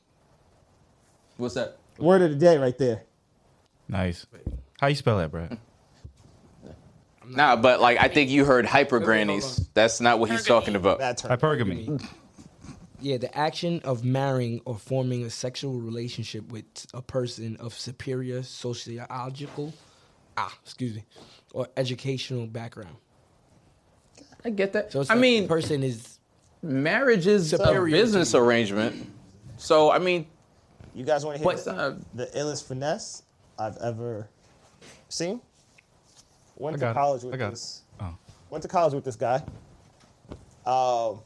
What's that? Word of the day, right there. Nice. How you spell that, Brad? Nah, but like I think you heard hyper grannies. That's not what he's talking about. Hypergamy. Mm-hmm. Yeah, the action of marrying or forming a sexual relationship with a person of superior sociological, ah, excuse me, or educational background. I get that. So it's I like mean, the person is marriage is a superior to business you. arrangement. So I mean, You guys want to hear But, the, the illest finesse I've ever seen? Went I to got it. college with I got it. this. Oh. Went to college with this guy. Um,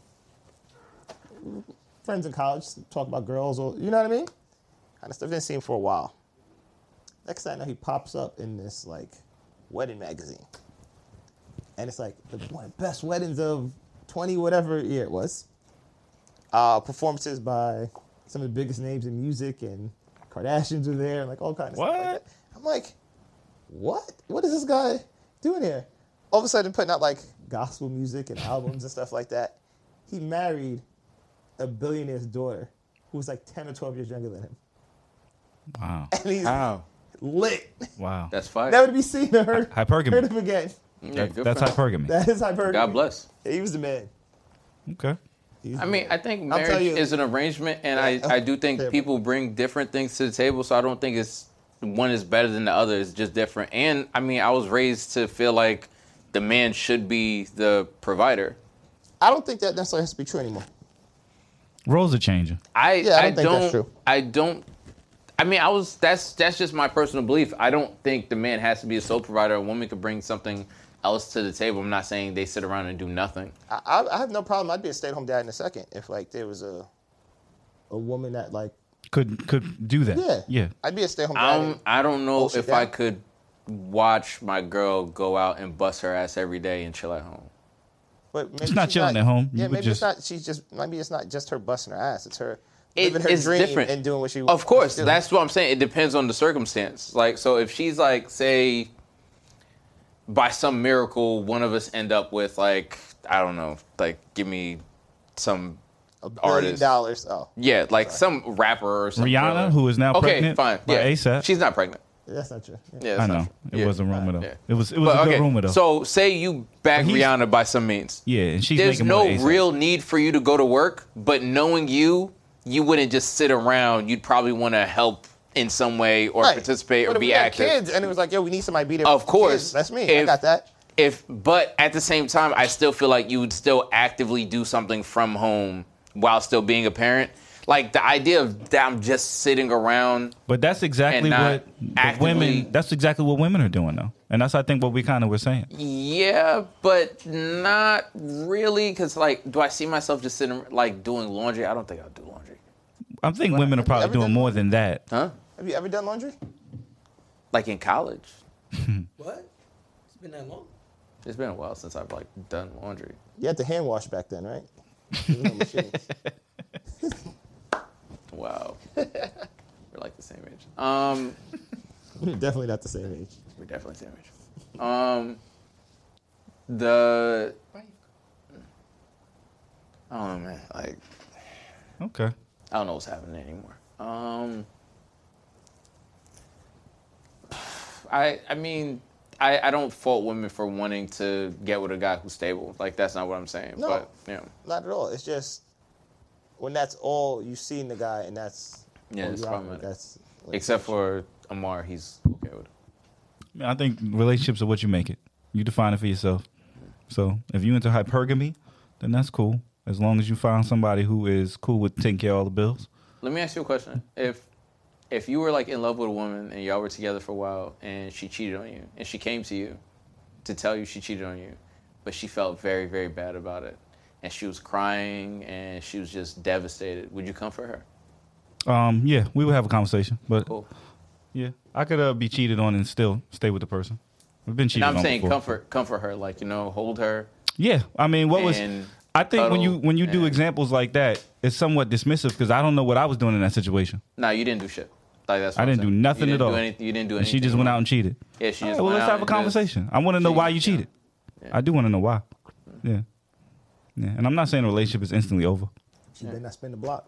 friends in college talk about girls, or you know what I mean? Kind of stuff. Didn't see him for a while. Next thing I know, he pops up in this like wedding magazine, and it's like the one of the best weddings of twenty whatever year it was. Uh, performances by some of the biggest names in music and Kardashians were there, and like all kinds of stuff. Like that. I'm like, what? What is this guy doing here? All of a sudden, putting out like gospel music and albums and stuff like that. He married a billionaire's daughter who was like 10 or 12 years younger than him. Wow. And he's lit. Wow. That's fine. Never to be seen or heard, Hypergamy. heard of again. That- that's hypergamy. That is hypergamy. God bless. Yeah, he was the man. Okay. He's I the mean, man. I think I'll tell marriage you- is an arrangement, and I, I do think Yeah. people bring different things to the table. So I don't think it's one is better than the other. It's just different. And I mean, I was raised to feel like the man should be the provider. I don't think that necessarily has to be true anymore. Roles are changing. I Yeah, I I, don't think don't. that's true. I don't. I mean, I was. That's that's just my personal belief. I don't think the man has to be a sole provider. A woman could bring something else to the table. I'm not saying they sit around and do nothing. I, I- I have no problem. I'd be a stay at home dad in a second if like there was a a woman that like, Could could do that. yeah. Yeah. I'd be a stay at home dad. I don't, I don't know Bullshit if I down. could watch my girl go out and bust her ass every day and chill at home. But maybe It's not she's chilling at home. You Yeah, would maybe just- it's not. She's just maybe it's not just her busting her ass. It's her It- living her it's dream different. and doing what she. Of course, she do. that's what I'm saying. It depends on the circumstance. Like, so if she's like, say, by some miracle, one of us end up with like, I don't know, like, give me some a billion artist. dollars. Oh, Yeah, like some rapper or something. Rihanna, who is now okay, pregnant fine. by yeah. ASAP. She's not pregnant. that's not true. Yeah. Yeah, I it's not know. true. It Yeah. was a rumor though. Yeah. It was it was But, a good okay, rumor though. So say you bag he's- Rihanna by some means. yeah, and she's There's making no more than ASAP. real need for you to go to work, but knowing you, you wouldn't just sit around. You'd probably want to help in some way or Right. participate But or if we be had active. Kids, and it was like, yo, we need somebody to be there. Of for the course. kids. that's me. I If- got that. If but at the same time, I still feel like you would still actively do something from home while still being a parent. Like the idea of that I'm just sitting around But that's exactly not what the women. actively- That's exactly what women are doing though, and that's I think what we kind of were saying. Yeah, but not really. Cause like, do I see myself just sitting like doing laundry? I don't think I'll do laundry. I think women are probably doing more than that. Huh? Have you ever done laundry? Like in college, What? It's been that long. it's been a while since I've like done laundry. You had to hand wash back then, right? There was no machine. Wow, we're like the same age. Um, We're Definitely not the same age. we're definitely the same age. Um, the I don't know, man. Like Okay. I don't know what's happening anymore. Um, I I mean I, I don't fault women for wanting to get with a guy who's stable. Like that's not what I'm saying. No. But yeah, Not at all. It's just when that's all you've seen the guy, and that's Yeah, all it's you're out with, problematic. That's like, except for Amar, he's okay with it. I, mean, I think relationships are what you make it. You define it for yourself. So if you into hypergamy, then that's cool. As long as you find somebody who is cool with taking care of all the bills. Let me ask you a question. If if you were like in love with a woman and y'all were together for a while and she cheated on you and she came to you to tell you she cheated on you, but she felt very very bad about it and she was crying and she was just devastated, would you comfort her? Um, yeah, we would have a conversation, but Cool. yeah, I could uh, be cheated on and still stay with the person. We've been cheated and I'm on saying before. comfort, comfort her, like you know, hold her. Yeah, I mean, what was? And I think when you cuddle when you do and- examples like that, it's somewhat dismissive because I don't know what I was doing in that situation. Nah, you didn't do shit. Like that's. What I I'm didn't do saying. You nothing at didn't all. Do anything, you didn't do And anything. she just went wrong. out and cheated. Yeah, she All right, just Oh, well, went let's out have a and just- conversation. I want to know why you cheated. I do want to know why. Yeah. yeah, and I'm not saying a relationship is instantly over. She better not spin the block.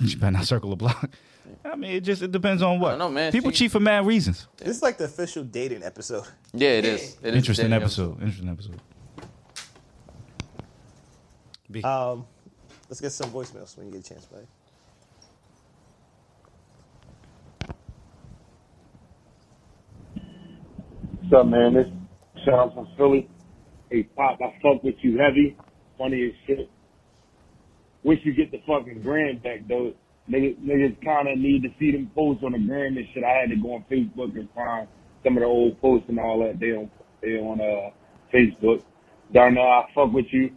You better not circle the block. I mean, it just it depends on what. don't know, man. People She- cheat for mad reasons. This is like the official dating episode. Yeah, it is. It is Interesting dating episode. Interesting episode. Um, let's get some voicemails when you get a chance, buddy. What's up, man? This is Sean from Philly. Hey, Pop, I fuck with you heavy. Funny as shit. Wish you get the fucking grand back, though. Niggas, niggas kind of need to see them posts on the gram and shit. I had to go on Facebook and find some of the old posts and all that. They on, they on uh, Facebook. Darnell, I fuck with you.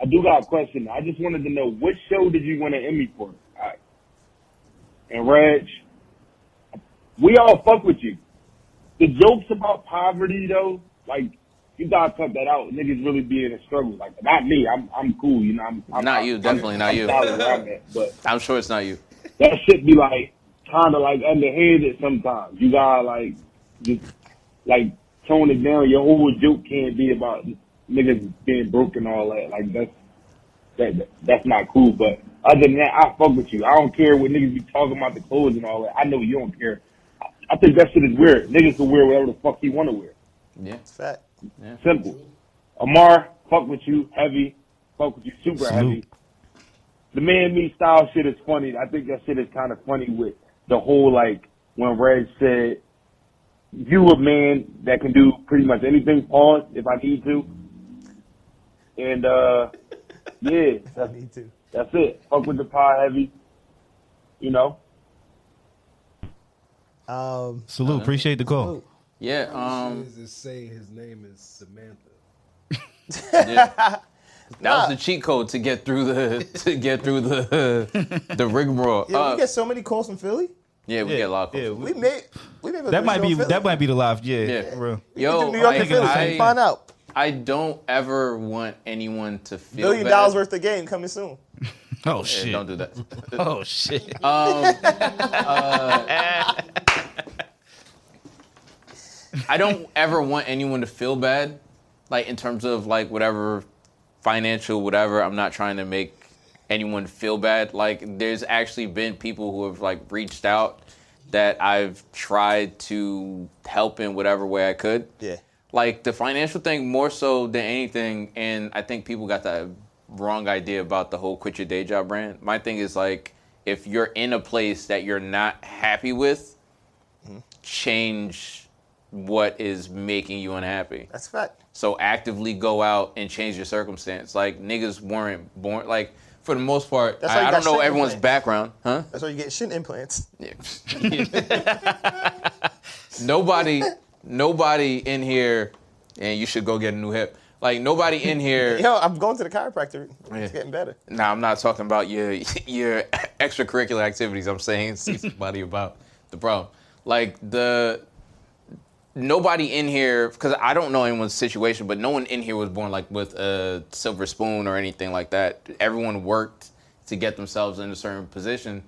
I do got a question. I just wanted to know, what show did you win an Emmy for? I, and Reg, we all fuck with you the jokes about poverty though, like you gotta cut that out. Niggas really be in a struggle. Like not me. I'm I'm cool. You know. I'm, I'm Not you, I'm- definitely not I'm you. solid where I'm at, but I'm sure it's not you. that shit be like kind of like underhanded sometimes. You gotta like just like tone it down. Your whole joke can't be about niggas being broke and all that. Like that's that that's not cool. But other than that, I fuck with you. I don't care what niggas be talking about the clothes and all that. I know you don't care. I think that shit is weird. Niggas can wear whatever the fuck he want to wear. Yeah, it's fact. Yeah. Simple. Amar, fuck with you, heavy, fuck with you, super heavy. The man me style shit is funny. I think that shit is kind of funny with the whole like when Reg said, "You a man that can do pretty much anything." Pause if I need to. And uh yeah, that's, need to. that's it. Fuck with the pie heavy. You know. Um, Salute. Uh-huh. Appreciate the call. Yeah. Um, Um. is just saying his name is Samantha. yeah. That was the cheat code to get through the to get through the the rigmarole. Yeah, Uh, we get so many calls from Philly. yeah, we get a lot. Of calls. We may, we may have a That good might show be in Philly. that might be the live. Yeah, Yeah. for real. Yo, do New York and like, Philly. I, Find out. I don't ever want anyone to feel Billion bad. dollars worth of game coming soon. Oh Yeah, shit! Don't do that. Oh shit! Um, uh, I don't ever want anyone to feel bad, like in terms of like whatever financial, whatever. I'm not trying to make anyone feel bad. Like there's actually been people who have like reached out that I've tried to help in whatever way I could. Yeah. Like the financial thing more so than anything, and I think people got that wrong idea about the whole quit your day job brand. My thing is like if you're in a place that you're not happy with, change what is making you unhappy. That's fact. So actively go out and change your circumstance. Like niggas weren't born like for the most part. That's why you I, I got don't know shin everyone's implants. background, huh? That's why you get shin implants. Nobody, nobody in here, and you should go get a new hip. Like nobody in here. Yo, I'm going to the chiropractor. Yeah. It's getting better. No, I'm not talking about your your extracurricular activities. I'm saying see somebody about the problem. Like the nobody in here because I don't know anyone's situation, but no one in here was born like with a silver spoon or anything like that. Everyone worked to get themselves in a certain position.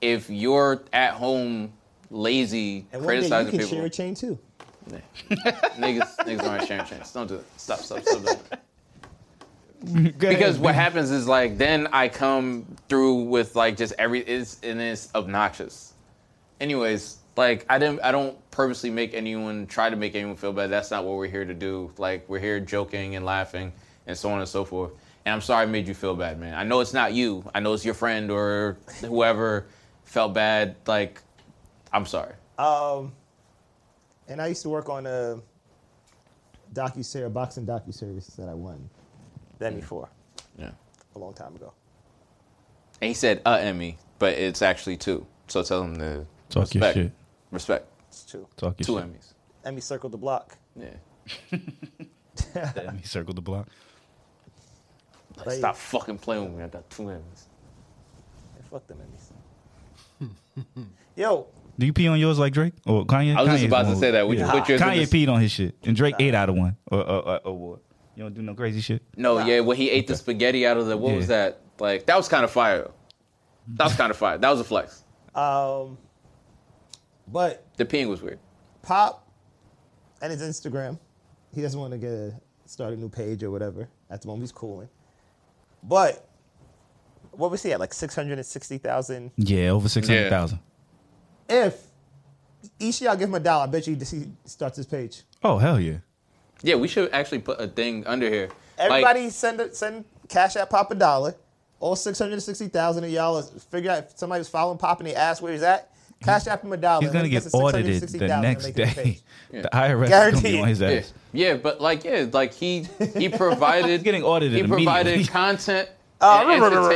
If you're at home lazy, And one day you criticizing can people, share a chain too. niggas niggas aren't sharing chance. Don't do that. Stop. Stop. Stop. Doing that Go ahead. because what happens is like then I come through with like just every it's and it's obnoxious. Anyways, like I didn't I don't purposely make anyone try to make anyone feel bad. That's not what we're here to do. Like we're here joking and laughing and so on and so forth. And I'm sorry I made you feel bad, man. I know it's not you. I know it's your friend or whoever felt bad. Like I'm sorry. Um, and I used to work on a docu series, boxing docu series that I won. Then before, Yeah. a long time ago. And he said uh Emmy, but it's actually two. So tell him to Talk your respect. shit. Respect. It's two. Talk your Two shit. Emmys. Emmy circled the block. Yeah. He circled the block. Like, Stop fucking playing with me. I got two Emmys. yeah, Fuck them Emmys. Yo, Do you pee on yours like Drake or Kanye? I was just Kanye's about to more- say that. Would you put yours in Kanye this- peed on his shit, and Drake ate out of one or, or, or, award. You don't do no crazy shit. No, yeah, when he ate the spaghetti out of the what was Yeah. that? Like that was kind of fire. That was kind of fire. That was a flex. um, but The peeing was weird. Pop and his Instagram, he doesn't want to get a start a new page or whatever. At the moment, he's cooling. But what was he at? Like six hundred and sixty thousand. Yeah, over six hundred thousand. If each of y'all give him a dollar, I bet you he starts his page. Oh hell yeah! Yeah, we should actually put a thing under here. like, Everybody send a, send cash at Pop a dollar. All six hundred sixty thousand of y'all is- figure out if somebody's following Pop and they ask where he's at. Cash app him a dollar. He's gonna Let him get the audited the $660,000 and next make it his day. page. Yeah. The IRS is gonna be on his Yeah. ass. Yeah, but like yeah, like he he provided getting audited He provided immediately. Oh, content Uh, and ruh, ruh, ruh, ruh.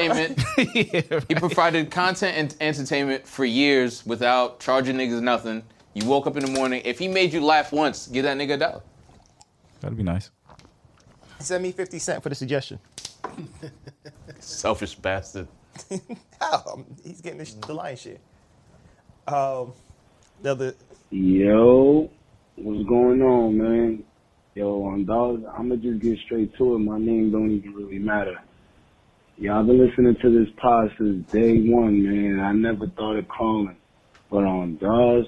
entertainment. He provided content and entertainment for years without charging niggas nothing. You woke up in the morning. If he made you laugh once, give that nigga a dollar. That'd be nice. Send me fifty cent for the suggestion. Selfish bastard. How? Um, He's getting the, sh- the lion's share. Um, the other Yo, what's going on, man? Yo, I'm dollar. I'm gonna just get straight to it. My name don't even really matter. Yeah, I've been listening to this pod since day one, man. I never thought of calling, but on Dawes,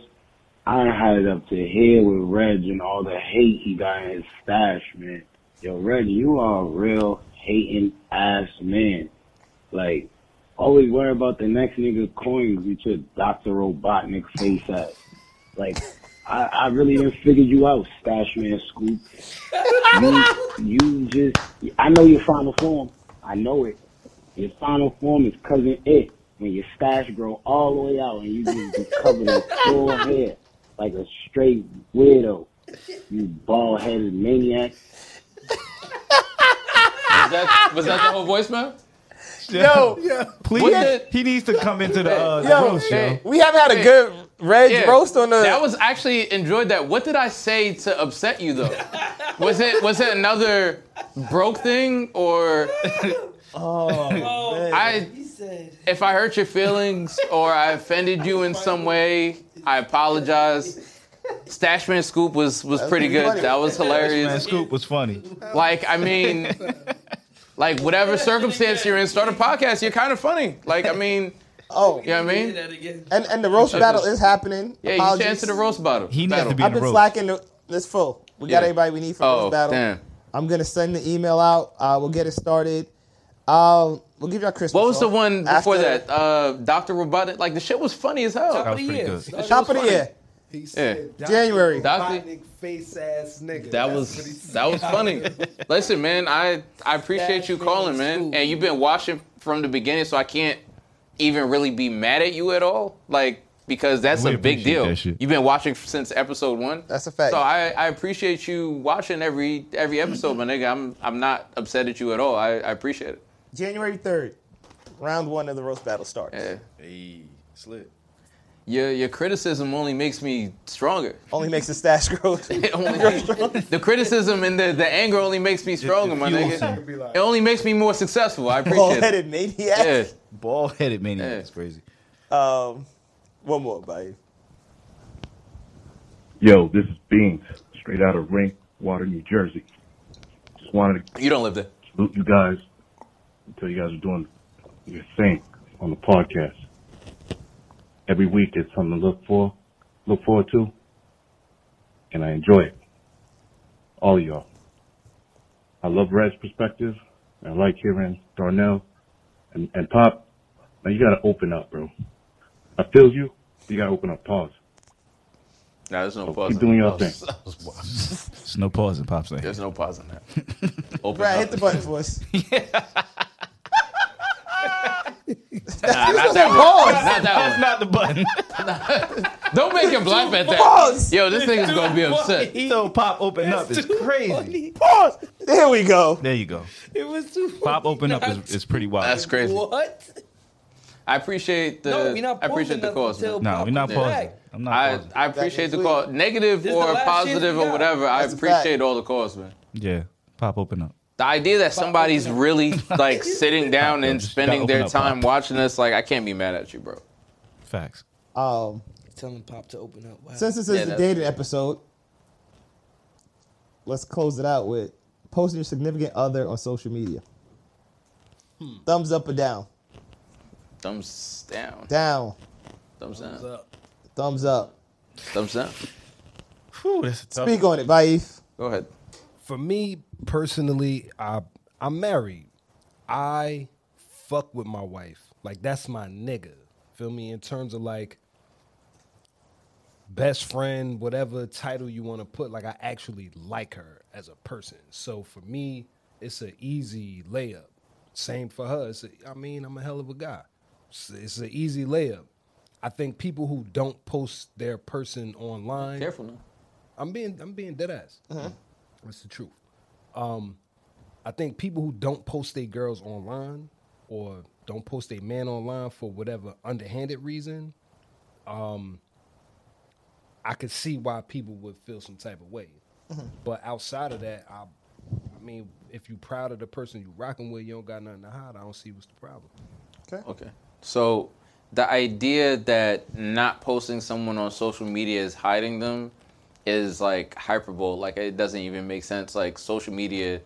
I had it up to here with Reg and all the hate he got in his stash, man. Yo, Reg, you are a real hating ass man. Like, always worry about the next nigga coins with your Dr. Robotnik face at. Like, I, I really didn't figure you out, Stash Man Scoop. You, you just, I know your final form. I know it. Your final form is cousin it. When your stash grow all the way out and you just be covered in full hair like a straight weirdo. You bald headed maniac. Was that, was that the whole voicemail? Yo, please. What the- he needs to come into the uh, the Yo, roast, hey. we haven't had a good red Yeah, roast on the. That was actually enjoyed that. What did I say to upset you though? was it was it another broke thing or Oh, I He said, if I hurt your feelings or I offended you in some way, I apologize. Stashman Scoop was was pretty pretty good. funny. That was Man, hilarious. Scoop was funny. Like I mean, like whatever circumstance you're in, start a podcast. You're kind of funny. Like I mean, oh, you know what I say mean? that again. and and the roast battle is happening. Yeah, you Apologies. should answer the roast battle. He needs to be in I've the been roast. slacking. The, it's full. We got Yeah. everybody we need for Oh, roast battle. damn. I'm gonna send the email out. Uh, we'll get it started. Um, we'll give y'all Christmas. What was the off. one before After- that? Uh, Doctor Robotnik. Like the shit was funny as That hell. was pretty good. Top of the year. he said, Dr. January. Doctor- Robotnik face ass nigga. That That's what he was said. that was funny. Listen, man, I I appreciate you calling, man, and you've been watching from the beginning, so I can't even really be mad at you at all, like because that's We a big appreciate deal. that shit. You've been watching since episode one. That's a fact. So I, I appreciate you watching every every episode, my nigga. I'm I'm not upset at you at all. I, I appreciate it. January third, round one of the roast battle starts. Yeah. Hey, slip. Your your criticism only makes me stronger. Only makes the stash grow. It only- the criticism and the, the anger only makes me stronger, my fuels nigga. him. It only makes me more successful. I appreciate it. Ball-headed maniac. Yeah. Bald headed maniac. Yeah. That's crazy. Um, one more, buddy. Yo, this is Beans, straight out of Water, New Jersey. Just wanted to You don't live there. salute you guys until you guys are doing your thing on the podcast. Every week it's something to look for, look forward to, and I enjoy it. All of y'all. I love Red's perspective. and I like hearing Darnell and, and Pop. Now you gotta open up, bro. I feel you. You gotta open up. Pause. No, there's no pause. Keep doing your thing. There's no pausing, pops. Like. There's no pause in that. Open Brad, up. hit the button for us. Nah, not that one. Not that not the button. one. Don't make him laugh at that. Pause. Yo, this nigga's gonna be upset. so pop open up is crazy. Pause. There we go. There you go. It was too. Pop open up is, is pretty wild. That's crazy. What? I appreciate the. No, we not I appreciate pausing the calls. until man. no, we're not Yeah. pausing. I'm not I, pausing. I appreciate the week. call, negative This the or last chance positive we or got. whatever. I That's a fact. appreciate all the calls, man. yeah, pop open up. The idea that somebody's really like sitting down and Just spending gotta their open up, time Pop. watching us, like I can't be mad at you, bro. Facts. Um, Telling Pop to open up. Wow. Since this is the dated episode, let's close it out with posting your significant other on social media. Thumbs up or down? Thumbs down. Down. Thumbs down. Thumbs up. Thumbs down. Whew, that's a Speak on it, Vaif. Go ahead. For me personally, I I'm married. I fuck with my wife. Like that's my nigga. Feel me? In terms of like best friend, whatever title you want to put, like I actually like her as a person. So for me, it's an easy layup. Same for her. It's a, I mean, I'm a hell of a guy. It's, it's an easy layup. I think people who don't post their person online. Careful now. I'm being I'm being dead ass. Uh-huh. That's the truth. Um, I think people who don't post their girls online or don't post their man online for whatever underhanded reason, um, I could see why people would feel some type of way. Uh-huh. Mhm. But outside of that, I, I mean, if you proud of the person you rocking with, you don't got nothing to hide. I don't see what's the problem. Okay. So the idea that not posting someone on social media is hiding them is like hyperbole. Like it doesn't even make sense. Like social media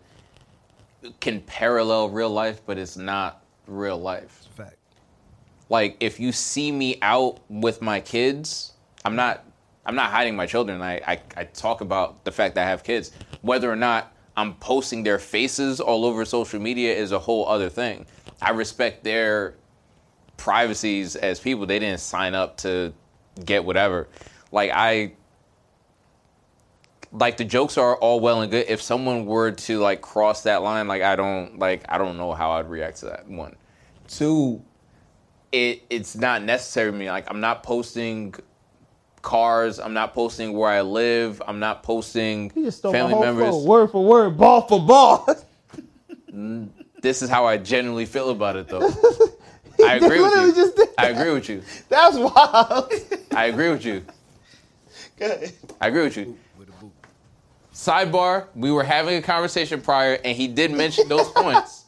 can parallel real life, but it's not real life. It's a fact. Like if you see me out with my kids, I'm not I'm not hiding my children. I, I, I talk about the fact that I have kids. Whether or not I'm posting their faces all over social media is a whole other thing. I respect their privacies as people. They didn't sign up to get whatever. Like I like the jokes are all well and good. If someone were to like cross that line, like I don't like I don't know how I'd react to that. One. Two, it it's not necessary to me. Like I'm not posting cars, I'm not posting where I live, I'm not posting You just stole family my whole members. flow, word for word, ball for ball. Mm, This is how I genuinely feel about it though. I agree with literally you. just I agree with you. That's wild. I agree with you. I agree with you. Sidebar, we were having a conversation prior and he did mention those points.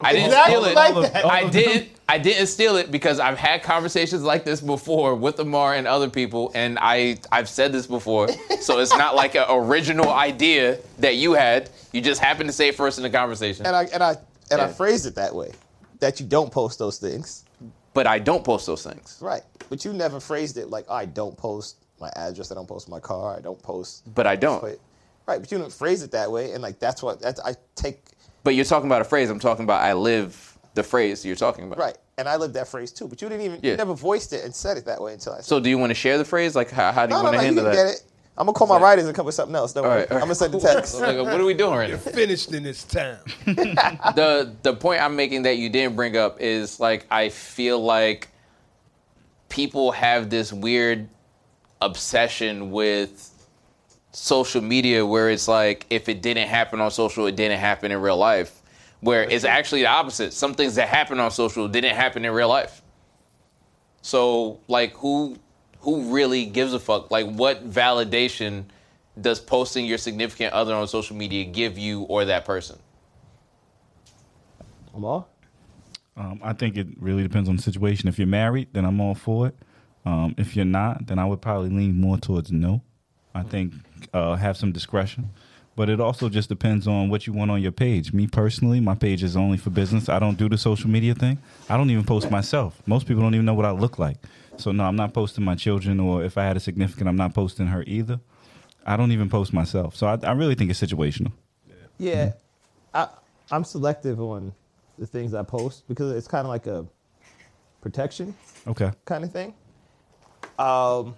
I didn't Exactly steal it. like that. All I of them. didn't I didn't steal it because I've had conversations like this before with Amar and other people and I I've said this before. So it's not like an original idea that you had. You just happened to say it first in the conversation. and I and I and I Yeah. phrased it that way, that you don't post those things. But I don't post those things. Right. But you never phrased it like I don't post my address, I don't post my car, I don't post. But I don't. But- right. But you didn't phrase it that way, and like that's what that's, I take. But you're talking about a phrase. I'm talking about I live the phrase you're talking about. Right. And I lived that phrase too. But you didn't even you Yeah. never voiced it and said it that way until I. Said So do you want to share the phrase? Like how, how do you no, no, want to no, you handle can that? get it. I'm gonna call my writers and come with something else. Don't All worry. right, all I'm gonna send the right. text. Like, what are we doing right now? Finished in this town. the the point I'm making that you didn't bring up is like I feel like people have this weird obsession with social media where it's like if it didn't happen on social, it didn't happen in real life. Where it's actually the opposite. Some things that happen on social didn't happen in real life. So like who who really gives a fuck? Like what validation does posting your significant other on social media give you or that person? Um, I think it really depends on the situation. If you're married, then I'm all for it. Um, if you're not, then I would probably lean more towards no. I think uh, have some discretion, but it also just depends on what you want on your page. Me personally, my page is only for business. I don't do the social media thing. I don't even post myself. Most people don't even know what I look like. So no, I'm not posting my children, or if I had a significant, I'm not posting her either. I don't even post myself. So I, I really think it's situational. Yeah, I, I'm selective on the things I post because it's kind of like a protection Okay. kind of thing. Um,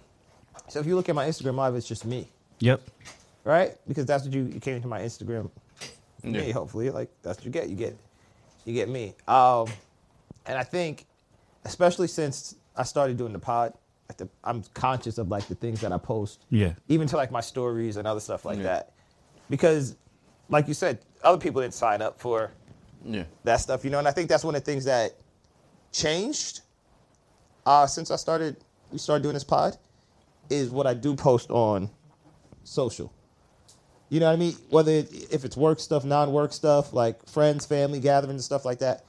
so if you look at my Instagram live, it's just me, Yep. right? Because that's what you, you came to my Instagram. for Yeah. Me, hopefully, like that's what you get. You get, you get me. Um, and I think, especially since I started doing the pod, like the, I'm conscious of like the things that I post Yeah. even to like my stories and other stuff like that. Because, like you said, other people didn't sign up for Yeah. that stuff, you know. And I think that's one of the things that changed uh, since I started. We started doing this pod is what I do post on social. You know what I mean? Whether it, if it's work stuff, non-work stuff, like friends, family gatherings, stuff like that.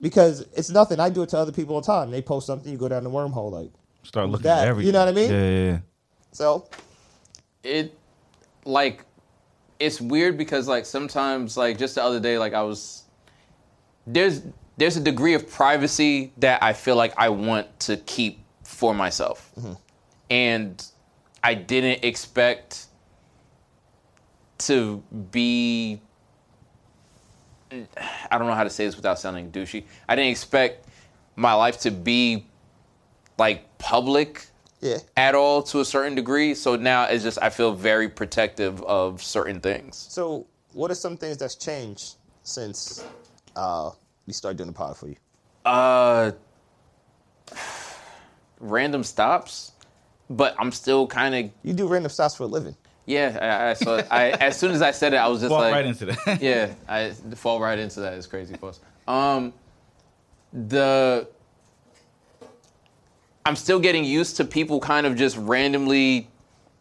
Because it's nothing. I do it to other people all the time. They post something, you go down the wormhole. Like, Start looking That, at everything. you know what I mean? Yeah, yeah, yeah. So it like it's weird because like sometimes like just the other day like I was there's there's a degree of privacy that I feel like I want to keep for myself. And I didn't expect to be I don't know how to say this without sounding douchey. I didn't expect my life to be like public yeah. at all to a certain degree. So now it's just I feel very protective of certain things. So, what are some things that's changed since uh, we started doing the pod for you? Uh random stops, but I'm still kind of You do random stops for a living. yeah. I, I saw. it. I as soon as I said it, I was just Walk like right into that. yeah, I fall right into that. It's crazy, boss. Um, the I'm still getting used to people kind of just randomly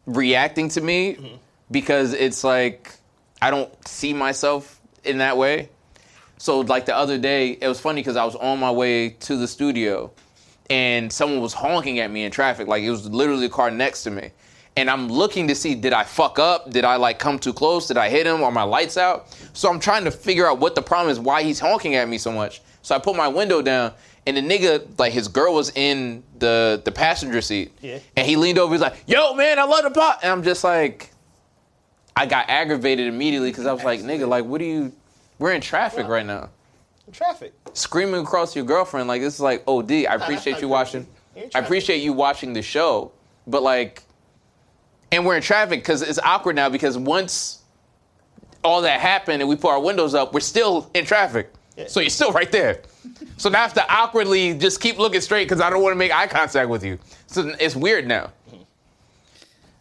reacting to me because it's like I don't see myself in that way. So like the other day, it was funny because I was on my way to the studio and someone was honking at me in traffic. Like it was literally the car next to me. And I'm looking to see did I fuck up? Did I like come too close? Did I hit him? Are my lights out? So I'm trying to figure out what the problem is, why he's honking at me so much. So I put my window down and the nigga, like his girl was in the the passenger seat. Yeah. And he leaned over, he's like, yo man, I love the pot. And I'm just like, I got aggravated immediately because I was like, nigga, like what are you we're in traffic right now Traffic. screaming across your girlfriend like this is like OD. I appreciate you watching. I appreciate you watching the show, but like, and we're in traffic because it's awkward now because once all that happened and we put our windows up, we're still in traffic. So you're still right there. So now I have to awkwardly just keep looking straight because I don't want to make eye contact with you. So it's weird now.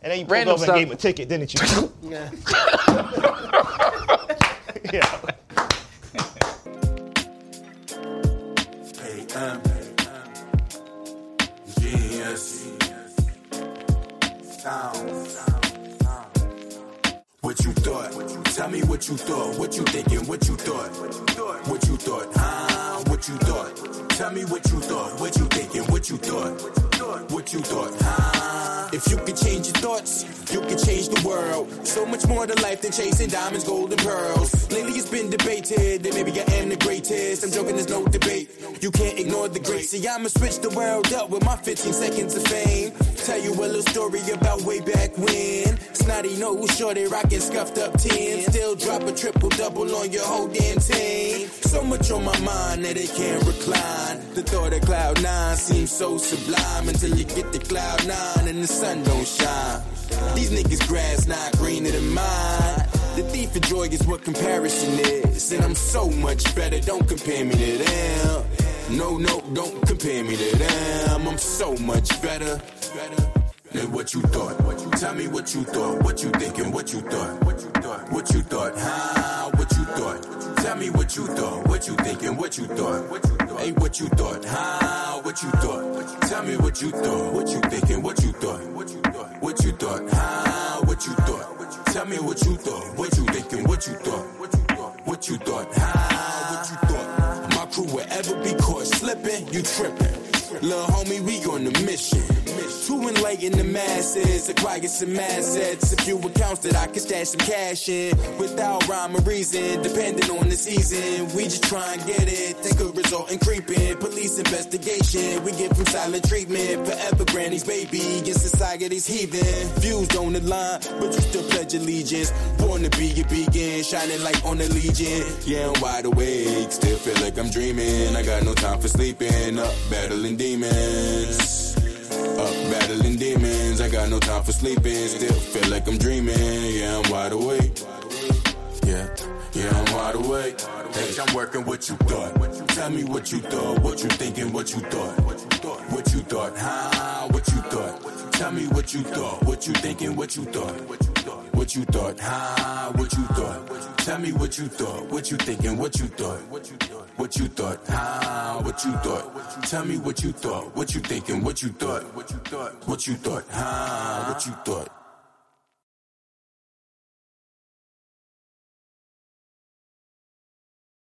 And then you pulled Random over stuff. and gave him a ticket, didn't you? Yeah. yeah. AM Genius Sound What you thought? Tell me what you thought. What you thinking? What you thought? What you thought? Ah, Huh? What you thought? Tell me what you thought. What you thinking? What you thought? What you thought? Ah. Huh? If you could change your thoughts, you could change the world. So much more to life than chasing diamonds, gold, and pearls. Lately it's been debated that maybe I am the greatest. I'm joking, there's no debate. You can't ignore the great. See, I'ma switch the world up with my 15 seconds of fame. Tell you a little story about way back when. Snotty nose, shorty rockin' scuffed up 10. Still drop a triple double on your whole damn team. So much on my mind that it can't recline. The thought of cloud nine seems so sublime until you get to cloud nine and the sun don't shine. These niggas grass not greener than mine. The thief of joy is what comparison is. And I'm so much better, don't compare me to them. No, no, don't compare me to them. I'm so much better. Than what you thought. What you tell me what you thought. What you thinking? What you thought? What you thought? What you thought? Huh? What you thought? Tell me what you thought. What you thinking? What you thought? What you thought? Hey, what you thought? Huh? What you thought? Tell me what you thought. What you thinking? What you thought? What you thought? What you thought? Huh? What you thought? Tell me what you thought. What you thinking? What you thought? What you thought? What you thought? Huh? What you thought? My crew will ever be caught slipping. You tripping. Lil' homie, we on a mission. To enlighten the masses, acquire some assets. A few accounts that I can stash some cash in. Without rhyme or reason, depending on the season. We just try and get it. Take a result and creeping. Police investigation, we get from silent treatment. Forever granny's baby, against society's heathen. Views on the line, but you still pledge allegiance. Born to be a beacon, shining light on the legion. Yeah, I'm wide awake, still feel like I'm dreaming. I got no time for sleeping, up battling demons. Up battling demons, I got no time for sleeping. Still feel like I'm dreaming, yeah, I'm wide awake. Yeah, yeah, I'm wide awake. Hey, I'm working what you thought. Tell me what you thought, what you thinking, what you thought. What you thought, huh? What you thought. Tell me what you thought, what you thinking, what you thought. What you thought, huh? What you thought. Tell me what you thought, what you thinking, what you thought. What you thought, huh? What you thought. Tell me what you thought, what you thinking, what you thought. What you thought, huh? What you thought.